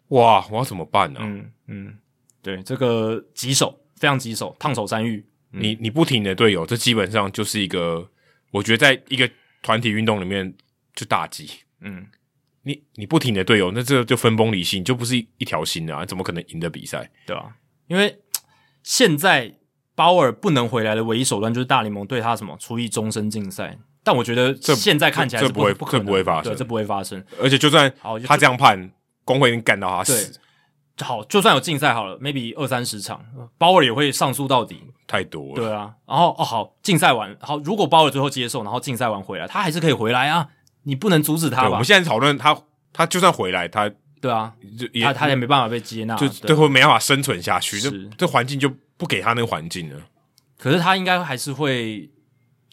Speaker 2: 哇，我要怎么办啊呢、
Speaker 1: 嗯嗯，对，这个棘手，非常棘手，烫手山芋。嗯
Speaker 2: 你你不挺你的队友，这基本上就是一个，我觉得在一个团体运动里面就打击。
Speaker 1: 嗯，
Speaker 2: 你你不挺你的队友，那这就分崩离析，你就不是一一条心的啊，怎么可能赢得比赛？
Speaker 1: 对啊，因为现在鲍尔不能回来的唯一手段就是大联盟对他什么处以终身禁赛。但我觉得
Speaker 2: 这
Speaker 1: 现在看起来是
Speaker 2: 这不会
Speaker 1: 不可能
Speaker 2: 这不会发生
Speaker 1: 对这不会发生。
Speaker 2: 而且就算
Speaker 1: 好就
Speaker 2: 他这样判，工会能干到他死，
Speaker 1: 好，就算有竞赛好了，maybe 二三十场，鲍尔也会上诉到底。
Speaker 2: 太多了。
Speaker 1: 对啊，然后哦好，竞赛完好，如果鲍尔最后接受，然后竞赛完回来，他还是可以回来啊，你不能阻止他
Speaker 2: 对，我
Speaker 1: 吧
Speaker 2: 们？现在讨论他，他就算回来，他
Speaker 1: 对啊，
Speaker 2: 就也
Speaker 1: 他他也没办法被接纳。啊
Speaker 2: 就
Speaker 1: 对
Speaker 2: 最后没办法生存下去，这
Speaker 1: 是
Speaker 2: 这环境就不给他那个环境
Speaker 1: [LAUGHS]
Speaker 2: 了。
Speaker 1: 可是他应该还是会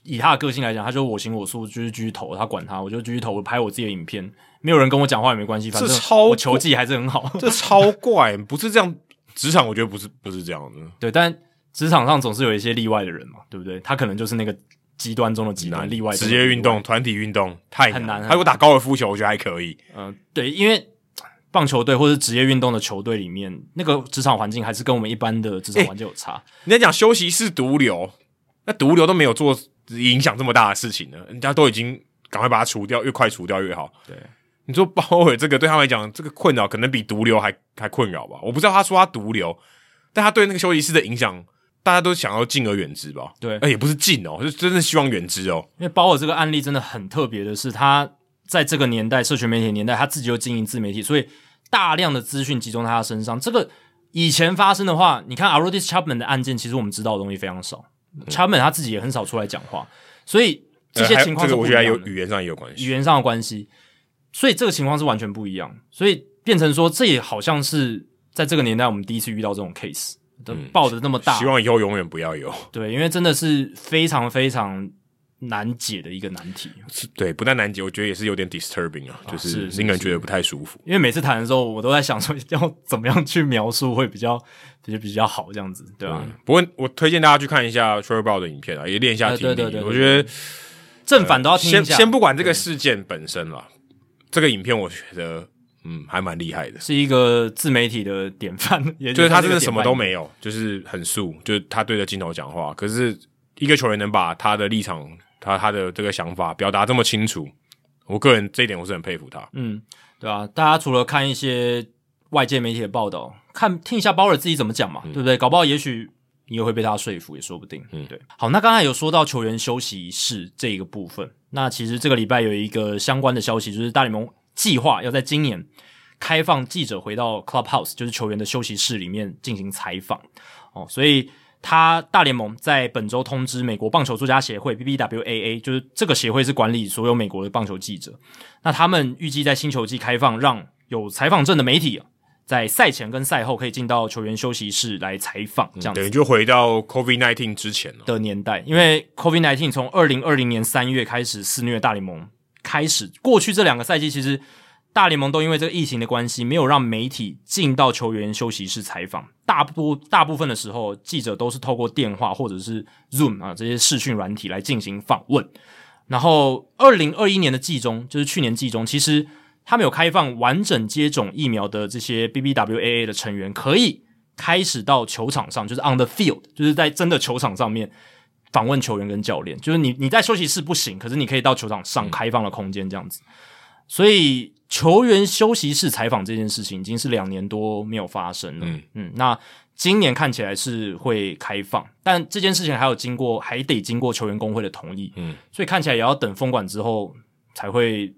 Speaker 1: 以他的个性来讲，他就我行我素，就是继续投，他管他，我就继续投，我拍我自己的影片，没有人跟我讲话也没关系，反正
Speaker 2: 这超
Speaker 1: 我球技还是很
Speaker 2: [LAUGHS]
Speaker 1: 好。
Speaker 2: 这超怪，不是这样。职场我觉得不是不是这样的，
Speaker 1: 对，但职场上总是有一些例外的人嘛，对不对？他可能就是那个极端中的极端，例外中
Speaker 2: 职
Speaker 1: 的
Speaker 2: 业
Speaker 1: 例外
Speaker 2: 运动、团体运动太
Speaker 1: 很难
Speaker 2: 难。
Speaker 1: 很
Speaker 2: 他如果打高尔夫球，我觉得还可以。
Speaker 1: 嗯、对，因为棒球队或是职业运动的球队里面，那个职场环境还是跟我们一般的职场环境有差。
Speaker 2: 人家讲休息室毒瘤，那毒瘤都没有做影响这么大的事情呢，人家都已经赶快把它除掉，越快除掉越好。
Speaker 1: 对，
Speaker 2: 你说鲍尔这个对他们来讲，这个困扰可能比毒瘤还还困扰吧？我不知道他说他毒瘤，但他对那个休息室的影响，大家都想要敬而远之吧？
Speaker 1: 对
Speaker 2: 哎，也不是敬哦，是真的希望远之哦。
Speaker 1: 因为包尔这个案例真的很特别的是，他在这个年代社群媒体的年代，他自己又经营自媒体，所以大量的资讯集中在他身上。这个以前发生的话，你看 Arodis Chapman 的案件，其实我们知道的东西非常少、c h a p m a n 他自己也很少出来讲话，所以这些
Speaker 2: 嗯呃还
Speaker 1: 情况
Speaker 2: 这
Speaker 1: 是
Speaker 2: 个
Speaker 1: 不
Speaker 2: 我
Speaker 1: 一
Speaker 2: 觉
Speaker 1: 样
Speaker 2: 得
Speaker 1: 的、
Speaker 2: 还有语言上也有关系
Speaker 1: 语。言上的关系，所以这个情况是完全不一样，所以变成说这也好像是在这个年代我们第一次遇到这种 case，都爆的那么大，
Speaker 2: 嗯希望以后永远不要有。
Speaker 1: 对，因为真的是非常非常难解的一个难题，
Speaker 2: 是对，不但难解，我觉得也是有点 disturbing 啊，就是是
Speaker 1: 是
Speaker 2: 令人
Speaker 1: 是
Speaker 2: 觉得不太舒服。
Speaker 1: 因为每次谈的时候，我都在想说要怎么样去描述会比较比较比较好这样子，对吧、
Speaker 2: 嗯，不过我推荐大家去看一下 t r e v b o 的影片啊，也练一下
Speaker 1: 呃
Speaker 2: 听力。
Speaker 1: 对对对对
Speaker 2: 我觉得
Speaker 1: 正反都要听
Speaker 2: 呃先
Speaker 1: 一下，
Speaker 2: 先不管这个事件本身啦，这个影片我觉得嗯还蛮厉害的，
Speaker 1: 是一个自媒体的典范，也
Speaker 2: 就是他真的
Speaker 1: 是
Speaker 2: 什么都没
Speaker 1: 有。
Speaker 2: 有，就是很素，就是他对着镜头讲话。可是一个球员能把他的立场、他他的这个想法表达这么清楚，我个人这一点我是很佩服他。
Speaker 1: 嗯，对啊，大家除了看一些外界媒体的报道，看听一下鲍尔自己怎么讲嘛，对不对？搞不好也许你也会被他说服，也说不定。嗯，对。好，那刚才有说到球员休息室这一个部分，那其实这个礼拜有一个相关的消息，就是大联盟计划要在今年开放记者回到 clubhouse，就是球员的休息室里面进行采访。哦，所以他大联盟在本周通知美国棒球作家协会 （BBWAA），就是这个协会是管理所有美国的棒球记者。那他们预计在新球季开放，让有采访证的媒体啊在赛前跟赛后可以进到球员休息室来采访，这样
Speaker 2: 等于
Speaker 1: 子
Speaker 2: 就回到 COVID nineteen 之前了。
Speaker 1: 的年代。因为 COVID-19 从二零二零年三月开始肆虐大联盟，开始过去这两个赛季，其实大联盟都因为这个疫情的关系，没有让媒体进到球员休息室采访。大部大部分的时候，记者都是透过电话或者是 Zoom 啊这些视讯软体来进行访问。然后，二零二一年的季中，就是去年季中，其实他们有开放完整接种疫苗的这些 BBWAA 的成员可以开始到球场上，就是 on the field，就是在真的球场上面访问球员跟教练。就是你你在休息室不行，可是你可以到球场上开放的空间这样子。所以球员休息室采访这件事情已经是两年多没有发生了。嗯
Speaker 2: 嗯
Speaker 1: 那今年看起来是会开放，但这件事情还有经过，还得经过球员工会的同意。
Speaker 2: 嗯，
Speaker 1: 所以看起来也要等封管之后才会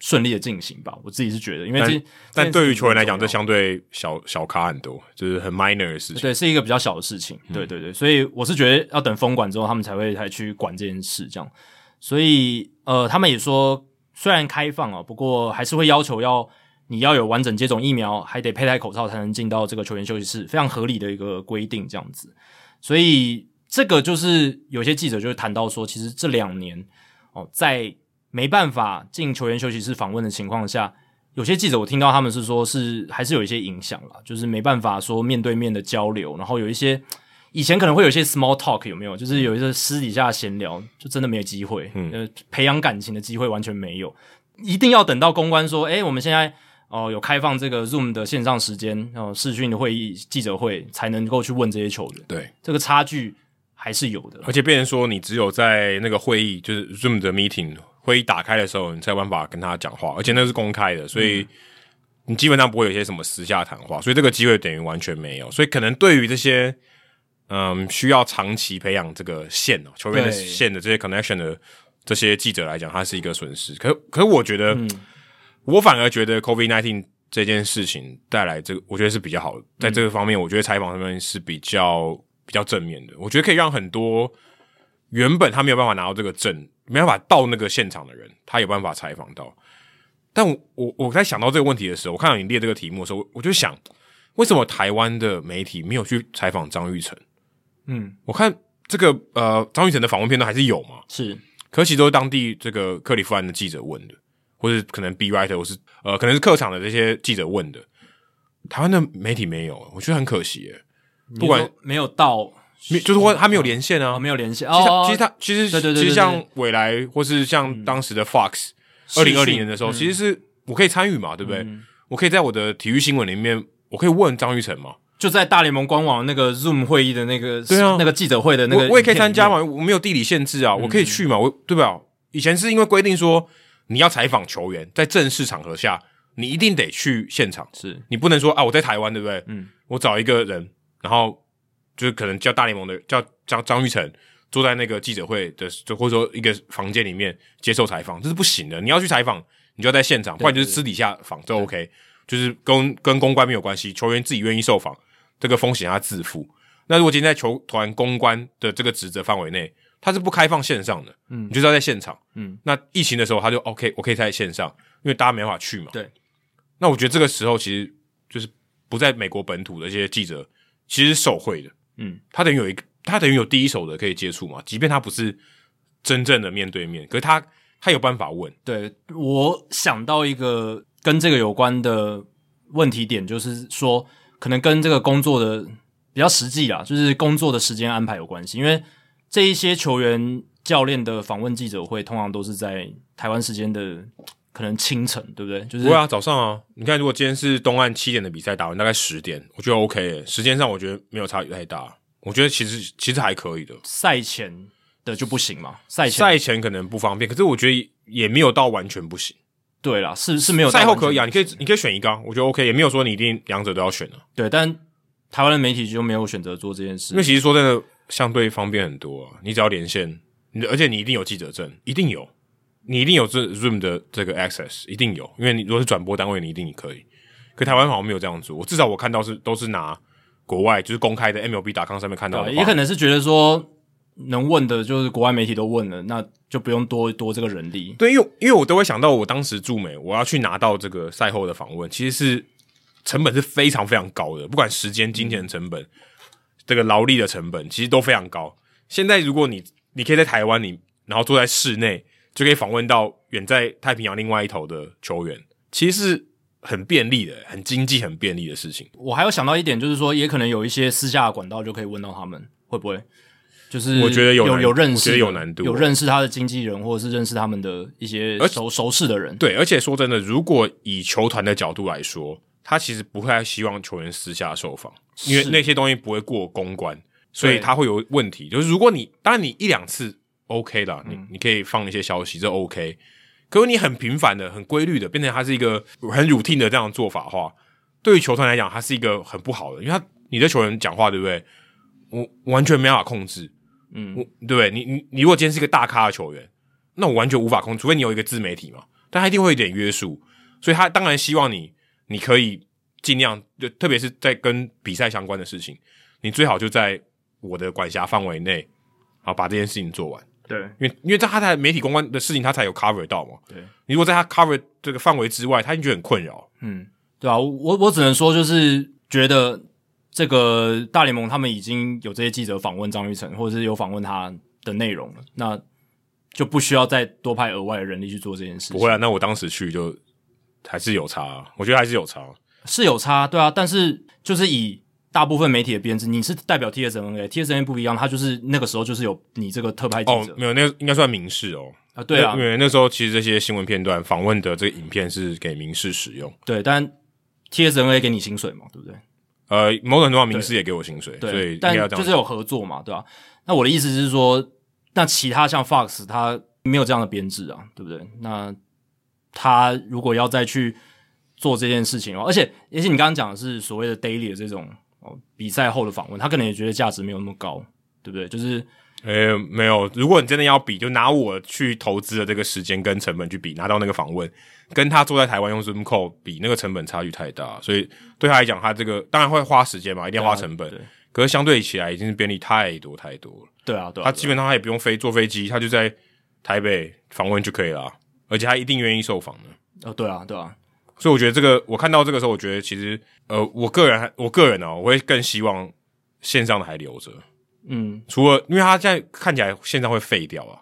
Speaker 1: 顺利的进行吧。我自己是觉得，因为这
Speaker 2: 但对于球员来讲，
Speaker 1: 这
Speaker 2: 这
Speaker 1: 件事情很重要
Speaker 2: 相对小小咖很多，就是很 minor 的事情。嗯
Speaker 1: 对，是一个比较小的事情。对对对，所以我是觉得要等封管之后，他们才会才去管这件事，这样。所以呃，他们也说，虽然开放哦，不过还是会要求要你要有完整接种疫苗，还得佩戴口罩才能进到这个球员休息室，非常合理的一个规定，这样子。所以这个就是有些记者就会谈到说，其实这两年哦，在没办法进球员休息室访问的情况下，有些记者我听到他们是说是还是有一些影响啦，就是没办法说面对面的交流，然后有一些以前可能会有一些 small talk 有没有？就是有一些私底下闲聊，就真的没有机会，
Speaker 2: 嗯
Speaker 1: 呃，培养感情的机会完全没有，一定要等到公关说，诶，哎我们现在。哦、有开放这个 Zoom 的线上时间，哦、视讯的会议、记者会，才能够去问这些球员。
Speaker 2: 对，
Speaker 1: 这个差距还是有的。
Speaker 2: 而且变成说，你只有在那个会议，就是 Zoom 的 meeting 会议打开的时候，你才有办法跟他讲话，而且那是公开的，所以你基本上不会有一些什么私下谈话，所以这个机会等于完全没有。所以可能对于这些嗯需要长期培养这个线哦球员的
Speaker 1: 对
Speaker 2: 线的这些 connection 的这些记者来讲，它是一个损失。可可是我觉得，我反而觉得 COVID nineteen 这件事情带来这个，我觉得是比较好的，在这个方面，我觉得采访上面是比较比较正面的。我觉得可以让很多原本他没有办法拿到这个证，没办法到那个现场的人，他有办法采访到。但我我我在想到这个问题的时候，我看到你列这个题目的时候，我就想，为什么台湾的媒体没有去采访张玉成？
Speaker 1: 嗯，
Speaker 2: 我看这个呃张玉成的访问片段还是有嘛，
Speaker 1: 是
Speaker 2: 可其都是当地这个克利夫兰的记者问的，或是可能 B writer 或是呃可能是客场的这些记者问的，台湾的媒体没有，欸我觉得很可惜耶。不管
Speaker 1: 你说没有到，
Speaker 2: 没就是说他没有连线啊
Speaker 1: 哦，没有联系
Speaker 2: 其实他
Speaker 1: 哦。
Speaker 2: 其实他其实
Speaker 1: 对对对
Speaker 2: 其
Speaker 1: 对
Speaker 2: 实
Speaker 1: 嗯
Speaker 2: 像未来或是像当时的 Fox 二零二零年的时候，其实是我可以参与嘛，对不对？
Speaker 1: 嗯
Speaker 2: 我可以在我的体育新闻里面，我可以问张玉成嘛，
Speaker 1: 就在大联盟官网那个 Zoom 会议的那个
Speaker 2: 对啊
Speaker 1: 那个记者会的那个，
Speaker 2: 我我也可以参加。嘛，我没有地理限制
Speaker 1: 嗯
Speaker 2: 啊，我可以去嘛，我对吧？以前是因为规定说你要采访球员，在正式场合下，你一定得去现场，
Speaker 1: 是
Speaker 2: 你不能说啊我在台湾，对不对？
Speaker 1: 嗯，
Speaker 2: 我找一个人，然后就是可能叫大联盟的叫张张玉成坐在那个记者会的，就或者说一个房间里面接受采访，这是不行的。你要去采访，你就要在现场，不然就是私底下访都 OK，就是跟跟公关没有关系，球员自己愿意受访，这个风险他自负。那如果今天在球团公关的这个职责范围内，他是不开放线上的，
Speaker 1: 嗯
Speaker 2: 你就是要在现场，
Speaker 1: 嗯，
Speaker 2: 那疫情的时候他就 OK，我可以在线上，因为大家没办法去嘛，
Speaker 1: 对。
Speaker 2: 那我觉得这个时候其实就是不在美国本土的这些记者其实是受贿的，
Speaker 1: 嗯，
Speaker 2: 他等于有一个，他等于有第一手的可以接触嘛，即便他不是真正的面对面，可是他他有办法问，
Speaker 1: 对我想到一个跟这个有关的问题点，就是说可能跟这个工作的比较实际啦，就是工作的时间安排有关系，因为这一些球员教练的访问记者会通常都是在台湾时间的可能清晨，对不对？就是
Speaker 2: 不会啊，早上啊，你看如果今天是东岸七点的比赛打完，大概十点，我觉得 OK，耶、时间上我觉得没有差距太大，我觉得其实其实还可以的，
Speaker 1: 赛前的就不行嘛，赛前
Speaker 2: 赛前可能不方便，可是我觉得也没有到完全不行。
Speaker 1: 对啦，是是没有
Speaker 2: 赛
Speaker 1: 到
Speaker 2: 后
Speaker 1: 完全
Speaker 2: 可以啊，你可以你可以选一个、啊，我觉得 OK，也没有说你一定两者都要选啊，
Speaker 1: 对，但台湾的媒体就没有选择做这件
Speaker 2: 因为
Speaker 1: 事，
Speaker 2: 其实说真的，相对方便很多啊，你只要连线，你的而且你一定有记者证，一定有，你一定有这 Zoom 的这个 access，一定有，因为你如果是转播单位，你一定可以。可台湾好像没有这样做，我至少我看到是都是拿国外就是公开的 MLB.com 上面看
Speaker 1: 对
Speaker 2: 到
Speaker 1: 吧
Speaker 2: 的，
Speaker 1: 也可能是觉得说能问的，就是国外媒体都问了，那就不用多多这个人力。
Speaker 2: 对，因为因为我都会想到，我当时驻美，我要去拿到这个赛后的访问，其实是成本是非常非常高的，不管时间、金钱成本、这个劳力的成本，其实都非常高。现在如果你你可以在台湾，你然后坐在室内就可以访问到远在太平洋另外一头的球员，其实是很便利的、很经济、很便利的事情。
Speaker 1: 我还有想到一点，就是说也可能有一些私下的管道就可以问到他们，会不会？就是
Speaker 2: 我觉得有
Speaker 1: 有
Speaker 2: 难
Speaker 1: 认
Speaker 2: 我
Speaker 1: 识
Speaker 2: 觉
Speaker 1: 的，
Speaker 2: 得有难度啊
Speaker 1: 有认识他的经纪人，或者是认识他们的一些
Speaker 2: 而且
Speaker 1: 熟熟识的人。
Speaker 2: 对，而且说真的，如果以球团的角度来说，他其实不太希望球员私下受访，因为
Speaker 1: 是
Speaker 2: 那些东西不会过公关，所以
Speaker 1: 对
Speaker 2: 他会有问
Speaker 1: 嗯
Speaker 2: 题。就是如果你当然你一两次 OK 啦，你你可以放一些消息，这 OK。可是你很频繁的、很规律的，变成它是一个很 routine 的这样的做法的话，对于球团来讲，它是一个很不好的，因为他你对球员讲话，对不对？我我完全没办法控制，
Speaker 1: 嗯
Speaker 2: 我对不对？你你你如果今天是一个大咖的球员，那我完全无法控制，除非你有一个自媒体嘛，但他一定会有一点约束，所以他当然希望你你可以尽量，就特别是在跟比赛相关的事情，你最好就在我的管辖范围内，好把这件事情做完。
Speaker 1: 对，
Speaker 2: 因为因为在他在媒体公关的事情，他才有 cover 到嘛。
Speaker 1: 对，
Speaker 2: 你如果在他 cover 这个范围之外，他就觉得很困扰。
Speaker 1: 嗯，对啊，我我我只能说，就是觉得这个大联盟他们已经有这些记者访问张玉成，或者是有访问他的内容了，那就不需要再多派额外的人力去做这件事情。
Speaker 2: 不会啊，那我当时去就还是有差啊、我觉得还是有差啊、
Speaker 1: 是有差，对啊，但是就是以大部分媒体的编制，你是代表 TSNA，TSNA 不一样，他就是那个时候就是有你这个特派记
Speaker 2: 哦
Speaker 1: 者、，
Speaker 2: 没有，那个应该算民事哦。
Speaker 1: 啊，对啊
Speaker 2: 因，为那时候其实这些新闻片段访问的这个影片是给民事使用，
Speaker 1: 对，但 TSNA 给你薪水嘛，对不对？
Speaker 2: 呃，某种程度上民事也给我薪水，所以
Speaker 1: 对，
Speaker 2: 应该要
Speaker 1: 但就
Speaker 2: 这样
Speaker 1: 是
Speaker 2: 讲。
Speaker 1: 有合作嘛，对吧、那我的意思是说，那其他像 Fox 它没有这样的编制啊，对不对？那他如果要再去做这件事情哦，而且而且你刚刚讲的是所谓的 daily 的这种哦比赛后的访问，他可能也觉得价值没有那么高，对不对？就是
Speaker 2: 呃，没有，如果你真的要比，就拿我去投资的这个时间跟成本去比，拿到那个访问，跟他坐在台湾用 Zoom call 比，那个成本差距太大，所以对他来讲，他这个当然会花时间嘛，一定要花成本，
Speaker 1: 对啊
Speaker 2: 可是相对起来已经是便利太多太多了。
Speaker 1: 对啊，对啊，
Speaker 2: 他基本上他也不用飞坐飞机，他就在台北访问就可以了啊，而且他一定愿意受访的。
Speaker 1: 哦，对啊，对啊，
Speaker 2: 所以我觉得这个，我看到这个时候，我觉得其实，呃，我个人还，我个人哦，我会更希望线上的还留着，
Speaker 1: 嗯，
Speaker 2: 除了因为它现在看起来线上会废掉啊，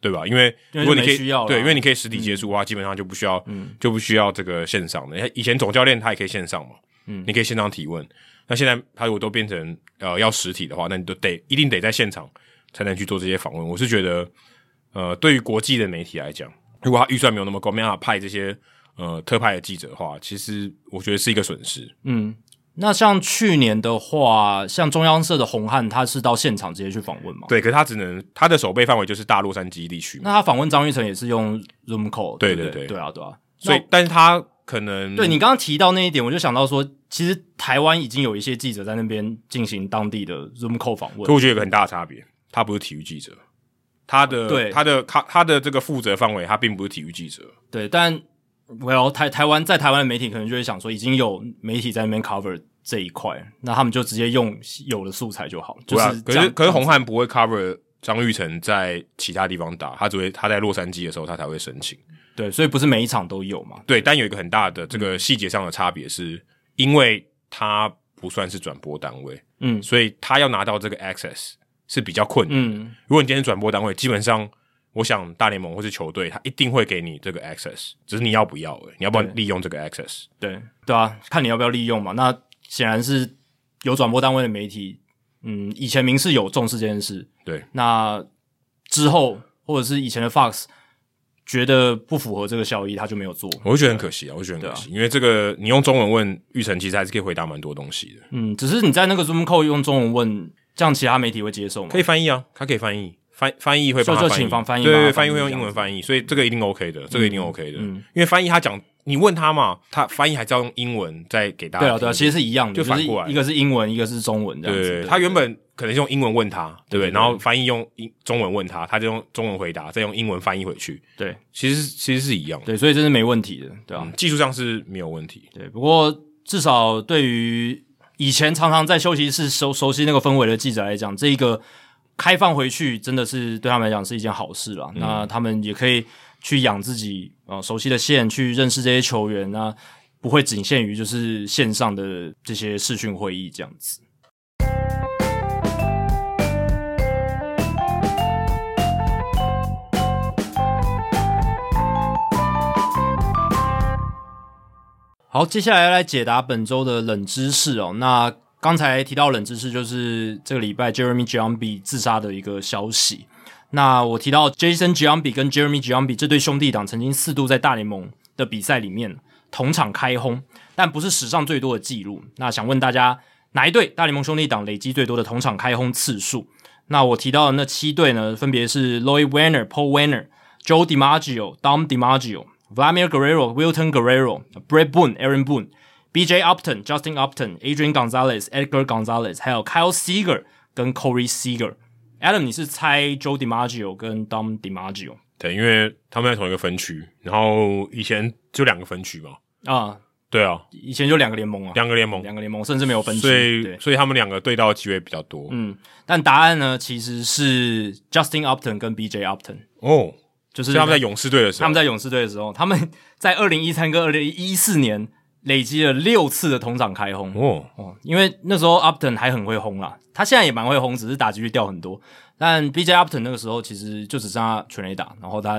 Speaker 2: 对吧？因为
Speaker 1: 因为
Speaker 2: 如果你可
Speaker 1: 没
Speaker 2: 以
Speaker 1: 需要了
Speaker 2: 对，因为你可以实体接触的话，基本上就不需要，就不需要这个线上的。以前总教练他也可以线上嘛，
Speaker 1: 嗯
Speaker 2: 你可以线上提问。那现在他如果都变成呃要实体的话，那你都得一定得在现场才能去做这些访问。我是觉得，呃，对于国际的媒体来讲，如果他预算没有那么高，没办法派这些呃特派的记者的话，其实我觉得是一个损失。
Speaker 1: 嗯，那像去年的话，像中央社的红汉，他是到现场直接去访问嘛？
Speaker 2: 对，可是他只能他的守备范围就是大洛杉矶地区嘛，
Speaker 1: 那他访问张玉成也是用 Zoom call，
Speaker 2: 对
Speaker 1: 对不
Speaker 2: 对对
Speaker 1: 对啊，对啊。
Speaker 2: 所以但是他可能
Speaker 1: 那对你刚刚提到那一点，我就想到说，其实台湾已经有一些记者在那边进行当地的 Zoom call 访
Speaker 2: 可
Speaker 1: 问，
Speaker 2: 我觉得有个很大的差别，他不是体育记者，他的
Speaker 1: 哦对
Speaker 2: 他的他他的这个负责范围，他并不是体育记者。
Speaker 1: 对，但 well 台台湾在台湾的媒体可能就会想说，已经有媒体在那边 cover 这一块，那他们就直接用有的素材就好，就
Speaker 2: 对啊
Speaker 1: 是
Speaker 2: 可
Speaker 1: 这
Speaker 2: 是
Speaker 1: 样
Speaker 2: 可是红汉不会 cover 张玉成在其他地方打，他只会他在洛杉矶的时候他才会申请。
Speaker 1: 对，所以不是每一场都有嘛，
Speaker 2: 对，但有一个很大的这个细节上的差别是，因为他不算是转播单位，
Speaker 1: 嗯
Speaker 2: 所以他要拿到这个 access 是比较困难。
Speaker 1: 嗯，
Speaker 2: 如果你今天是转播单位，基本上我想大联盟或是球队，他一定会给你这个 access，只是你要不要而已，你要不要
Speaker 1: 对
Speaker 2: 利用这个 access。
Speaker 1: 对对啊，看你要不要利用嘛。那显然是有转播单位的媒体，嗯，以前明视有重视这件事，
Speaker 2: 对，
Speaker 1: 那之后或者是以前的 Fox 觉得不符合这个效益，他就没有做。
Speaker 2: 我会觉得很可惜啊，我会觉得很可惜，因为这个你用中文问玉成，其实还是可以回答蛮多东西的，
Speaker 1: 嗯，只是你在那个 Zoom call 用中文问，这样其他媒体会接受吗？
Speaker 2: 可以翻译啊，他可以翻译，翻翻译会帮他
Speaker 1: 就
Speaker 2: 翻
Speaker 1: 就
Speaker 2: 译，
Speaker 1: 请方翻译
Speaker 2: 对
Speaker 1: 帮
Speaker 2: 对，
Speaker 1: 他翻
Speaker 2: 翻译
Speaker 1: 译
Speaker 2: 会用英文
Speaker 1: 这样
Speaker 2: 翻译，所以这个一定 OK 的，这个一定 OK 的，
Speaker 1: 嗯
Speaker 2: 因为翻译他讲，你问他嘛，他翻译还是要用英文再给大家
Speaker 1: 对
Speaker 2: 听，
Speaker 1: 啊，对啊，其实是一样的，
Speaker 2: 就反
Speaker 1: 是
Speaker 2: 过来
Speaker 1: 一个是英文，一个是中文这样子。
Speaker 2: 对
Speaker 1: 对
Speaker 2: 他原本可能是用英文问他，对不对？
Speaker 1: 对对对
Speaker 2: 然后翻译用英中文问他，他就用中文回答，再用英文翻译回去，
Speaker 1: 对
Speaker 2: 其实其实是一样的，
Speaker 1: 对，所以这是没问题的，对啊。
Speaker 2: 嗯，技术上是没有问题，
Speaker 1: 对，不过至少对于以前常常在休息室熟熟悉那个氛围的记者来讲，这一个开放回去真的是对他们来讲是一件好事啦。那他们也可以去养自己呃熟悉的线，去认识这些球员，那不会仅限于就是线上的这些视讯会议这样子。好，接下来来解答本周的冷知识哦。那刚才提到冷知识，就是这个礼拜 Jeremy Giambi 自杀的一个消息。那我提到 Jason Giambi 跟 Jeremy Giambi 这对兄弟党曾经四度在大联盟的比赛里面同场开轰，但不是史上最多的记录。那想问大家，哪一队大联盟兄弟党累积最多的同场开轰次数？那我提到的那七队呢，分别是 Lloyd Werner、Paul Werner、 Joe DiMaggio、Dom DiMaggio、Vladimir Guerrero、Wilton Guerrero、Brad Boone、Aaron Boone、B.J. Upton、Justin Upton、Adrian Gonzalez、Edgar Gonzalez，还有 Kyle Seager 跟 Corey Seager。Adam，你是猜 Joe DiMaggio 跟 Dom DiMaggio
Speaker 2: 对，因为他们在同一个分区，然后以前就两个分区嘛，
Speaker 1: 啊？
Speaker 2: 对啊，
Speaker 1: 以前就两个联盟啊，
Speaker 2: 两个联盟，
Speaker 1: 两个联盟，甚至没有分区。
Speaker 2: 所以
Speaker 1: 对
Speaker 2: 所以他们两个对到的机会比较多。
Speaker 1: 嗯，但答案呢其实是 Justin Upton 跟 B.J. Upton，
Speaker 2: 哦，
Speaker 1: 就是
Speaker 2: 所以他们在勇士队的时候，
Speaker 1: 他们在勇士队的时候，他们在二零一三跟二零一四年累积了六次的同场开轰
Speaker 2: 哦，
Speaker 1: 哦，因为那时候 Upton 还很会轰啦，他现在也蛮会轰，只是打击率掉很多。但 B.J. Upton 那个时候其实就只剩下全垒打，然后他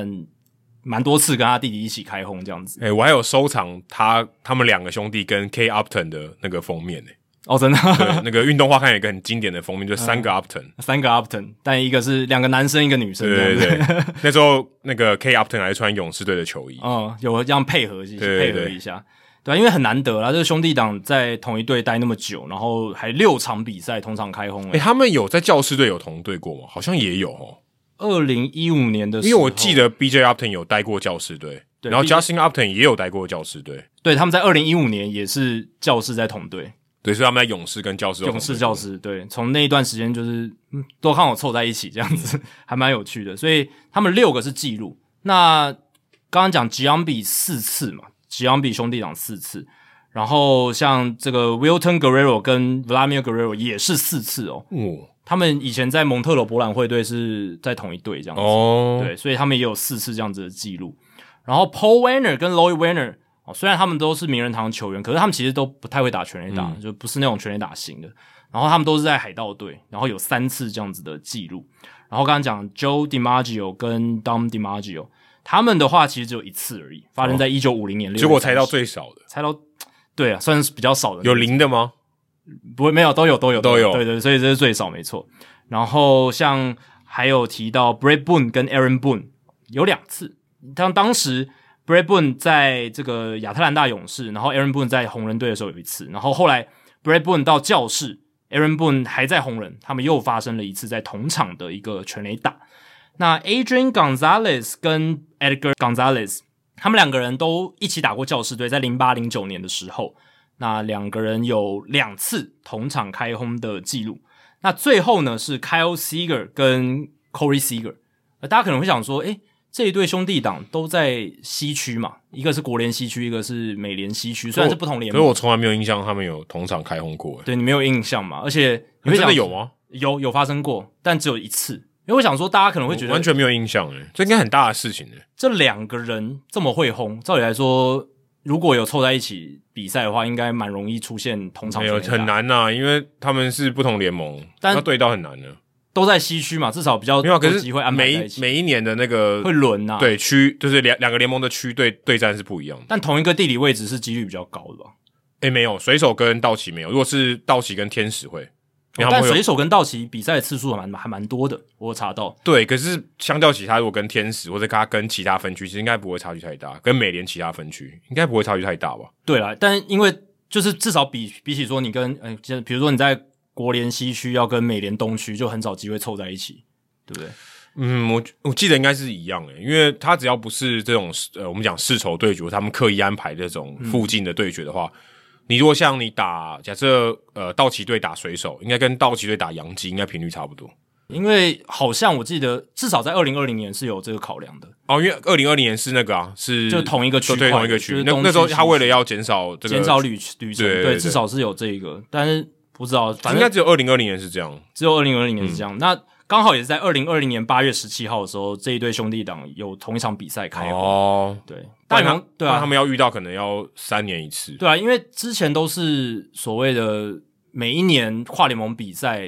Speaker 1: 蛮多次跟他弟弟一起开轰这样子。
Speaker 2: 哎、我还有收藏他他们两个兄弟跟 K Upton 的那个
Speaker 1: [LAUGHS]
Speaker 2: 封面呢、
Speaker 1: 哦，真的，
Speaker 2: 对，那个运动画看有一个很经典的封面，就是三
Speaker 1: 嗯
Speaker 2: 个 Upton。
Speaker 1: 三个 Upton，但一个是两个男生，一个女生这样
Speaker 2: 对
Speaker 1: 子。
Speaker 2: 对对，
Speaker 1: [LAUGHS]
Speaker 2: 那时候那个 K Upton 还穿勇士队的球衣。
Speaker 1: 嗯，有这样配合一下，
Speaker 2: 对对
Speaker 1: 配
Speaker 2: 对
Speaker 1: 合一下，对啊，因为很难得啦，这个兄弟党在同一队待那么久，然后还六场比赛同场开轰、
Speaker 2: 哎、
Speaker 1: 欸。
Speaker 2: 他们有在教师队有同队过吗？好像也有哦，
Speaker 1: 二零一五年的时
Speaker 2: 因
Speaker 1: 候，
Speaker 2: 为我记得 B J Upton 有待过教师队，
Speaker 1: 对
Speaker 2: 然后
Speaker 1: BJ
Speaker 2: Justin Upton 也有待过教师队，
Speaker 1: 对他们在二零一五年也是教师在同队，
Speaker 2: 对，所以他们在勇士跟教师有
Speaker 1: 勇士
Speaker 2: 同队
Speaker 1: 教师对，从那一段时间就是嗯，都看我凑在一起这样子， [LAUGHS] 还蛮有趣的。所以他们六个是记录。那刚刚讲吉昂比四次嘛，吉昂比兄弟党四次，然后像这个 Wilton Guerrero 跟 Vladimir Guerrero 也是四次哦。
Speaker 2: 哦
Speaker 1: 他们以前在蒙特罗博览会队是在同一队这样子，
Speaker 2: 哦，
Speaker 1: 对，所以他们也有四次这样子的记录。然后 Paul Warner 跟 Lloyd Warner 哦，虽然他们都是名人堂球员，可是他们其实都不太会打全垒
Speaker 2: 嗯
Speaker 1: 打，就不是那种全垒打型的。然后他们都是在海盗队，然后有三次这样子的记录。然后刚刚讲 Joe DiMaggio 跟 Dom DiMaggio，他们的话其实只有一次而已，发生在一九五零年6月30日。
Speaker 2: 哦结果猜到最少的
Speaker 1: 猜到，对啊，算是比较少的那
Speaker 2: 有
Speaker 1: 种
Speaker 2: 零的吗？
Speaker 1: 不会，没有，都有，都有，
Speaker 2: 都有
Speaker 1: 对对，所以这是最少，没错。然后像还有提到 Brad Boone 跟 Aaron Boone 有两次，当当时 Brad Boone 在这个亚特兰大勇士，然后 Aaron Boone 在红人队的时候有一次，然后后来 Brad Boone 到教室，Aaron Boone 还在红人，他们又发生了一次在同场的一个全垒打。那 Adrian Gonzalez 跟 Edgar Gonzalez 他们两个人都一起打过教士队，在零八零九年的时候，那两个人有两次同场开轰的记录。那最后呢是 Kyle Seager 跟 Corey Seager，呃大家可能会想说，诶，这一对兄弟党都在西区嘛，一个是国联西区，一个是美联西区，虽然是不同联
Speaker 2: 可是
Speaker 1: 盟，
Speaker 2: 我从来没有印象他们有同场开轰过，哎
Speaker 1: 对你没有印象嘛？而且你会
Speaker 2: 你们真
Speaker 1: 想
Speaker 2: 的有吗？
Speaker 1: 有有发生过，但只有一次。因为我想说，大家可能会觉得
Speaker 2: 完全没有印象哎，这应该很大的事情哎。
Speaker 1: 这两个人这么会轰，照理来说，如果有凑在一起比赛的话，应该蛮容易出现同场
Speaker 2: 没
Speaker 1: 全
Speaker 2: 有
Speaker 1: 垒打
Speaker 2: 很，难呐、因为他们是不同联盟，
Speaker 1: 但
Speaker 2: 要对到很难的。
Speaker 1: 都在西区嘛，至少比较
Speaker 2: 没有啊，可
Speaker 1: 多
Speaker 2: 是
Speaker 1: 机会安排
Speaker 2: 每
Speaker 1: 在一
Speaker 2: 一
Speaker 1: 起，
Speaker 2: 每一年的那个
Speaker 1: 会轮啊呐、，
Speaker 2: 对区，就是两两个联盟的区对对战是不一样的。
Speaker 1: 但同一个地理位置是几率比较高的吧？
Speaker 2: 诶，没有，水手跟道奇没有，如果是道奇跟天使会，因为他们
Speaker 1: 但
Speaker 2: 会有
Speaker 1: 水手跟道奇比赛的次数还蛮还蛮多的，我有查到。
Speaker 2: 对，可是相较其他，如果跟天使或者他跟其他分区，其实应该不会差距太大，跟美联其他分区应该不会差距太大吧？
Speaker 1: 对啦，但因为就是至少比比起说你跟呃，就比如说你在国联西区要跟美联东区，就很少机会凑在一起，对不对？
Speaker 2: 嗯，我我记得应该是一样诶，欸因为他只要不是这种呃，我们讲世仇对决，他们刻意安排这种
Speaker 1: 嗯
Speaker 2: 附近的对决的话，你如果像你打假设呃道奇队打水手，应该跟道奇队打洋基应该频率差不多
Speaker 1: 因为好像我记得，至少在二零二零年是有这个考量的。
Speaker 2: 哦，因为二零二零年是那个啊，是
Speaker 1: 就同一个区块
Speaker 2: 对同一个区
Speaker 1: 就是，
Speaker 2: 那
Speaker 1: 东区
Speaker 2: 那时候他
Speaker 1: 西区
Speaker 2: 为了要减少这个
Speaker 1: 减少旅旅程，
Speaker 2: 对对
Speaker 1: 对，
Speaker 2: 对
Speaker 1: 至少是有这一个，但是不知道，反
Speaker 2: 应该
Speaker 1: 正
Speaker 2: 嗯只有二零二零年是这样，
Speaker 1: 只有二零二零年是这样。那刚好也是在二零二零年八月十七号的时候，这一对兄弟党有同一场比赛开轰，
Speaker 2: 哦，
Speaker 1: 对，
Speaker 2: 不
Speaker 1: 大联
Speaker 2: 然他
Speaker 1: 盟对
Speaker 2: 不然
Speaker 1: 啊，
Speaker 2: 他们要遇到可能要三年一次，
Speaker 1: 对啊，因为之前都是所谓的每一年跨联盟比赛，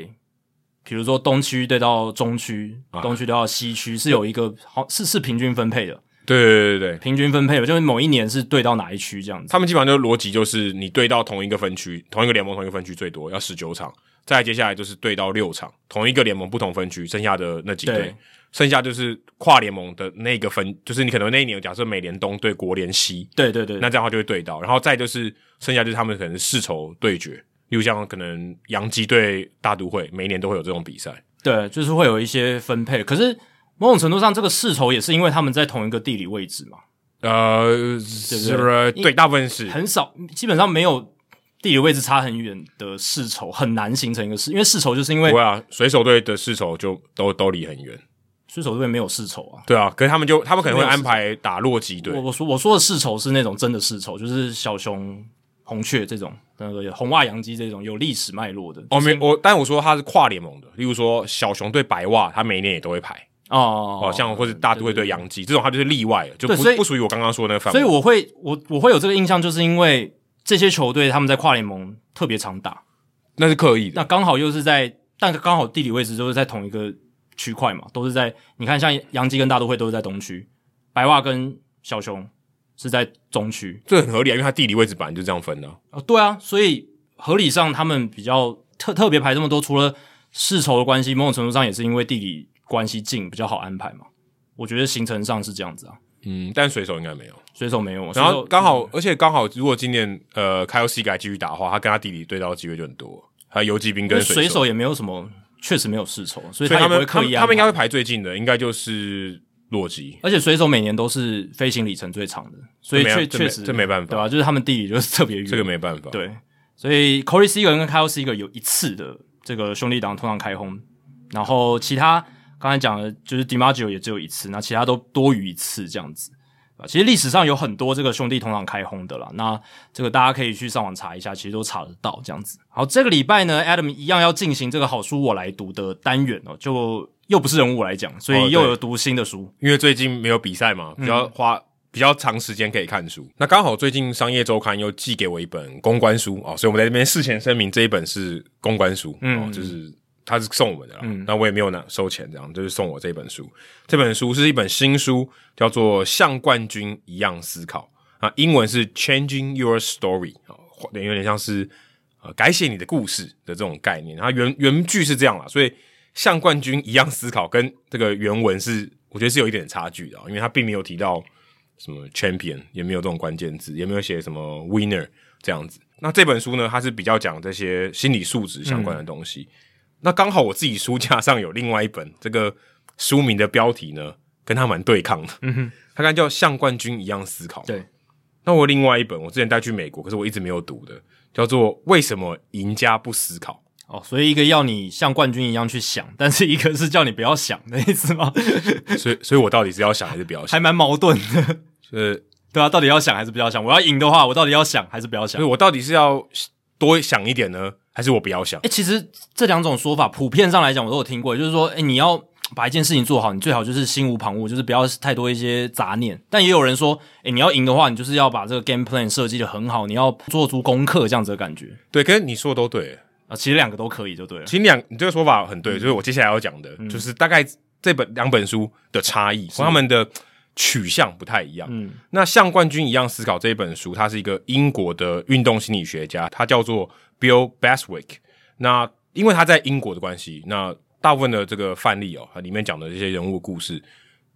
Speaker 1: 比如说东区对到中区，
Speaker 2: 啊
Speaker 1: 东区对到西区，是有一个好是是平均分配的，
Speaker 2: 对对对对对
Speaker 1: 平均分配的，就是某一年是对到哪一区这样子。
Speaker 2: 他们基本上就逻辑就是你对到同一个分区、同一个联盟、同一个分区最多要十九场，再接下来就是对到六场，同一个联盟不同分区，剩下的那几队
Speaker 1: 对，
Speaker 2: 剩下就是跨联盟的那个分，就是你可能那一年假设美联东对国联西，
Speaker 1: 对对对，
Speaker 2: 那这样的话就会对到，然后再就是剩下就是他们可能世仇对决，例如像可能洋基对大都会，每一年都会有这种比赛。
Speaker 1: 对，就是会有一些分配。可是某种程度上，这个世仇也是因为他们在同一个地理位置嘛，
Speaker 2: 呃，是不是？对，大部分是
Speaker 1: 很少，基本上没有地理位置差很远的世仇，很难形成一个世，因为世仇就是因为
Speaker 2: 不会啊。水手队的世仇就都都离很远，
Speaker 1: 水手队没有世仇啊。
Speaker 2: 对啊。可是他们就他们可能会安排打洛基队
Speaker 1: 我，我说我说的世仇是那种真的世仇，就是小熊、红雀这种，那个红袜、洋基这种有历史脉络的。
Speaker 2: 哦，没我，但我说他是跨联盟的，例如说小熊队白袜，他每一年也都会排
Speaker 1: 哦
Speaker 2: 哦，像或者大都会队洋基这种，他就是例外了，就
Speaker 1: 对
Speaker 2: 不
Speaker 1: 所以
Speaker 2: 不属于我刚刚说的那个范
Speaker 1: 所以
Speaker 2: 围。
Speaker 1: 我会我我会有这个印象，就是因为这些球队他们在跨联盟特别常打，
Speaker 2: 那是刻意的，
Speaker 1: 那刚好又是在，但刚好地理位置都是在同一个区块嘛，都是在你看像洋基跟大都会都是在东区，白袜跟小熊是在中区，
Speaker 2: 这很合理啊，因为他地理位置本来就这样分的啊、
Speaker 1: 哦，对啊，所以合理上他们比较特特别排这么多，除了世仇的关系，某种程度上也是因为地理关系近比较好安排嘛。我觉得行程上是这样子啊，
Speaker 2: 嗯，但水手应该没有。
Speaker 1: 水手没嗯有，
Speaker 2: 然
Speaker 1: 水
Speaker 2: 后
Speaker 1: 手
Speaker 2: 刚好，而且刚好，如果今年呃开欧西改继续打的话，他跟他弟弟对到的机会就很多。还有游击兵
Speaker 1: 因
Speaker 2: 跟
Speaker 1: 为水
Speaker 2: 手，
Speaker 1: 手也没有什么，确实没有世仇，所以
Speaker 2: 所
Speaker 1: 也
Speaker 2: 以他
Speaker 1: 不会
Speaker 2: 们
Speaker 1: 刻
Speaker 2: 他
Speaker 1: 意
Speaker 2: 们
Speaker 1: 安排
Speaker 2: 他们应该会排最近的，应该就是洛基。
Speaker 1: 而且水手每年都是飞行里程最长的，所以
Speaker 2: 这没
Speaker 1: 确
Speaker 2: 这没
Speaker 1: 确实
Speaker 2: 这没办法
Speaker 1: 对啊吧、就是他们地理就是特别远，
Speaker 2: 这个没办法。，
Speaker 1: 对，所以 Corey Seager 跟 Kyle Seager 有一次的这个兄弟党通常开轰，然后其他刚才讲的就是 DiMaggio 也只有一次，那其他都多于一次这样子。啊其实历史上有很多这个兄弟同场开轰的啦，那这个大家可以去上网查一下，其实都查得到这样子。好，这个礼拜呢，Adam 一样要进行这个好书我来读的单元哦，就又不是人物我来讲，所
Speaker 2: 哦
Speaker 1: 以
Speaker 2: 对
Speaker 1: 又有读新的书。
Speaker 2: 因为最近没有比赛嘛，比较花、比较长时间可以看书。那刚好最近商业周刊又寄给我一本公关书哦，所以我们在这边事前声明，这一本是公关书，
Speaker 1: 嗯
Speaker 2: 哦，就是他是送我们的啦，那我也没有拿收钱，这样就是送我这本书。这本书是一本新书，叫做《像冠军一样思考》啊，英文是《Changing Your Story》啊，有点像是呃改写你的故事的这种概念。它原原句是这样啦，所以像冠军一样思考跟这个原文是，我觉得是有一点差距的啊，因为它并没有提到什么 champion，也没有这种关键字，也没有写什么 winner 这样子。那这本书呢，它是比较讲这些心理素质相关的东西。那刚好我自己书架上有另外一本，这个书名的标题呢，跟它蛮对抗的。嗯哼，它刚才叫《像冠军一样思考》。
Speaker 1: 对，
Speaker 2: 那我有另外一本我之前带去美国，可是我一直没有读的，叫做《为什么赢家不思考》。
Speaker 1: 哦，所以一个要你像冠军一样去想，但是一个是叫你不要想的意思吗？ [LAUGHS]
Speaker 2: 所以，所以我到底是要想还是不要想？
Speaker 1: 还蛮矛盾的。
Speaker 2: 呃，
Speaker 1: 对啊，到底要想还是不要想？我要赢的话，我到底要想还是不要想？
Speaker 2: 所以
Speaker 1: 诶、
Speaker 2: 我到底是要多想一点呢，还是我不要想？
Speaker 1: 哎其实这两种说法，普遍上来讲，我都有听过，就是说，诶、你要把一件事情做好，你最好就是心无旁骛，就是不要太多一些杂念。但也有人说，诶、你要赢的话，你就是要把这个 game plan 设计的很好，你要做足功课这样子的感觉
Speaker 2: 对，可是你说的都对，
Speaker 1: 啊。其实两个都可以，就对了。
Speaker 2: 其实两你这个说法很对，就是我接下来要讲的，就是大概这本两本书的差异，他们的取向不太一样。
Speaker 1: 嗯
Speaker 2: 那像冠军一样思考这一本书，它是一个英国的运动心理学家，他叫做 Bill Baswick。那因为他在英国的关系，那大部分的这个范例哦，它里面讲的这些人物故事，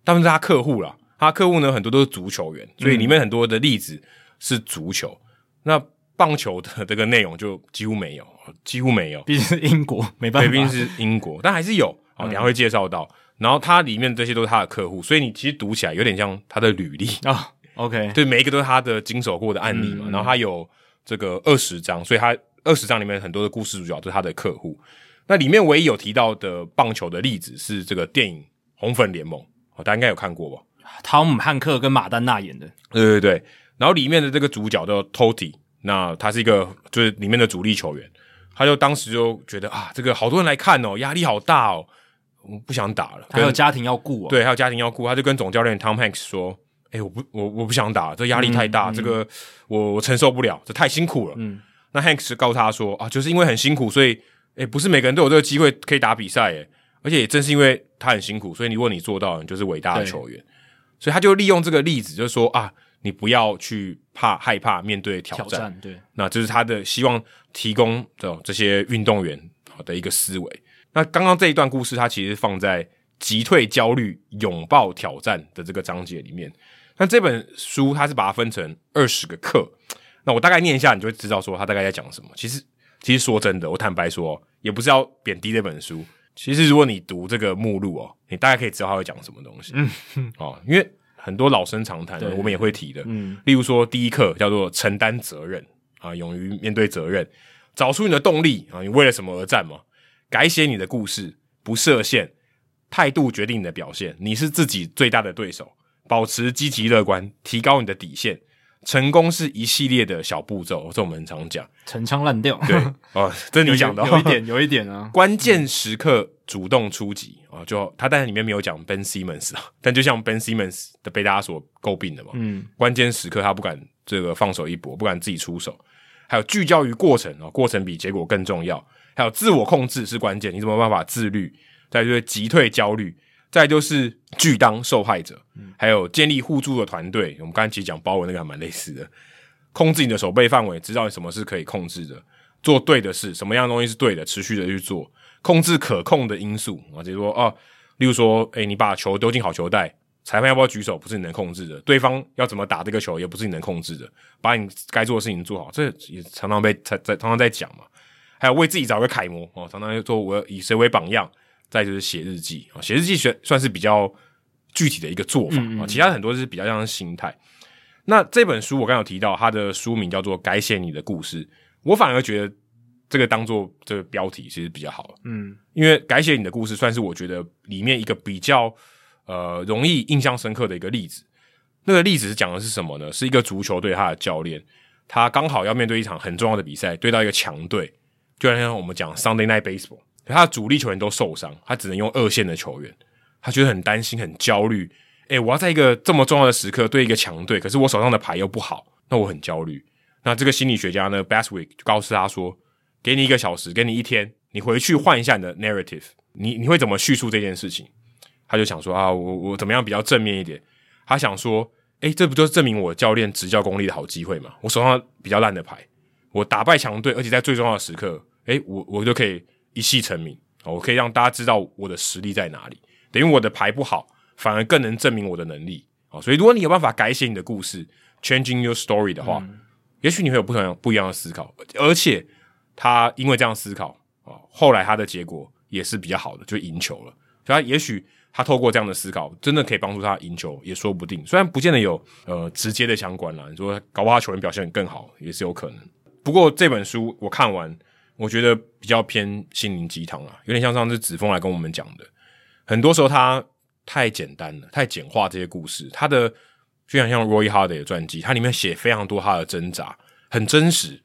Speaker 2: 大部分是他客户啦。他客户呢很多都是足球员，所以里面很多的例子是足球。那棒球的这个内容就几乎没有，几乎没有。
Speaker 1: 毕竟是英国，没办
Speaker 2: 北
Speaker 1: 法。
Speaker 2: 冰是英国，但还是有，好，等一下会介绍到。然后它里面这些都是他的客户，所以你其实读起来有点像他的履历，
Speaker 1: 啊，OK，
Speaker 2: 对，每一个都是他的经手过的案例嘛。然后他有这个二十章，所以他二十章里面很多的故事主角都是他的客户。那里面唯一有提到的棒球的例子是这个电影《红粉联盟》，哦，大家应该有看过吧？
Speaker 1: 汤姆汉克跟马丹娜演的，
Speaker 2: 对对对，然后里面的这个主角叫 Toti，那他是一个就是里面的主力球员，他就当时就觉得啊，这个好多人来看哦，压力好大哦，我不想打了。
Speaker 1: 还有
Speaker 2: 跟
Speaker 1: 家庭要顾、哦，，
Speaker 2: 对，还有家庭要顾，他就跟总教练 Tom Hanks 说：“哎、我不，我我不想打，这压力太
Speaker 1: 嗯
Speaker 2: 大，这个我我承受不了，这太辛苦了。”嗯，那 Hanks 告诉他说：“啊，就是因为很辛苦，所以哎、不是每个人都有这个机会可以打比赛，哎，而且也正是因为他很辛苦，所以如果你做到了，你就是伟大的
Speaker 1: 对
Speaker 2: 球员。”所以他就利用这个例子，就是说啊，你不要去怕害怕面对挑
Speaker 1: 挑
Speaker 2: 战，
Speaker 1: 战，对，
Speaker 2: 那这是他的希望提供的这些运动员好的一个思维。那刚刚这一段故事，它其实放在击退焦虑、拥抱挑战的这个章节里面。那这本书它是把它分成二十个课，那我大概念一下，你就会知道说它大概在讲什么。其实，其实说真的，我坦白说，也不是要贬低这本书，其实如果你读这个目录哦，你大概可以知道他会讲什么东西。嗯，哦，因为很多老生常谈
Speaker 1: 对，
Speaker 2: 我们也会提的。
Speaker 1: 嗯，
Speaker 2: 例如说第一课叫做承担责任啊，勇于面对责任，找出你的动力啊，你为了什么而战嘛？改写你的故事，不设限，态度决定你的表现，你是自己最大的对手，保持积极乐观，提高你的底线。成功是一系列的小步骤，这我们很常讲。
Speaker 1: 陈腔滥调， [LAUGHS]
Speaker 2: 对，哦，这你讲的哦 [LAUGHS]
Speaker 1: 有一点，有一点啊，
Speaker 2: 关键时刻主动出击啊，就他当然里面没有讲 Ben Simmons 啊，但就像 Ben Simmons 的被大家所诟病的嘛，
Speaker 1: 嗯，
Speaker 2: [LAUGHS] 关键时刻他不敢这个放手一搏，不敢自己出手，还有聚焦于过程啊，过程比结果更重要，还有自我控制是关键，你怎么有办法自律？再就是击退焦虑，再就是拒当受害者，还有建立互助的团队。我们刚才其实讲包文那个还蛮类似的，控制你的手背范围，知道你什么是可以控制的，做对的事，什么样的东西是对的，持续的去做，控制可控的因素啊，就是说哦，例如说，诶、你把球丢进好球袋，裁判要不要举手，不是你能控制的；对方要怎么打这个球，也不是你能控制的。把你该做的事情做好，这也常常被在在常常在讲嘛。还有为自己找个楷模哦，常常就说我要以谁为榜样。再就是写日记啊，哦写日记算算是比较具体的一个做法啊、哦其他很多是比较像是心态。那这本书我刚刚有提到，它的书名叫做《改写你的故事》，我反而觉得这个当做这个标题其实比较好，
Speaker 1: 嗯，
Speaker 2: 因为《改写你的故事》算是我觉得里面一个比较呃容易印象深刻的一个例子。那个例子是讲的是什么呢？是一个足球队他的教练，他刚好要面对一场很重要的比赛，对到一个强队，就像我们讲 Sunday Night Baseball，他的主力球员都受伤，他只能用二线的球员，他觉得很担心、很焦虑。诶、我要在一个这么重要的时刻对一个强队，可是我手上的牌又不好，那我很焦虑。那这个心理学家呢，Baswick 就告诉他说：“给你一个小时，给你一天，你回去换一下你的 narrative，你你会怎么叙述这件事情？”他就想说啊，我我怎么样比较正面一点？他想说，诶，这不就是证明我教练执教功力的好机会吗？我手上比较烂的牌，我打败强队，而且在最重要的时刻，诶，我我就可以一戏成名，哦我可以让大家知道我的实力在哪里。等于我的牌不好，反而更能证明我的能力。哦，所以如果你有办法改写你的故事，changing your story 的话，也许你会有不同样不一样的思考。而且他因为这样思考，哦，后来他的结果也是比较好的，就赢球了。所以他也许他透过这样的思考，真的可以帮助他赢球，也说不定。虽然不见得有呃直接的相关啦，你说搞不好他球员表现更好也是有可能。不过这本书我看完，我觉得比较偏心灵鸡汤啊啦，有点像上次子枫来跟我们讲的，很多时候他太简单了，太简化这些故事。他的就像像 Roy Hardy 的传记，它里面写非常多他的挣扎，很真实。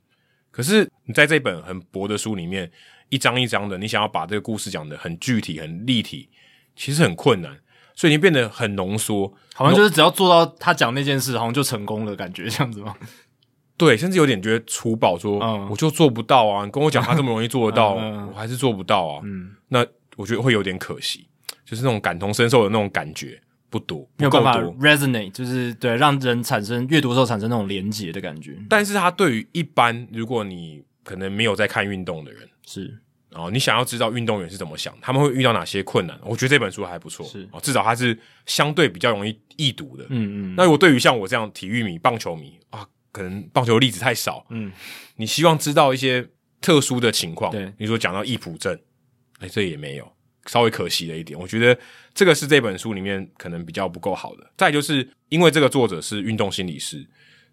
Speaker 2: 可是你在这本很薄的书里面，一张一张的，你想要把这个故事讲的很具体、很立体，其实很困难，所以你变得很浓缩。
Speaker 1: 好像就是只要做到他讲那件事，好像就成功了，感觉这样子吗？
Speaker 2: 对，甚至有点觉得粗暴说，
Speaker 1: 嗯
Speaker 2: 我就做不到啊！你跟我讲他这么容易做得到，
Speaker 1: [LAUGHS] 嗯嗯嗯
Speaker 2: 我还是做不到啊。
Speaker 1: 嗯，
Speaker 2: 那我觉得会有点可惜，就是那种感同身受的那种感觉不多，
Speaker 1: 没
Speaker 2: 不
Speaker 1: 有办
Speaker 2: 够
Speaker 1: 法
Speaker 2: 多。
Speaker 1: resonate，就是对让人产生阅读的时候产生那种连结的感觉，
Speaker 2: 但是他对于一般如果你可能没有在看运动的人，
Speaker 1: 是
Speaker 2: 哦，你想要知道运动员是怎么想，他们会遇到哪些困难？我觉得这本书还不错，
Speaker 1: 是
Speaker 2: 哦，至少它是相对比较容易易读的。
Speaker 1: 嗯嗯，
Speaker 2: 那如果对于像我这样体育迷、棒球迷啊，可能棒球例子太少，
Speaker 1: 嗯，
Speaker 2: 你希望知道一些特殊的情况，
Speaker 1: 对
Speaker 2: 你说讲到易普症，哎，这也没有，稍微可惜了一点。我觉得这个是这本书里面可能比较不够好的。再就是因为这个作者是运动心理师，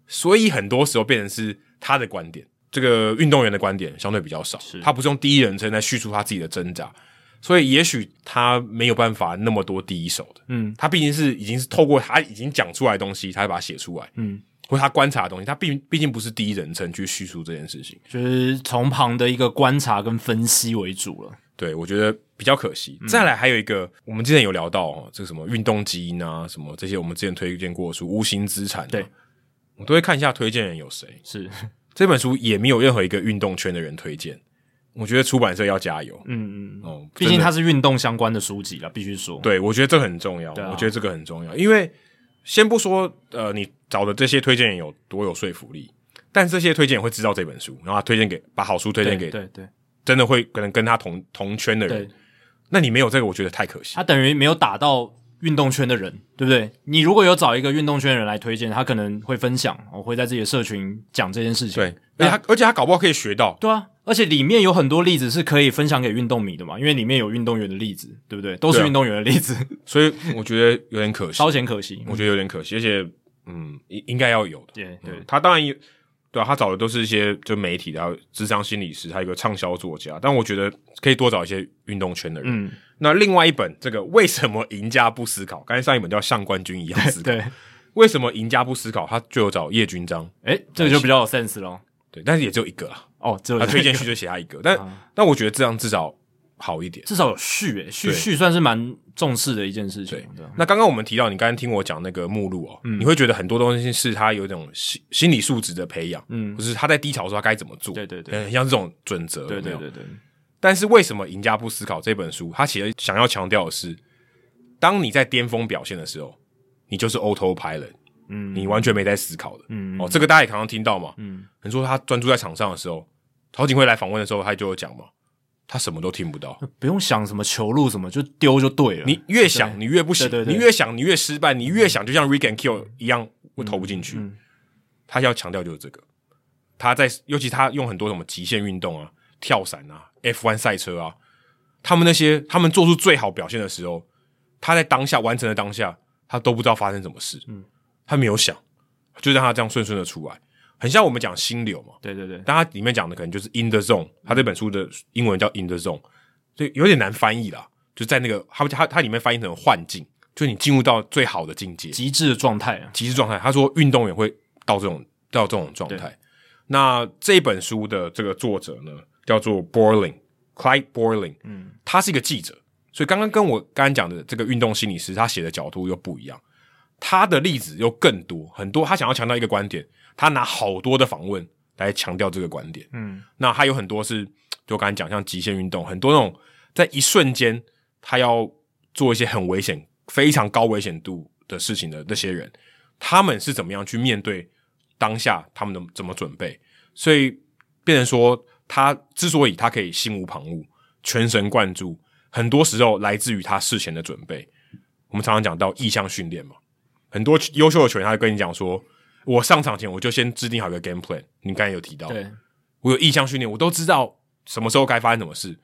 Speaker 2: 所以很多时候变成是他的观点，这个运动员的观点相对比较少
Speaker 1: 是，
Speaker 2: 他不是用第一人称来叙述他自己的挣扎，所以也许他没有办法那么多第一手的。
Speaker 1: 嗯
Speaker 2: 他毕竟是已经是透过他已经讲出来的东西，他才把它写出来，
Speaker 1: 嗯，
Speaker 2: 或者他观察的东西，他毕毕竟不是第一人称去叙述这件事情。
Speaker 1: 就是从旁的一个观察跟分析为主了，
Speaker 2: 对，我觉得比较可
Speaker 1: 嗯
Speaker 2: 惜。再来还有一个，我们之前有聊到哦，这个什么运动基因啊，什么这些我们之前推荐过的书《无形资产、啊》，
Speaker 1: 对，
Speaker 2: 我都会看一下推荐人有谁。
Speaker 1: 是，
Speaker 2: 这本书也没有任何一个运动圈的人推荐，我觉得出版社要加油。
Speaker 1: 嗯嗯，
Speaker 2: 哦，
Speaker 1: 毕竟
Speaker 2: 真的
Speaker 1: 它是运动相关的书籍了，必须说，
Speaker 2: 对，我觉得这很重要。
Speaker 1: 对啊
Speaker 2: 我觉得这个很重要，因为先不说呃，你找的这些推荐人有多有说服力，但这些推荐人会知道这本书，然后他推荐给把好书推荐
Speaker 1: 对
Speaker 2: 给
Speaker 1: 对对
Speaker 2: 真的会可能跟他同同圈的
Speaker 1: 对啊
Speaker 2: 人。，那你没有这个，我觉得太可惜。
Speaker 1: 他等于没有打到运动圈的人，对不对？你如果有找一个运动圈的人来推荐，哦他可能会分享，我、会在自己的社群讲这件事情。
Speaker 2: 对，而且他而且他搞不好可以学到，
Speaker 1: 对啊，而且里面有很多例子是可以分享给运动迷的嘛，因为里面有运动员的例子，对不对？都是
Speaker 2: 对啊
Speaker 1: 运动员的例
Speaker 2: [LAUGHS]
Speaker 1: 子，
Speaker 2: 所以我觉得有点可惜，
Speaker 1: 稍显可惜。
Speaker 2: 我觉得有点可惜，而且嗯，应应该要有的。
Speaker 1: 对对
Speaker 2: 嗯，他当然有，对啊，他找的都是一些就媒体的，还有智商心理师，还有一个畅销作家。但我觉得可以多找一些运动圈的人。
Speaker 1: 嗯，
Speaker 2: 那另外一本这个为什么赢家不思考？刚才上一本叫《像冠军一样思考》，
Speaker 1: [LAUGHS] 对，
Speaker 2: 为什么赢家不思考？他就有找叶军章，
Speaker 1: 哎，这个就比较有 sense 咯。
Speaker 2: 对，但是也只有一
Speaker 1: [LAUGHS]
Speaker 2: 个啦。
Speaker 1: 哦，只有
Speaker 2: 他
Speaker 1: 这
Speaker 2: 推荐
Speaker 1: 个
Speaker 2: 序就写他一个，
Speaker 1: [LAUGHS]
Speaker 2: 但
Speaker 1: 啊
Speaker 2: 但我觉得这样至少好一点。
Speaker 1: 至少有序，哎，序
Speaker 2: 对
Speaker 1: 序算是蛮重视的一件事情
Speaker 2: 对。
Speaker 1: 对啊
Speaker 2: 那刚刚我们提到，你刚刚听我讲那个目录哦，
Speaker 1: 嗯
Speaker 2: 你会觉得很多东西是他有一种心心理素质的培养，
Speaker 1: 嗯
Speaker 2: 嗯，就是他在低潮的时候他该怎么做，
Speaker 1: 对对对
Speaker 2: 很像这种准则，
Speaker 1: 对
Speaker 2: 有没
Speaker 1: 对
Speaker 2: 有
Speaker 1: 对对，
Speaker 2: 但是为什么《赢家不思考》这本书，他其实想要强调的是，当你在巅峰表现的时候，你就是 auto pilot，
Speaker 1: 嗯
Speaker 2: 你完全没在思考的。
Speaker 1: 嗯
Speaker 2: 哦，这个大家也常常听到嘛。
Speaker 1: 嗯，
Speaker 2: 你说他专注在场上的时候，陶景惠来访问的时候，他就有讲嘛，他什么都听不到。
Speaker 1: 不用想什么球路什么，就丢就对了。
Speaker 2: 你越想，你越不行；
Speaker 1: 对对对
Speaker 2: 你越想，你越失败；你越想，就像 Rick and Kill 一样，我投不进去。
Speaker 1: 嗯
Speaker 2: 他要强调就是这个。他在，尤其他用很多什么极限运动啊、跳伞啊、F1 赛车啊，他们那些他们做出最好表现的时候，他在当下完成的当下，他都不知道发生什么事。嗯，他没有想，就让他这样顺顺的出来，很像我们讲心流嘛。
Speaker 1: 对对对，
Speaker 2: 但它里面讲的可能就是 in the zone，它这本书的英文叫 in the zone，所以有点难翻译啦，就在那个它它它里面翻译成幻境，就你进入到最好的境界，
Speaker 1: 极致的状态啊。
Speaker 2: 极致状态。他说运动员会到这种到这种状态。那这本书的这个作者呢，叫做 Borling，Clyde Borling，嗯，他是一个记者，所以刚刚跟我刚刚讲的这个运动心理师，他写的角度又不一样，他的例子又更多很多。他想要强调一个观点，他拿好多的访问来强调这个观点。
Speaker 1: 嗯，
Speaker 2: 那他有很多是，就我刚才讲，像极限运动，很多那种在一瞬间他要做一些很危险、非常高危险度的事情的那些人，他们是怎么样去面对当下，他们的怎么准备？所以变成说，他之所以他可以心无旁骛、全神贯注，很多时候来自于他事前的准备。我们常常讲到意向训练嘛，很多优秀的球员，他就跟你讲说，我上场前我就先制定好一个 game plan。你刚才有提到，
Speaker 1: 对，
Speaker 2: 我有意向训练，我都知道什么时候该发生什么事，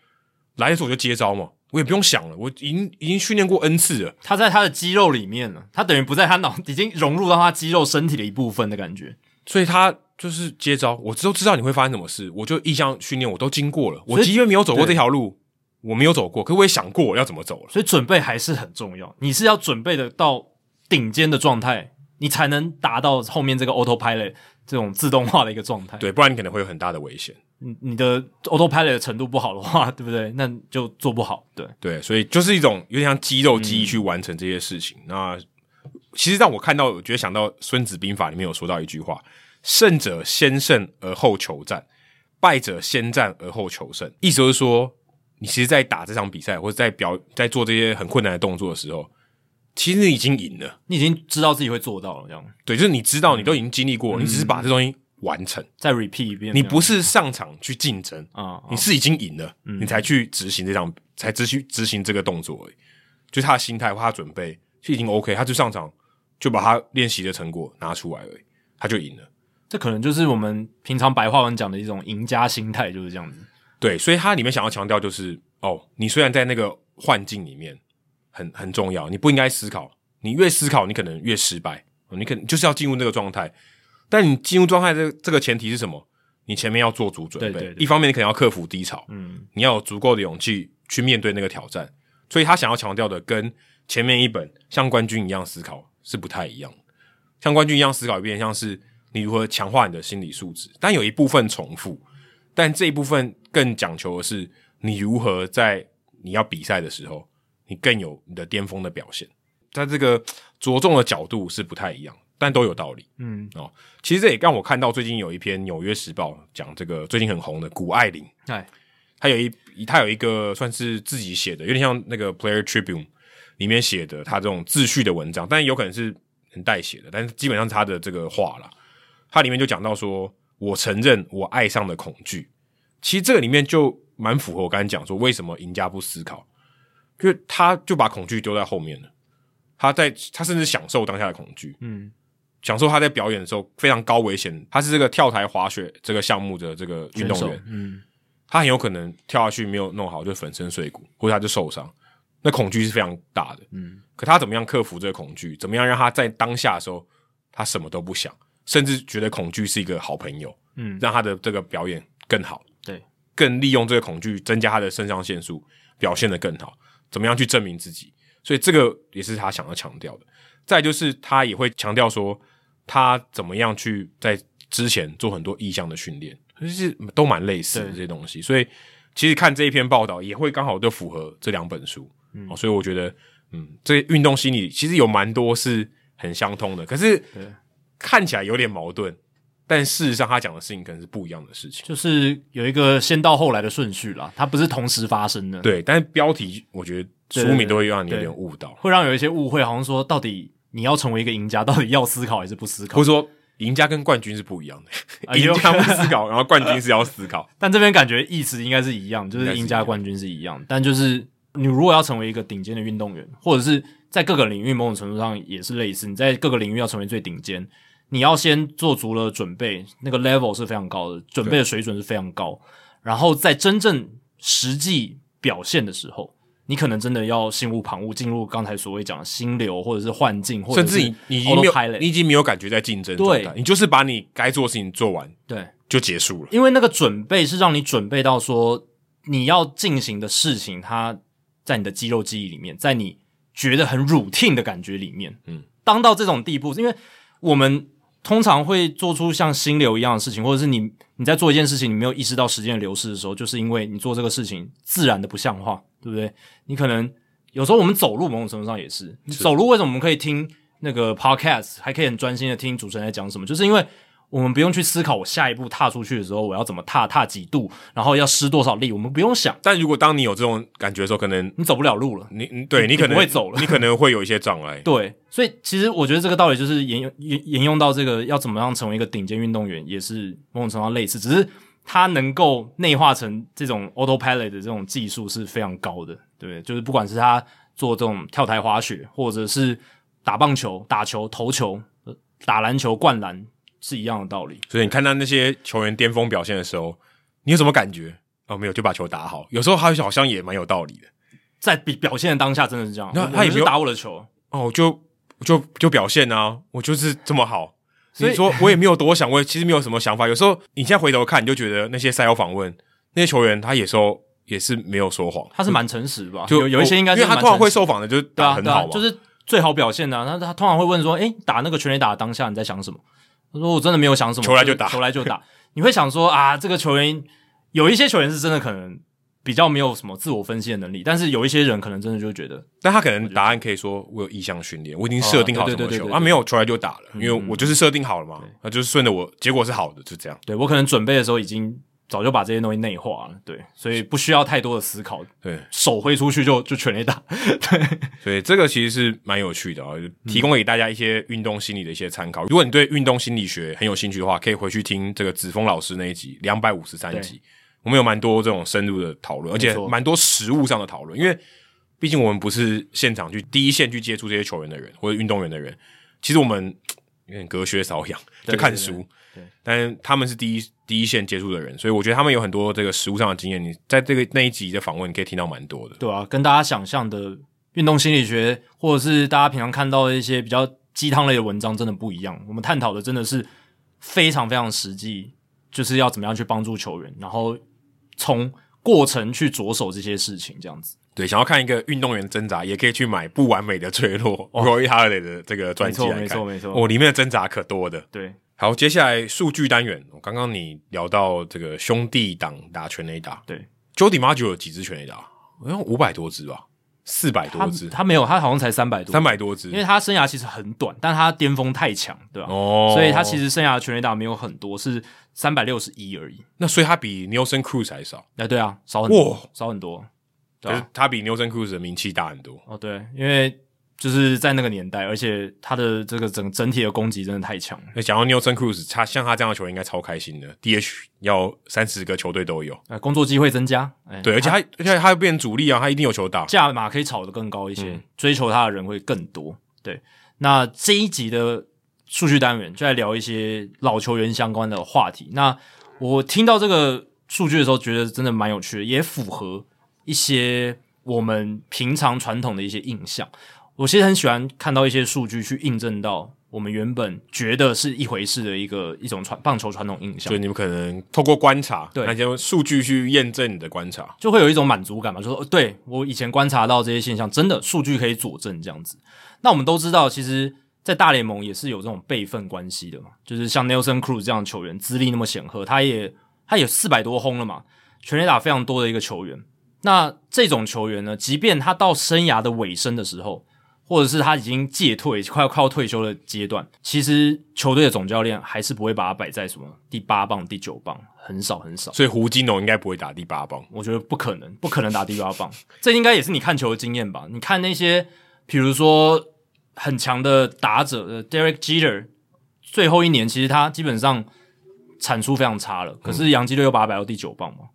Speaker 2: 来的时候我就接招嘛，我也不用想了，我已经已经训练过 n 次了，
Speaker 1: 他在他的肌肉里面了，他等于不在他脑， [LAUGHS] 已经融入到他肌肉身体的一部分的感觉。
Speaker 2: 所以他就是接招，我都知道你会发生什么事，我就意向训练我都经过了，
Speaker 1: 以
Speaker 2: 我即便没有走过这条路，我没有走过，可我也想过要怎么走了，
Speaker 1: 所以准备还是很重要，你是要准备的到顶尖的状态，你才能达到后面这个 autopilot 这种自动化的一个状态。，
Speaker 2: 对，不然你可能会有很大的危险，
Speaker 1: 你你的 autopilot 的程度不好的话， [LAUGHS] 对不对？那就做不好。对，
Speaker 2: 对，所以就是一种有点像肌肉记忆去完成这些事情。那其实让我看到，我觉得想到《孙子兵法》里面有说到一句话：“胜者先胜而后求战，败者先战而后求胜。”意思就是说，你其实，在打这场比赛或者在表在做这些很困难的动作的时候，其实你已经赢了。
Speaker 1: 你已经知道自己会做到了，这样
Speaker 2: 对，就是你知道你都已经经历过，你只是把这东西完成，
Speaker 1: 再 repeat 一遍。
Speaker 2: 你
Speaker 1: 这样
Speaker 2: 不是上场去竞争，
Speaker 1: 啊、
Speaker 2: 你是已经赢了，
Speaker 1: 嗯
Speaker 2: 你才去执行这场，才执行执行这个动作而已。就他的心态或他的准备就已经 OK，他就上场就把他练习的成果拿出来而已，他就赢了。
Speaker 1: 这可能就是我们平常白话文讲的一种赢家心态，就是这样子。
Speaker 2: 对，所以他里面想要强调就是，哦，你虽然在那个幻境里面很很重要，你不应该思考，你越思考，你可能越失败，你可能就是要进入那个状态。但你进入状态这这个前提是什么？你前面要做足准备，
Speaker 1: 对对对
Speaker 2: 一方面你可能要克服低潮，
Speaker 1: 嗯，
Speaker 2: 你要有足够的勇气去面对那个挑战。所以他想要强调的跟前面一本像冠军一样思考是不太一样的。像冠军一样思考，有点像是你如何强化你的心理素质，但有一部分重复，但这一部分更讲求的是你如何在你要比赛的时候，你更有你的巅峰的表现。在这个着重的角度是不太一样，但都有道理。
Speaker 1: 嗯，
Speaker 2: 哦，其实这也让我看到最近有一篇《纽约时报》讲这个最近很红的谷爱凌。
Speaker 1: 哎，
Speaker 2: 他有一他有一个算是自己写的，有点像那个 Player Tribune 里面写的他这种自序的文章，但有可能是人代写的，但是基本上是他的这个话啦，他里面就讲到说，我承认我爱上了恐惧。其实这个里面就蛮符合我刚才讲说，为什么赢家不思考，因为他就把恐惧丢在后面了。他在他甚至享受当下的恐惧，
Speaker 1: 嗯，
Speaker 2: 享受他在表演的时候非常高危险。他是这个跳台滑雪这个项目的这个运
Speaker 1: 选
Speaker 2: 动
Speaker 1: 手
Speaker 2: 员，
Speaker 1: 嗯，
Speaker 2: 他很有可能跳下去没有弄好就粉身碎骨，或者他就受伤，那恐惧是非常大的。嗯，可他怎么样克服这个恐惧？怎么样让他在当下的时候他什么都不想，甚至觉得恐惧是一个好朋友，
Speaker 1: 嗯，
Speaker 2: 让他的这个表演更好，
Speaker 1: 对，
Speaker 2: 更利用这个恐惧增加他的肾上腺素，表现得更好。怎么样去证明自己？所以这个也是他想要强调的。再就是他也会强调说，他怎么样去在之前做很多意向的训练，就是都蛮类似的
Speaker 1: 对
Speaker 2: 这些东西。所以其实看这一篇报道也会刚好都符合这两本书、哦，所以我觉得，嗯，这运动心理其实有蛮多是很相通的，可是看起来有点矛盾，但事实上他讲的事情可能是不一样的事情。
Speaker 1: 就是有一个先到后来的顺序啦，它不是同时发生的，，
Speaker 2: 对，但是标题我觉得
Speaker 1: 对
Speaker 2: 书名都会让你有
Speaker 1: 对
Speaker 2: 点误导，
Speaker 1: 会让有一些误会，好像说到底你要成为一个赢家，到底要思考还是不思考
Speaker 2: 或？者说赢家跟冠军是不一
Speaker 1: [LAUGHS]
Speaker 2: 样
Speaker 1: 啊
Speaker 2: 的，
Speaker 1: 也有
Speaker 2: 赢
Speaker 1: 可
Speaker 2: 家
Speaker 1: 能
Speaker 2: 不思考，然后冠军是要思考。
Speaker 1: 但这边感觉意思应该是一样，就
Speaker 2: 应
Speaker 1: 是
Speaker 2: 该是
Speaker 1: 赢
Speaker 2: 一
Speaker 1: 家
Speaker 2: 样
Speaker 1: 冠军是一样，但就是你如果要成为一个顶尖的运动员，或者是在各个领域某种程度上也是类似，你在各个领域要成为最顶尖，你要先做足了准备，那个 level 是非常高的，准备的水准是非常高，然后在真正实际表现的时候。你可能真的要心无旁骛，进入刚才所谓讲的心流，或者是幻境， [LAUGHS] 或者
Speaker 2: 甚
Speaker 1: 是
Speaker 2: 至你你已经没有
Speaker 1: autopilot
Speaker 2: 你已经没有感觉在竞争状态，
Speaker 1: 对
Speaker 2: 你就是把你该做的事情做完
Speaker 1: 对，
Speaker 2: 就结束了。
Speaker 1: 因为那个准备是让你准备到说你要进行的事情，它在你的肌肉记忆里面，在你觉得很 routine 的感觉里面，
Speaker 2: 嗯，
Speaker 1: 当到这种地步，因为我们通常会做出像心流一样的事情，或者是你你在做一件事情，你没有意识到时间的流逝的时候，就是因为你做这个事情自然的不像话，对不对？你可能有时候我们走路某种程度上也是，你走路为什么我们可以听那个 podcast，还可以很专心的听主持人在讲什么，就是因为我们不用去思考我下一步踏出去的时候我要怎么踏，踏几度，然后要施多少力，我们不用想，
Speaker 2: 但如果当你有这种感觉的时候，可能
Speaker 1: 你走不了路了。
Speaker 2: 你你对你可
Speaker 1: 你
Speaker 2: 能
Speaker 1: 不会走了
Speaker 2: 你可能会有一些障碍。
Speaker 1: 对，所以其实我觉得这个道理就是沿用沿沿用到这个要怎么样成为一个顶尖运动员，也是某种程度上类似，只是它能够内化成这种 autopilot 的这种技术是非常高的，对不对？就是不管是他做这种跳台滑雪，或者是打棒球、打球、投球、呃打篮球、灌篮，是一样的道理。
Speaker 2: 所以你看到那些球员巅峰表现的时候，你有什么感觉？哦，没有，就把球打好。有时候他好像也蛮有道理的。
Speaker 1: 在比表现的当下，真的是这样。
Speaker 2: 那
Speaker 1: 我
Speaker 2: 他也
Speaker 1: 我就
Speaker 2: 没
Speaker 1: 是
Speaker 2: 有
Speaker 1: 打我的球，
Speaker 2: 哦，我就就就表现啊，我就是这么好。
Speaker 1: 所以
Speaker 2: 你说我也没有多想，我也其实没有什么想法。有时候你现在回头看，你就觉得那些赛后访问那些球员，他有时候也是没有说谎，
Speaker 1: 他是蛮诚实吧？
Speaker 2: 就
Speaker 1: 有有一些应该
Speaker 2: 因
Speaker 1: 是
Speaker 2: 为他
Speaker 1: 蛮
Speaker 2: 通常
Speaker 1: 诚
Speaker 2: 会
Speaker 1: 实的
Speaker 2: 受访的，就是
Speaker 1: 对
Speaker 2: 打
Speaker 1: 啊，
Speaker 2: 得很
Speaker 1: 对啊
Speaker 2: 好嘛，
Speaker 1: 就是最好表现的、啊。那他通常会问说：“诶、打那个全垒打的当下你在想什么？”他说：“我真的没有想什么，
Speaker 2: 球来就打
Speaker 1: 是球来就打。” [LAUGHS] 你会想说啊，这个球员有一些球员是真的可能比较没有什么自我分析的能力，但是有一些人可能真的就觉得
Speaker 2: 但他可能答案可以说我有意向训练，我已经设定好
Speaker 1: 哦
Speaker 2: 什
Speaker 1: 对对对
Speaker 2: 么
Speaker 1: 对
Speaker 2: 球，
Speaker 1: 对
Speaker 2: 他没有球来就打了，因为
Speaker 1: 嗯
Speaker 2: 我就是设定好了嘛，那就是顺着我，结果是好的，就这样。
Speaker 1: 对我可能准备的时候已经早就把这些东西内化了，对，所以不需要太多的思考，
Speaker 2: 对，
Speaker 1: 手挥出去就就全垒打。对，
Speaker 2: 所以这个其实是蛮有趣的啊、就提供给大家一些运动心理的一些参考。如果你对运动心理学很有兴趣的话，可以回去听这个子峰老师那一集两百五十三集，我们有蛮多这种深入的讨论，而且
Speaker 1: 没错
Speaker 2: 蛮多实物上的讨论，因为毕竟我们不是现场去第一线去接触这些球员的人或者运动员的人，其实我们有点隔靴搔痒，
Speaker 1: [LAUGHS] 对
Speaker 2: 就看
Speaker 1: 对对
Speaker 2: 书。
Speaker 1: 对
Speaker 2: 但是他们是第一第一线接触的人，所以我觉得他们有很多这个实物上的经验。你在这个那一集的访问，你可以听到蛮多的。
Speaker 1: 对啊，跟大家想象的运动心理学，或者是大家平常看到的一些比较鸡汤类的文章，真的不一样。我们探讨的真的是非常非常实际，就是要怎么样去帮助球员，然后从过程去着手这些事情，这样子。
Speaker 2: 对，想要看一个运动员挣扎，也可以去买《不完美的坠落》Roy Halladay 的这个专辑来
Speaker 1: 哦
Speaker 2: 看。
Speaker 1: 没错没错没错
Speaker 2: 哦，里面的挣扎可多的。
Speaker 1: 对，
Speaker 2: 好，接下来数据单元，我刚刚你聊到这个兄弟党打全垒打，
Speaker 1: 对
Speaker 2: ，Jody Maggio 有几支全垒打？好像五百多支吧，四百
Speaker 1: 他
Speaker 2: 多支，
Speaker 1: 他没有，他好像才三百多，
Speaker 2: 三，百多支
Speaker 1: 因。为他生涯其实很短，但他巅峰太强，对吧、
Speaker 2: 哦，
Speaker 1: 所以他其实生涯的全垒打没有很多，是三百六十一而已。
Speaker 2: 那所以他比 Nelson Cruz 还少，
Speaker 1: 哎，对啊，少很多
Speaker 2: 哇，
Speaker 1: 少很多。对
Speaker 2: 可
Speaker 1: 啊
Speaker 2: 是他比 Nelson Cruz 的名气大很多。
Speaker 1: 哦，对，因为就是在那个年代，而且他的这个整整体的攻击真的太强了。
Speaker 2: 那讲到哎 Nelson Cruz，他像他这样的球员应该超开心的，DH 要三十个球队都有，
Speaker 1: 呃，工作机会增加，哎，
Speaker 2: 对，而且他而且他变主力啊，他一定有球打。
Speaker 1: 价码可以炒得更高一些，
Speaker 2: 嗯
Speaker 1: 追求他的人会更多。对，那这一集的数据单元就来聊一些老球员相关的话题。那我听到这个数据的时候，觉得真的蛮有趣的，也符合一些我们平常传统的一些印象。我其实很喜欢看到一些数据去印证到我们原本觉得是一回事的一个一种传棒球传统印象
Speaker 2: 就，你们可能透过观察，
Speaker 1: 对
Speaker 2: 那些数据去验证你的观察。
Speaker 1: 就会有一种满足感嘛，就说、哦、对我以前观察到这些现象，真的数据可以佐证这样子。那我们都知道，其实，在大联盟也是有这种辈分关系的嘛，就是像 Nelson Cruz 这样的球员，资历那么显赫，他也他也四百多轰了嘛，全垒打非常多的一个球员。那这种球员呢，即便他到生涯的尾声的时候，或者是他已经戒退，快要快要退休的阶段，其实球队的总教练还是不会把他摆在什么第八棒、第九棒，很少很少。
Speaker 2: 所以胡金龙应该不会打第八棒，
Speaker 1: 我觉得不可能，不可能打第八棒。这应该也是你看球的经验吧？你看那些，比如说很强的打者呃，Derek Jeter，最后一年其实他基本上产出非常差了，可是洋基队又把他摆到第九棒嘛，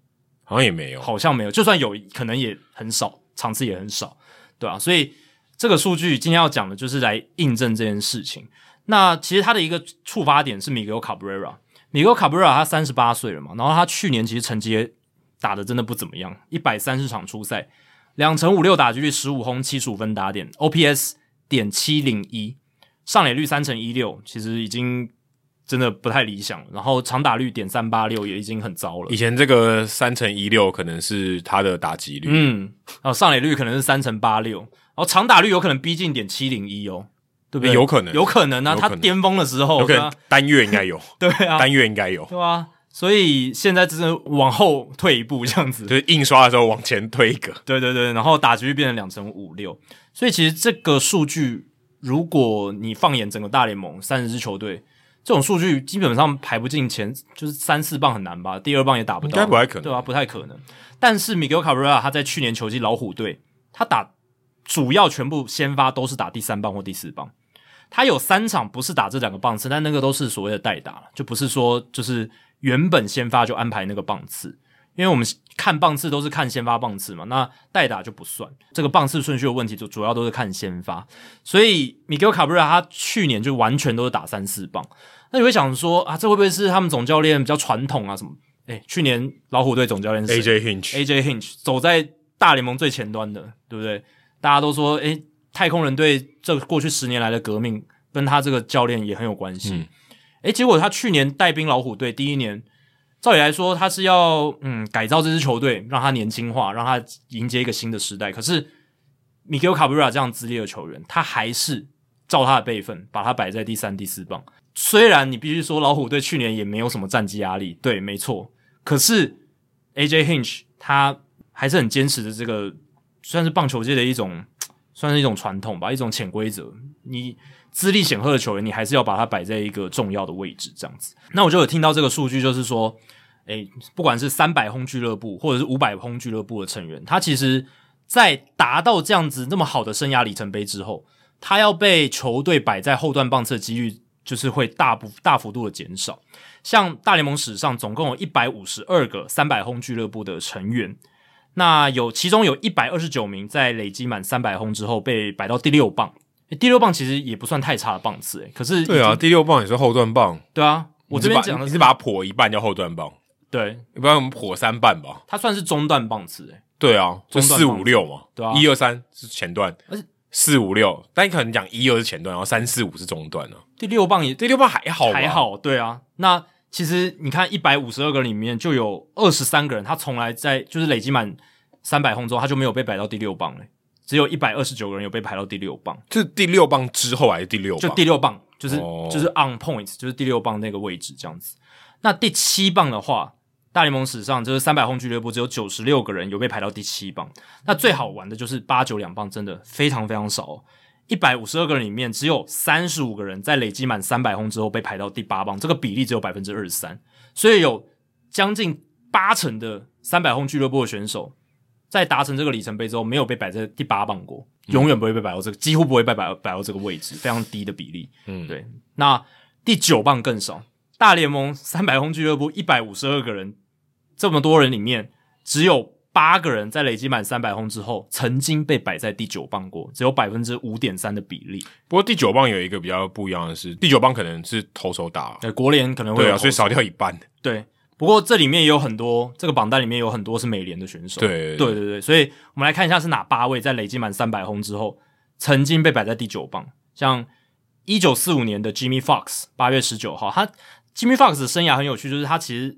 Speaker 2: 好像也没有。
Speaker 1: 好像没有，就算有，可能也很少，场次也很少，对啊，所以这个数据今天要讲的就是来印证这件事情。那其实他的一个触发点是米格尔卡布瑞拉，米格尔卡布瑞拉他三十八岁了嘛，然后他去年其实成绩也打的真的不怎么样，一百三十场出赛，两成五六打击率，十五轰，七十五分打点，OPS 点七零一，上垒率三成一六，其实已经真的不太理想了，然后长打率点三八六也已经很糟了
Speaker 2: 以。前这个三乘一六可能是他的打击率，
Speaker 1: 嗯，然后上垒率可能是三乘八六，然后长打率有可能逼近点七零一哦，对不对？
Speaker 2: 欸有可能
Speaker 1: 有可能啊，
Speaker 2: 有可能
Speaker 1: 他巅峰的时候，
Speaker 2: 有可能单月应该有，
Speaker 1: [LAUGHS] 对啊，
Speaker 2: 单月应该有，
Speaker 1: 对啊，所以现在只是往后退一步这样子
Speaker 2: 就。是印刷的时候往前推一个。
Speaker 1: 对对对，然后打击率变成两成五六，所以其实这个数据，如果你放眼整个大联盟三十支球队，这种数据基本上排不进前，就是三四棒很难吧，第二棒也打不到，
Speaker 2: 应该不太可能
Speaker 1: 对啊，不太可能。但是 Miguel Cabrera 他在去年球季老虎队，他打主要全部先发都是打第三棒或第四棒，他有三场不是打这两个棒次，但那个都是所谓的代打了，就不是说就是原本先发就安排那个棒次，因为我们看棒次都是看先发棒次嘛，那代打就不算。这个棒次顺序的问题，就主要都是看先发。所以米格卡布瑞拉他去年就完全都是打三四棒，那你会想说啊，这会不会是他们总教练比较传统啊什么？诶、去年老虎队总教练是谁
Speaker 2: AJ Hinch
Speaker 1: AJ Hinch 走在大联盟最前端的，对不对？大家都说，诶、太空人队这过去十年来的革命跟他这个教练也很有关系。诶、
Speaker 2: 嗯
Speaker 1: 结果他去年带兵老虎队第一年，照理来说他是要嗯改造这支球队，让他年轻化，让他迎接一个新的时代。可是 Miguel Cabrera 这样资历的球员，他还是照他的辈分，把他摆在第三、第四棒。虽然你必须说老虎队去年也没有什么战绩压力，对，没错，可是 AJ Hinch 他还是很坚持的这个，算是棒球界的一种，算是一种传统吧，一种潜规则。你资历显赫的球员，你还是要把他摆在一个重要的位置，这样子。那我就有听到这个数据，就是说，诶、哎不管是三百轰俱乐部或者是五百轰俱乐部的成员，他其实在达到这样子那么好的生涯里程碑之后，他要被球队摆在后段棒次的几率，就是会大不大幅度的减少。像大联盟史上总共有一百五十二个三百轰俱乐部的成员，那有其中有一百二十九名在累积满三百轰之后被摆到第六棒。诶第六棒其实也不算太差的棒次、诶可是
Speaker 2: 对啊，，第六棒也是后段棒，
Speaker 1: 对啊，我这边
Speaker 2: 你是把
Speaker 1: 讲的
Speaker 2: 你是把它破一半叫后段棒，
Speaker 1: 对，
Speaker 2: 一般我们破三半吧。
Speaker 1: 它算是中段棒次、诶
Speaker 2: 对啊，就
Speaker 1: 中段棒
Speaker 2: 四五六嘛，
Speaker 1: 对啊
Speaker 2: 一二三是前段
Speaker 1: 而且，
Speaker 2: 四五六，但你可能讲一二是前段，然后三四五是中段啊。
Speaker 1: 第六棒也
Speaker 2: 第六棒还好，
Speaker 1: 还，好，对啊。那其实你看，一百五十二个里面就有二十三个人，他从来在就是累积满三百轰之后，他就没有被摆到第六棒了、只有一百二十九个人有被排到第六棒。
Speaker 2: 是第六棒之后还是第六
Speaker 1: 就
Speaker 2: 棒？
Speaker 1: 第六棒，就是、
Speaker 2: 哦
Speaker 1: 就是 on point，就是第六棒那个位置这样子。那第七棒的话，大联盟史上就是三百轰俱乐部只有九十六个人有被排到第七棒。那最好玩的就是八九两棒真的非常非常少、哦，一百五十二个人里面只有三十五个人在累积满三百轰之后被排到第八棒，这个比例只有百分之二十三，所以有将近八成的三百轰俱乐部的选手在达成这个里程碑之后，没有被摆在第八棒过，永远不会被摆到这个，几乎不会被摆到摆到这个位置，非常低的比例。
Speaker 2: 嗯
Speaker 1: 对。那第九棒更少，大联盟三百轰俱乐部一百五十二个人，这么多人里面，只有八个人在累积满三百轰之后，曾经被摆在第九棒过，只有百分之五点三的比例。
Speaker 2: 不过第九棒有一个比较不一样的是，第九棒可能是投手打，
Speaker 1: 对，国联可能会
Speaker 2: 对
Speaker 1: 有
Speaker 2: 啊，所以
Speaker 1: 投手
Speaker 2: 少掉一半。
Speaker 1: 对。不过这里面也有很多，这个榜单里面有很多是美联的选手。
Speaker 2: 对
Speaker 1: 对对对，所以我们来看一下是哪八位在累积满三百轰之后，曾经被摆在第九棒。像一九四五年的 Jimmy Fox，八月十九号，他 Jimmy Fox 的生涯很有趣，就是他其实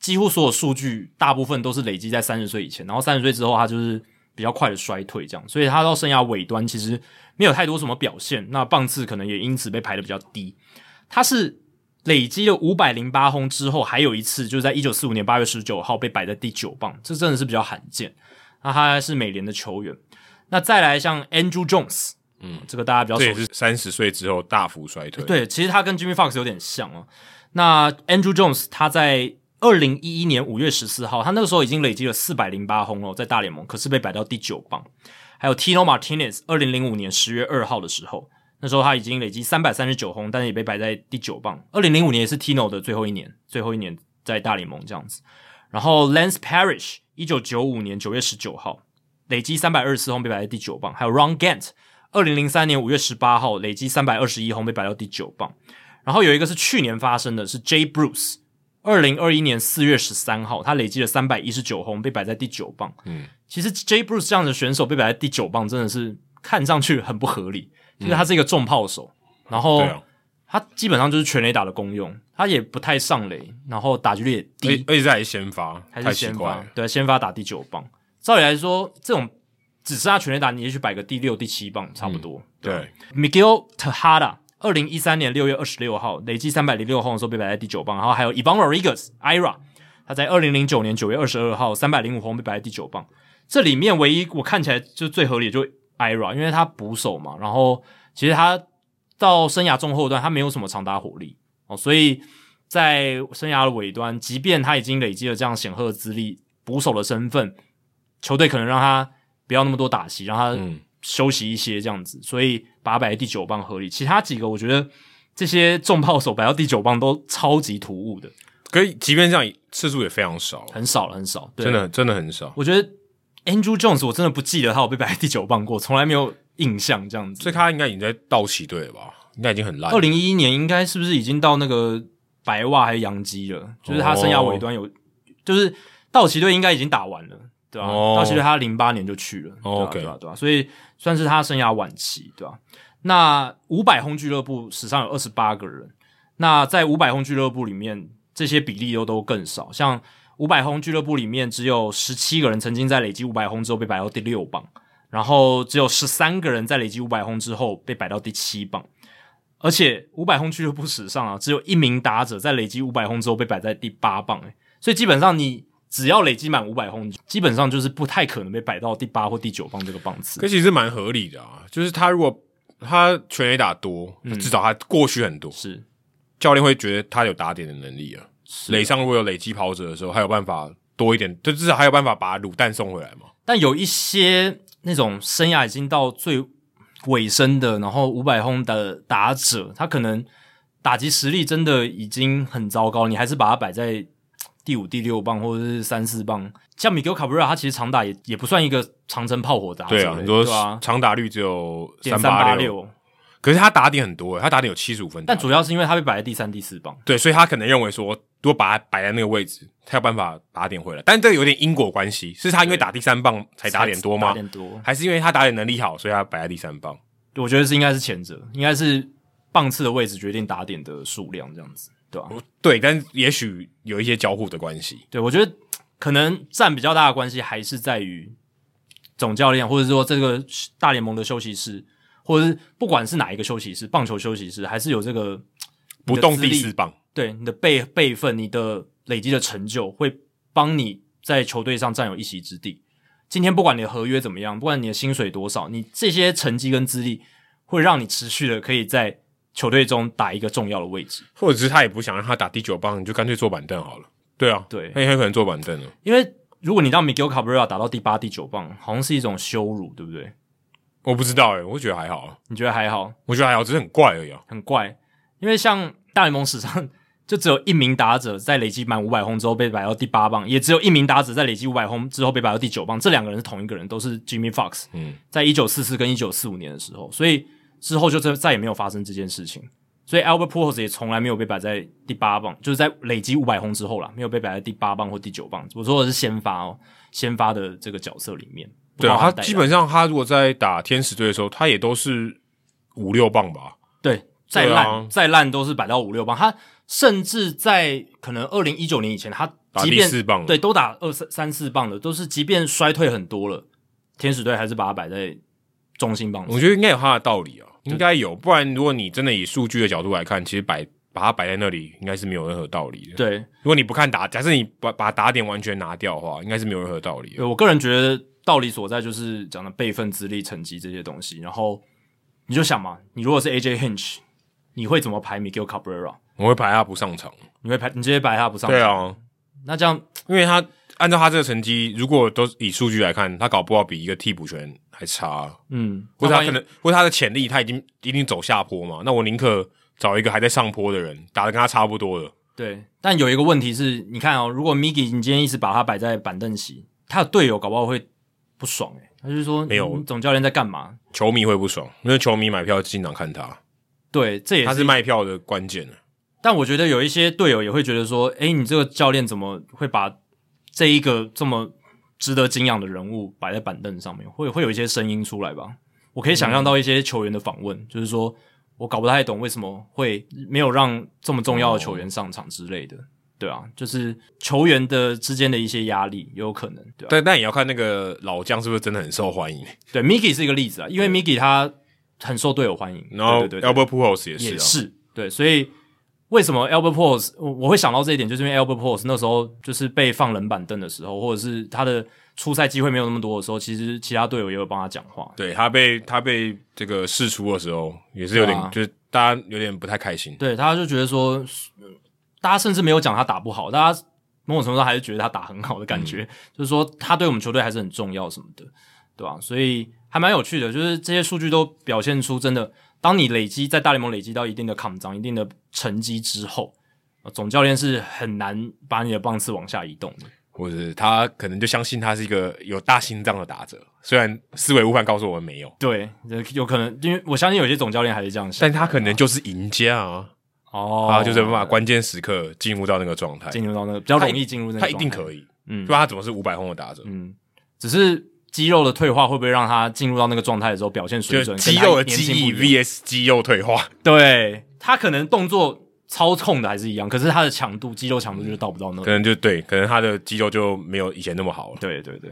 Speaker 1: 几乎所有数据大部分都是累积在三十岁以前，然后三十岁之后他就是比较快的衰退这样，所以他到生涯尾端其实没有太多什么表现，那棒次可能也因此被排的比较低。他是累积了五百零八轰之后，还有一次就是在一九四五年八月十九号被摆在第九棒，这真的是比较罕见。那他是美联的球员，那再来像 Andrew Jones，嗯，这个大家比较
Speaker 2: 这
Speaker 1: 熟
Speaker 2: 也是三十岁之后大幅衰退。
Speaker 1: 对，其实他跟 Jimmy Fox 有点像哦、那 Andrew Jones 他在二零一一年五月十四号，他那个时候已经累积了四百零八轰了，在大联盟，可是被摆到第九棒。还有 Tino Martinez，二零零五年十月二号的时候，那时候他已经累积三百三十九轰，但是也被摆在第九棒。二零零五年也是 Tino 的最后一年，最后一年在大联盟这样子。然后 Lance Parrish，一九九五年九月十九号，累积三百二十四轰，被摆在第九棒。还有 Ron Gant，二零零三年五月十八号，累积三百二十一轰，被摆到第九棒。然后有一个是去年发生的是 J. Bruce，二零二一年四月十三号，他累积了三百一十九轰，被摆在第九棒。
Speaker 2: 嗯，
Speaker 1: 其实 J. Bruce 这样的选手被摆在第九棒，真的是看上去很不合理，就是他是一个重炮手，然后、
Speaker 2: 对啊
Speaker 1: 他基本上就是全垒打的功用，他也不太上垒，然后打击率也低，
Speaker 2: 而而且这还是先发，
Speaker 1: 还
Speaker 2: 太
Speaker 1: 是
Speaker 2: 奇
Speaker 1: 先
Speaker 2: 怪
Speaker 1: 发
Speaker 2: 了。？
Speaker 1: 对，先发打第九棒。照理来说，这种只剩下全垒打，你也许摆个第六、第七棒差不多。啊
Speaker 2: 对，
Speaker 1: Miguel Tejada，二零一三年六月二十六号累计三百零六轰的时候被摆在第九棒，然后还有 Ivan Rodriguez Ira，他在二零零九年九月二十二号三百零五轰被摆在第九棒。这里面唯一我看起来就最合理的就 Ira，因为他捕手嘛，然后其实他到生涯中后段他没有什么长打火力哦，所以在生涯的尾端，即便他已经累积了这样显赫的资历，捕手的身份，球队可能让他不要那么多打席，让他
Speaker 2: 嗯
Speaker 1: 休息一些这样子，所以把他摆在第九棒合理。其他几个我觉得这些重炮手摆到第九棒都超级突兀的，
Speaker 2: 可以，即便这样次数也非常少，啊
Speaker 1: 很少了，很少。对
Speaker 2: 真，的真的很少。
Speaker 1: 我觉得 Andrew Jones 我真的不记得他有被摆在第九棒过，从来没有印象这样
Speaker 2: 所
Speaker 1: 子。
Speaker 2: 以他应该已经在道奇队了吧？应该已经很烂了。
Speaker 1: 二零一一年应该是不是已经到那个白袜还是洋基了？就是他生涯尾端
Speaker 2: 哦
Speaker 1: 有，就是道奇队应该已经打完了，对吧、
Speaker 2: 哦
Speaker 1: 道奇队他零八年就去了，对吧、啊
Speaker 2: 哦，OK
Speaker 1: 对吧、对吧、所以算是他生涯晚期，对吧、那五百轰俱乐部史上有二十八个人，那在五百轰俱乐部里面，这些比例又都更少，像五百轰俱乐部里面只有十七个人曾经在累积五百轰之后被摆到第六棒，然后只有十三个人在累积五百轰之后被摆到第七棒。而且五百轰俱乐部史上啊，只有一名打者在累积五百轰之后被摆在第八棒、欸，所以基本上你只要累积满五百轰，基本上就是不太可能被摆到第八或第九棒这个棒次。
Speaker 2: 可其实蛮合理的啊，就是他如果他全垒打多，
Speaker 1: 嗯
Speaker 2: 至少他过去很多，
Speaker 1: 是
Speaker 2: 教练会觉得他有打点的能力啊。
Speaker 1: 是
Speaker 2: 垒上如果有累积跑者的时候，还有办法多一点，就至少还有办法把卤蛋送回来嘛。
Speaker 1: 但有一些那种生涯已经到最尾声的，然后五百轰的打者，他可能打击实力真的已经很糟糕，你还是把他摆在第五、第六棒或者是三四棒。像米 a 卡布 a 他其实长打也也不算一个长城炮火打者，
Speaker 2: 对啊，你说
Speaker 1: 吧？
Speaker 2: 长打率只有
Speaker 1: 点三
Speaker 2: 八
Speaker 1: 八，六，
Speaker 2: 可是他打点很多欸，他打点有七十五分打，
Speaker 1: 但主要是因为他被摆在第三、第四棒。
Speaker 2: 对，所以他可能认为说，如果把他摆在那个位置，他有办法打点回来。但这个有点因果关系，是他因为打第三棒才打点多
Speaker 1: 打
Speaker 2: 吗？
Speaker 1: 点多，
Speaker 2: 还是因为他打点能力好，所以他摆在第三棒？
Speaker 1: 我觉得是应该是前者，应该是棒次的位置决定打点的数量，这样子，对吧、
Speaker 2: 对，但也许有一些交互的关系。
Speaker 1: 对，我觉得可能占比较大的关系还是在于总教练，或者说这个大联盟的休息室，或者是不管是哪一个休息室，棒球休息室，还是有这个
Speaker 2: 不动
Speaker 1: 你
Speaker 2: 第
Speaker 1: 的资
Speaker 2: 四
Speaker 1: 历
Speaker 2: 棒，
Speaker 1: 对你的辈辈分、你的累积的成就，会帮你在球队上占有一席之地。今天不管你的合约怎么样，不管你的薪水多少，你这些成绩跟资历会让你持续的可以在球队中打一个重要的位置。
Speaker 2: 或者是他也不想让他打第九棒，你就干脆坐板凳好了。对啊，
Speaker 1: 对
Speaker 2: 他也很可能坐板凳了。啊
Speaker 1: 因为如果你让 Miguel Cabrera 打到第八、第九棒，好像是一种羞辱，对不对？
Speaker 2: 我不知道哎、我觉得还好，
Speaker 1: 你觉得还好？
Speaker 2: 我觉得还好，只是很怪而已、啊。
Speaker 1: 很怪，因为像大联盟史上 [LAUGHS] 就只有一名打者在累积满五百轰之后被摆到第八棒，也只有一名打者在累积五百轰之后被摆到第九棒。这两个人是同一个人，都是 Jimmy Fox，
Speaker 2: 嗯，
Speaker 1: 在一九四四跟一九四五年的时候，所以之后就再再也没有发生这件事情。所以 Albert Pujols 也从来没有被摆在第八棒，就是在累积五百轰之后啦，没有被摆在第八棒或第九棒。我说的是先发哦，先发的这个角色里面。
Speaker 2: 对啊，
Speaker 1: 不包
Speaker 2: 他
Speaker 1: 含代打
Speaker 2: 基本上他如果在打天使队的时候，他也都是五六棒吧。
Speaker 1: 对，再
Speaker 2: 对
Speaker 1: 烂、
Speaker 2: 啊
Speaker 1: 再烂都是摆到五六棒。他甚至在可能二零一九年以前，他
Speaker 2: 打
Speaker 1: 即
Speaker 2: 第
Speaker 1: 便
Speaker 2: 四棒啊了
Speaker 1: 对都打二三三四棒的，都是即便衰退很多了，天使队还是把他摆在中心棒
Speaker 2: 我
Speaker 1: 上。
Speaker 2: 觉得应该有他的道理啊，应该有，不然如果你真的以数据的角度来看，其实摆把它摆在那里应该是没有任何道理的。，
Speaker 1: 对，
Speaker 2: 如果你不看打，假设你把把打点完全拿掉的话，应该是没有任何道理的。
Speaker 1: 对我个人觉得道理所在就是讲的辈分、资历、成绩这些东西。然后你就想嘛，你如果是 AJ Hinch，你会怎么排 Miguel Cabrera？
Speaker 2: 我会排他不上场。
Speaker 1: 你会排你直接排他不上？
Speaker 2: 对，啊，
Speaker 1: 那这样
Speaker 2: 因为他按照他这个成绩，如果都以数据来看，他搞不好比一个替补球员还差，
Speaker 1: 嗯，
Speaker 2: 或
Speaker 1: 那
Speaker 2: 者他
Speaker 1: 万一
Speaker 2: 可能，或者他的潜力他已经一定走下坡嘛。那我宁可找一个还在上坡的人，打的跟他差不多的。
Speaker 1: 对，但有一个问题是，你看哦，如果 Miki 你今天一直把他摆在板凳席，他的队友搞不好会不爽诶、他就是说
Speaker 2: 没有
Speaker 1: 你总教练在干嘛？
Speaker 2: 球迷会不爽，因为球迷买票经常看他，
Speaker 1: 对，这也
Speaker 2: 他
Speaker 1: 是。
Speaker 2: 是卖票的关键。
Speaker 1: 但我觉得有一些队友也会觉得说，诶，你这个教练怎么会把这一个这么值得敬仰的人物摆在板凳上面？会会有一些声音出来吧？我可以想象到一些球员的访问，就是说我搞不太懂为什么会没有让这么重要的球员上场之类的。对啊，就是球员的之间的一些压力也有可能，对啊。
Speaker 2: 但但也要看那个老将是不是真的很受欢迎。
Speaker 1: 对，Miki 是一个例子啊，因为 Miki 他很受队友欢迎，
Speaker 2: 然后
Speaker 1: 对对对
Speaker 2: Albert Pujols 也是
Speaker 1: 也
Speaker 2: 啊，
Speaker 1: 是对，所以为什么 Albert p o s 我我会想到这一点，就是因为 Albert p o s 那时候就是被放冷板凳的时候，或者是他的出赛机会没有那么多的时候，其实其他队友也有帮他讲话。
Speaker 2: 对他被他被这个释出的时候，也是有点、
Speaker 1: 对啊
Speaker 2: 就是大家有点不太开心。
Speaker 1: 对，他就觉得说，呃大家甚至没有讲他打不好，大家某种程度上还是觉得他打很好的感
Speaker 2: 嗯
Speaker 1: 觉，就是说他对我们球队还是很重要什么的，对吧、所以还蛮有趣的，就是这些数据都表现出真的，当你累积在大联盟累积到一定的抗涨、一定的成绩之后。呃总教练是很难把你的棒次往下移动的，
Speaker 2: 或者是他可能就相信他是一个有大心脏的打者，虽然思维悟饭告诉我们没有，
Speaker 1: 对，呃有可能，因为我相信有些总教练还是这样想
Speaker 2: 但他可能就是赢家啊，
Speaker 1: 哦，
Speaker 2: 他就是没办法关键时刻进入到那个状态，
Speaker 1: 进入到那个比较容易进入那个
Speaker 2: 他一定
Speaker 1: 状态
Speaker 2: 可以，
Speaker 1: 嗯
Speaker 2: 不然他怎么是五百轰的打者？
Speaker 1: 嗯，只是肌肉的退化会不会让他进入到那个状态的时候表现水
Speaker 2: 就
Speaker 1: 准跟
Speaker 2: 肌
Speaker 1: 他
Speaker 2: 肉的
Speaker 1: 年
Speaker 2: 记
Speaker 1: 轻
Speaker 2: 忆
Speaker 1: 不一样
Speaker 2: VS 肌肉退化，
Speaker 1: 对他可能动作操控的还是一样，可是他的强度肌肉强度就到不到那
Speaker 2: 可
Speaker 1: 个。
Speaker 2: 能就对，可能他的肌肉就没有以前那么好了。
Speaker 1: 对对对，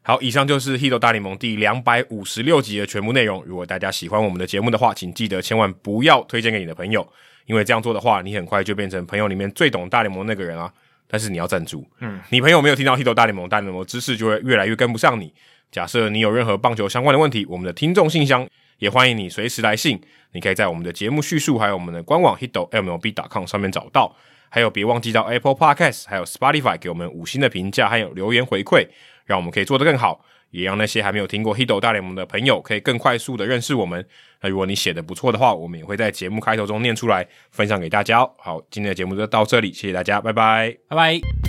Speaker 2: 好，以上就是《h i t o 大联盟》第两百五十六集的全部内容。如果大家喜欢我们的节目的话，请记得千万不要推荐给你的朋友，因为这样做的话，你很快就变成朋友里面最懂大联盟那个人啊。但是你要赞助，嗯，你朋友没有听到《h i t o 大联盟》，大联盟知识就会越来越跟不上你。假设你有任何棒球相关的问题，我们的听众信箱也欢迎你随时来信，你可以在我们的节目叙述还有我们的官网 hito mlb.com 上面找到。还有别忘记到 Apple Podcast 还有 Spotify 给我们五星的评价还有留言回馈，让我们可以做得更好，也让那些还没有听过 Hito 大联盟的朋友可以更快速的认识我们。那如果你写的不错的话，我们也会在节目开头中念出来，分享给大家哦。好，今天的节目就到这里，谢谢大家，拜拜。
Speaker 1: 拜拜。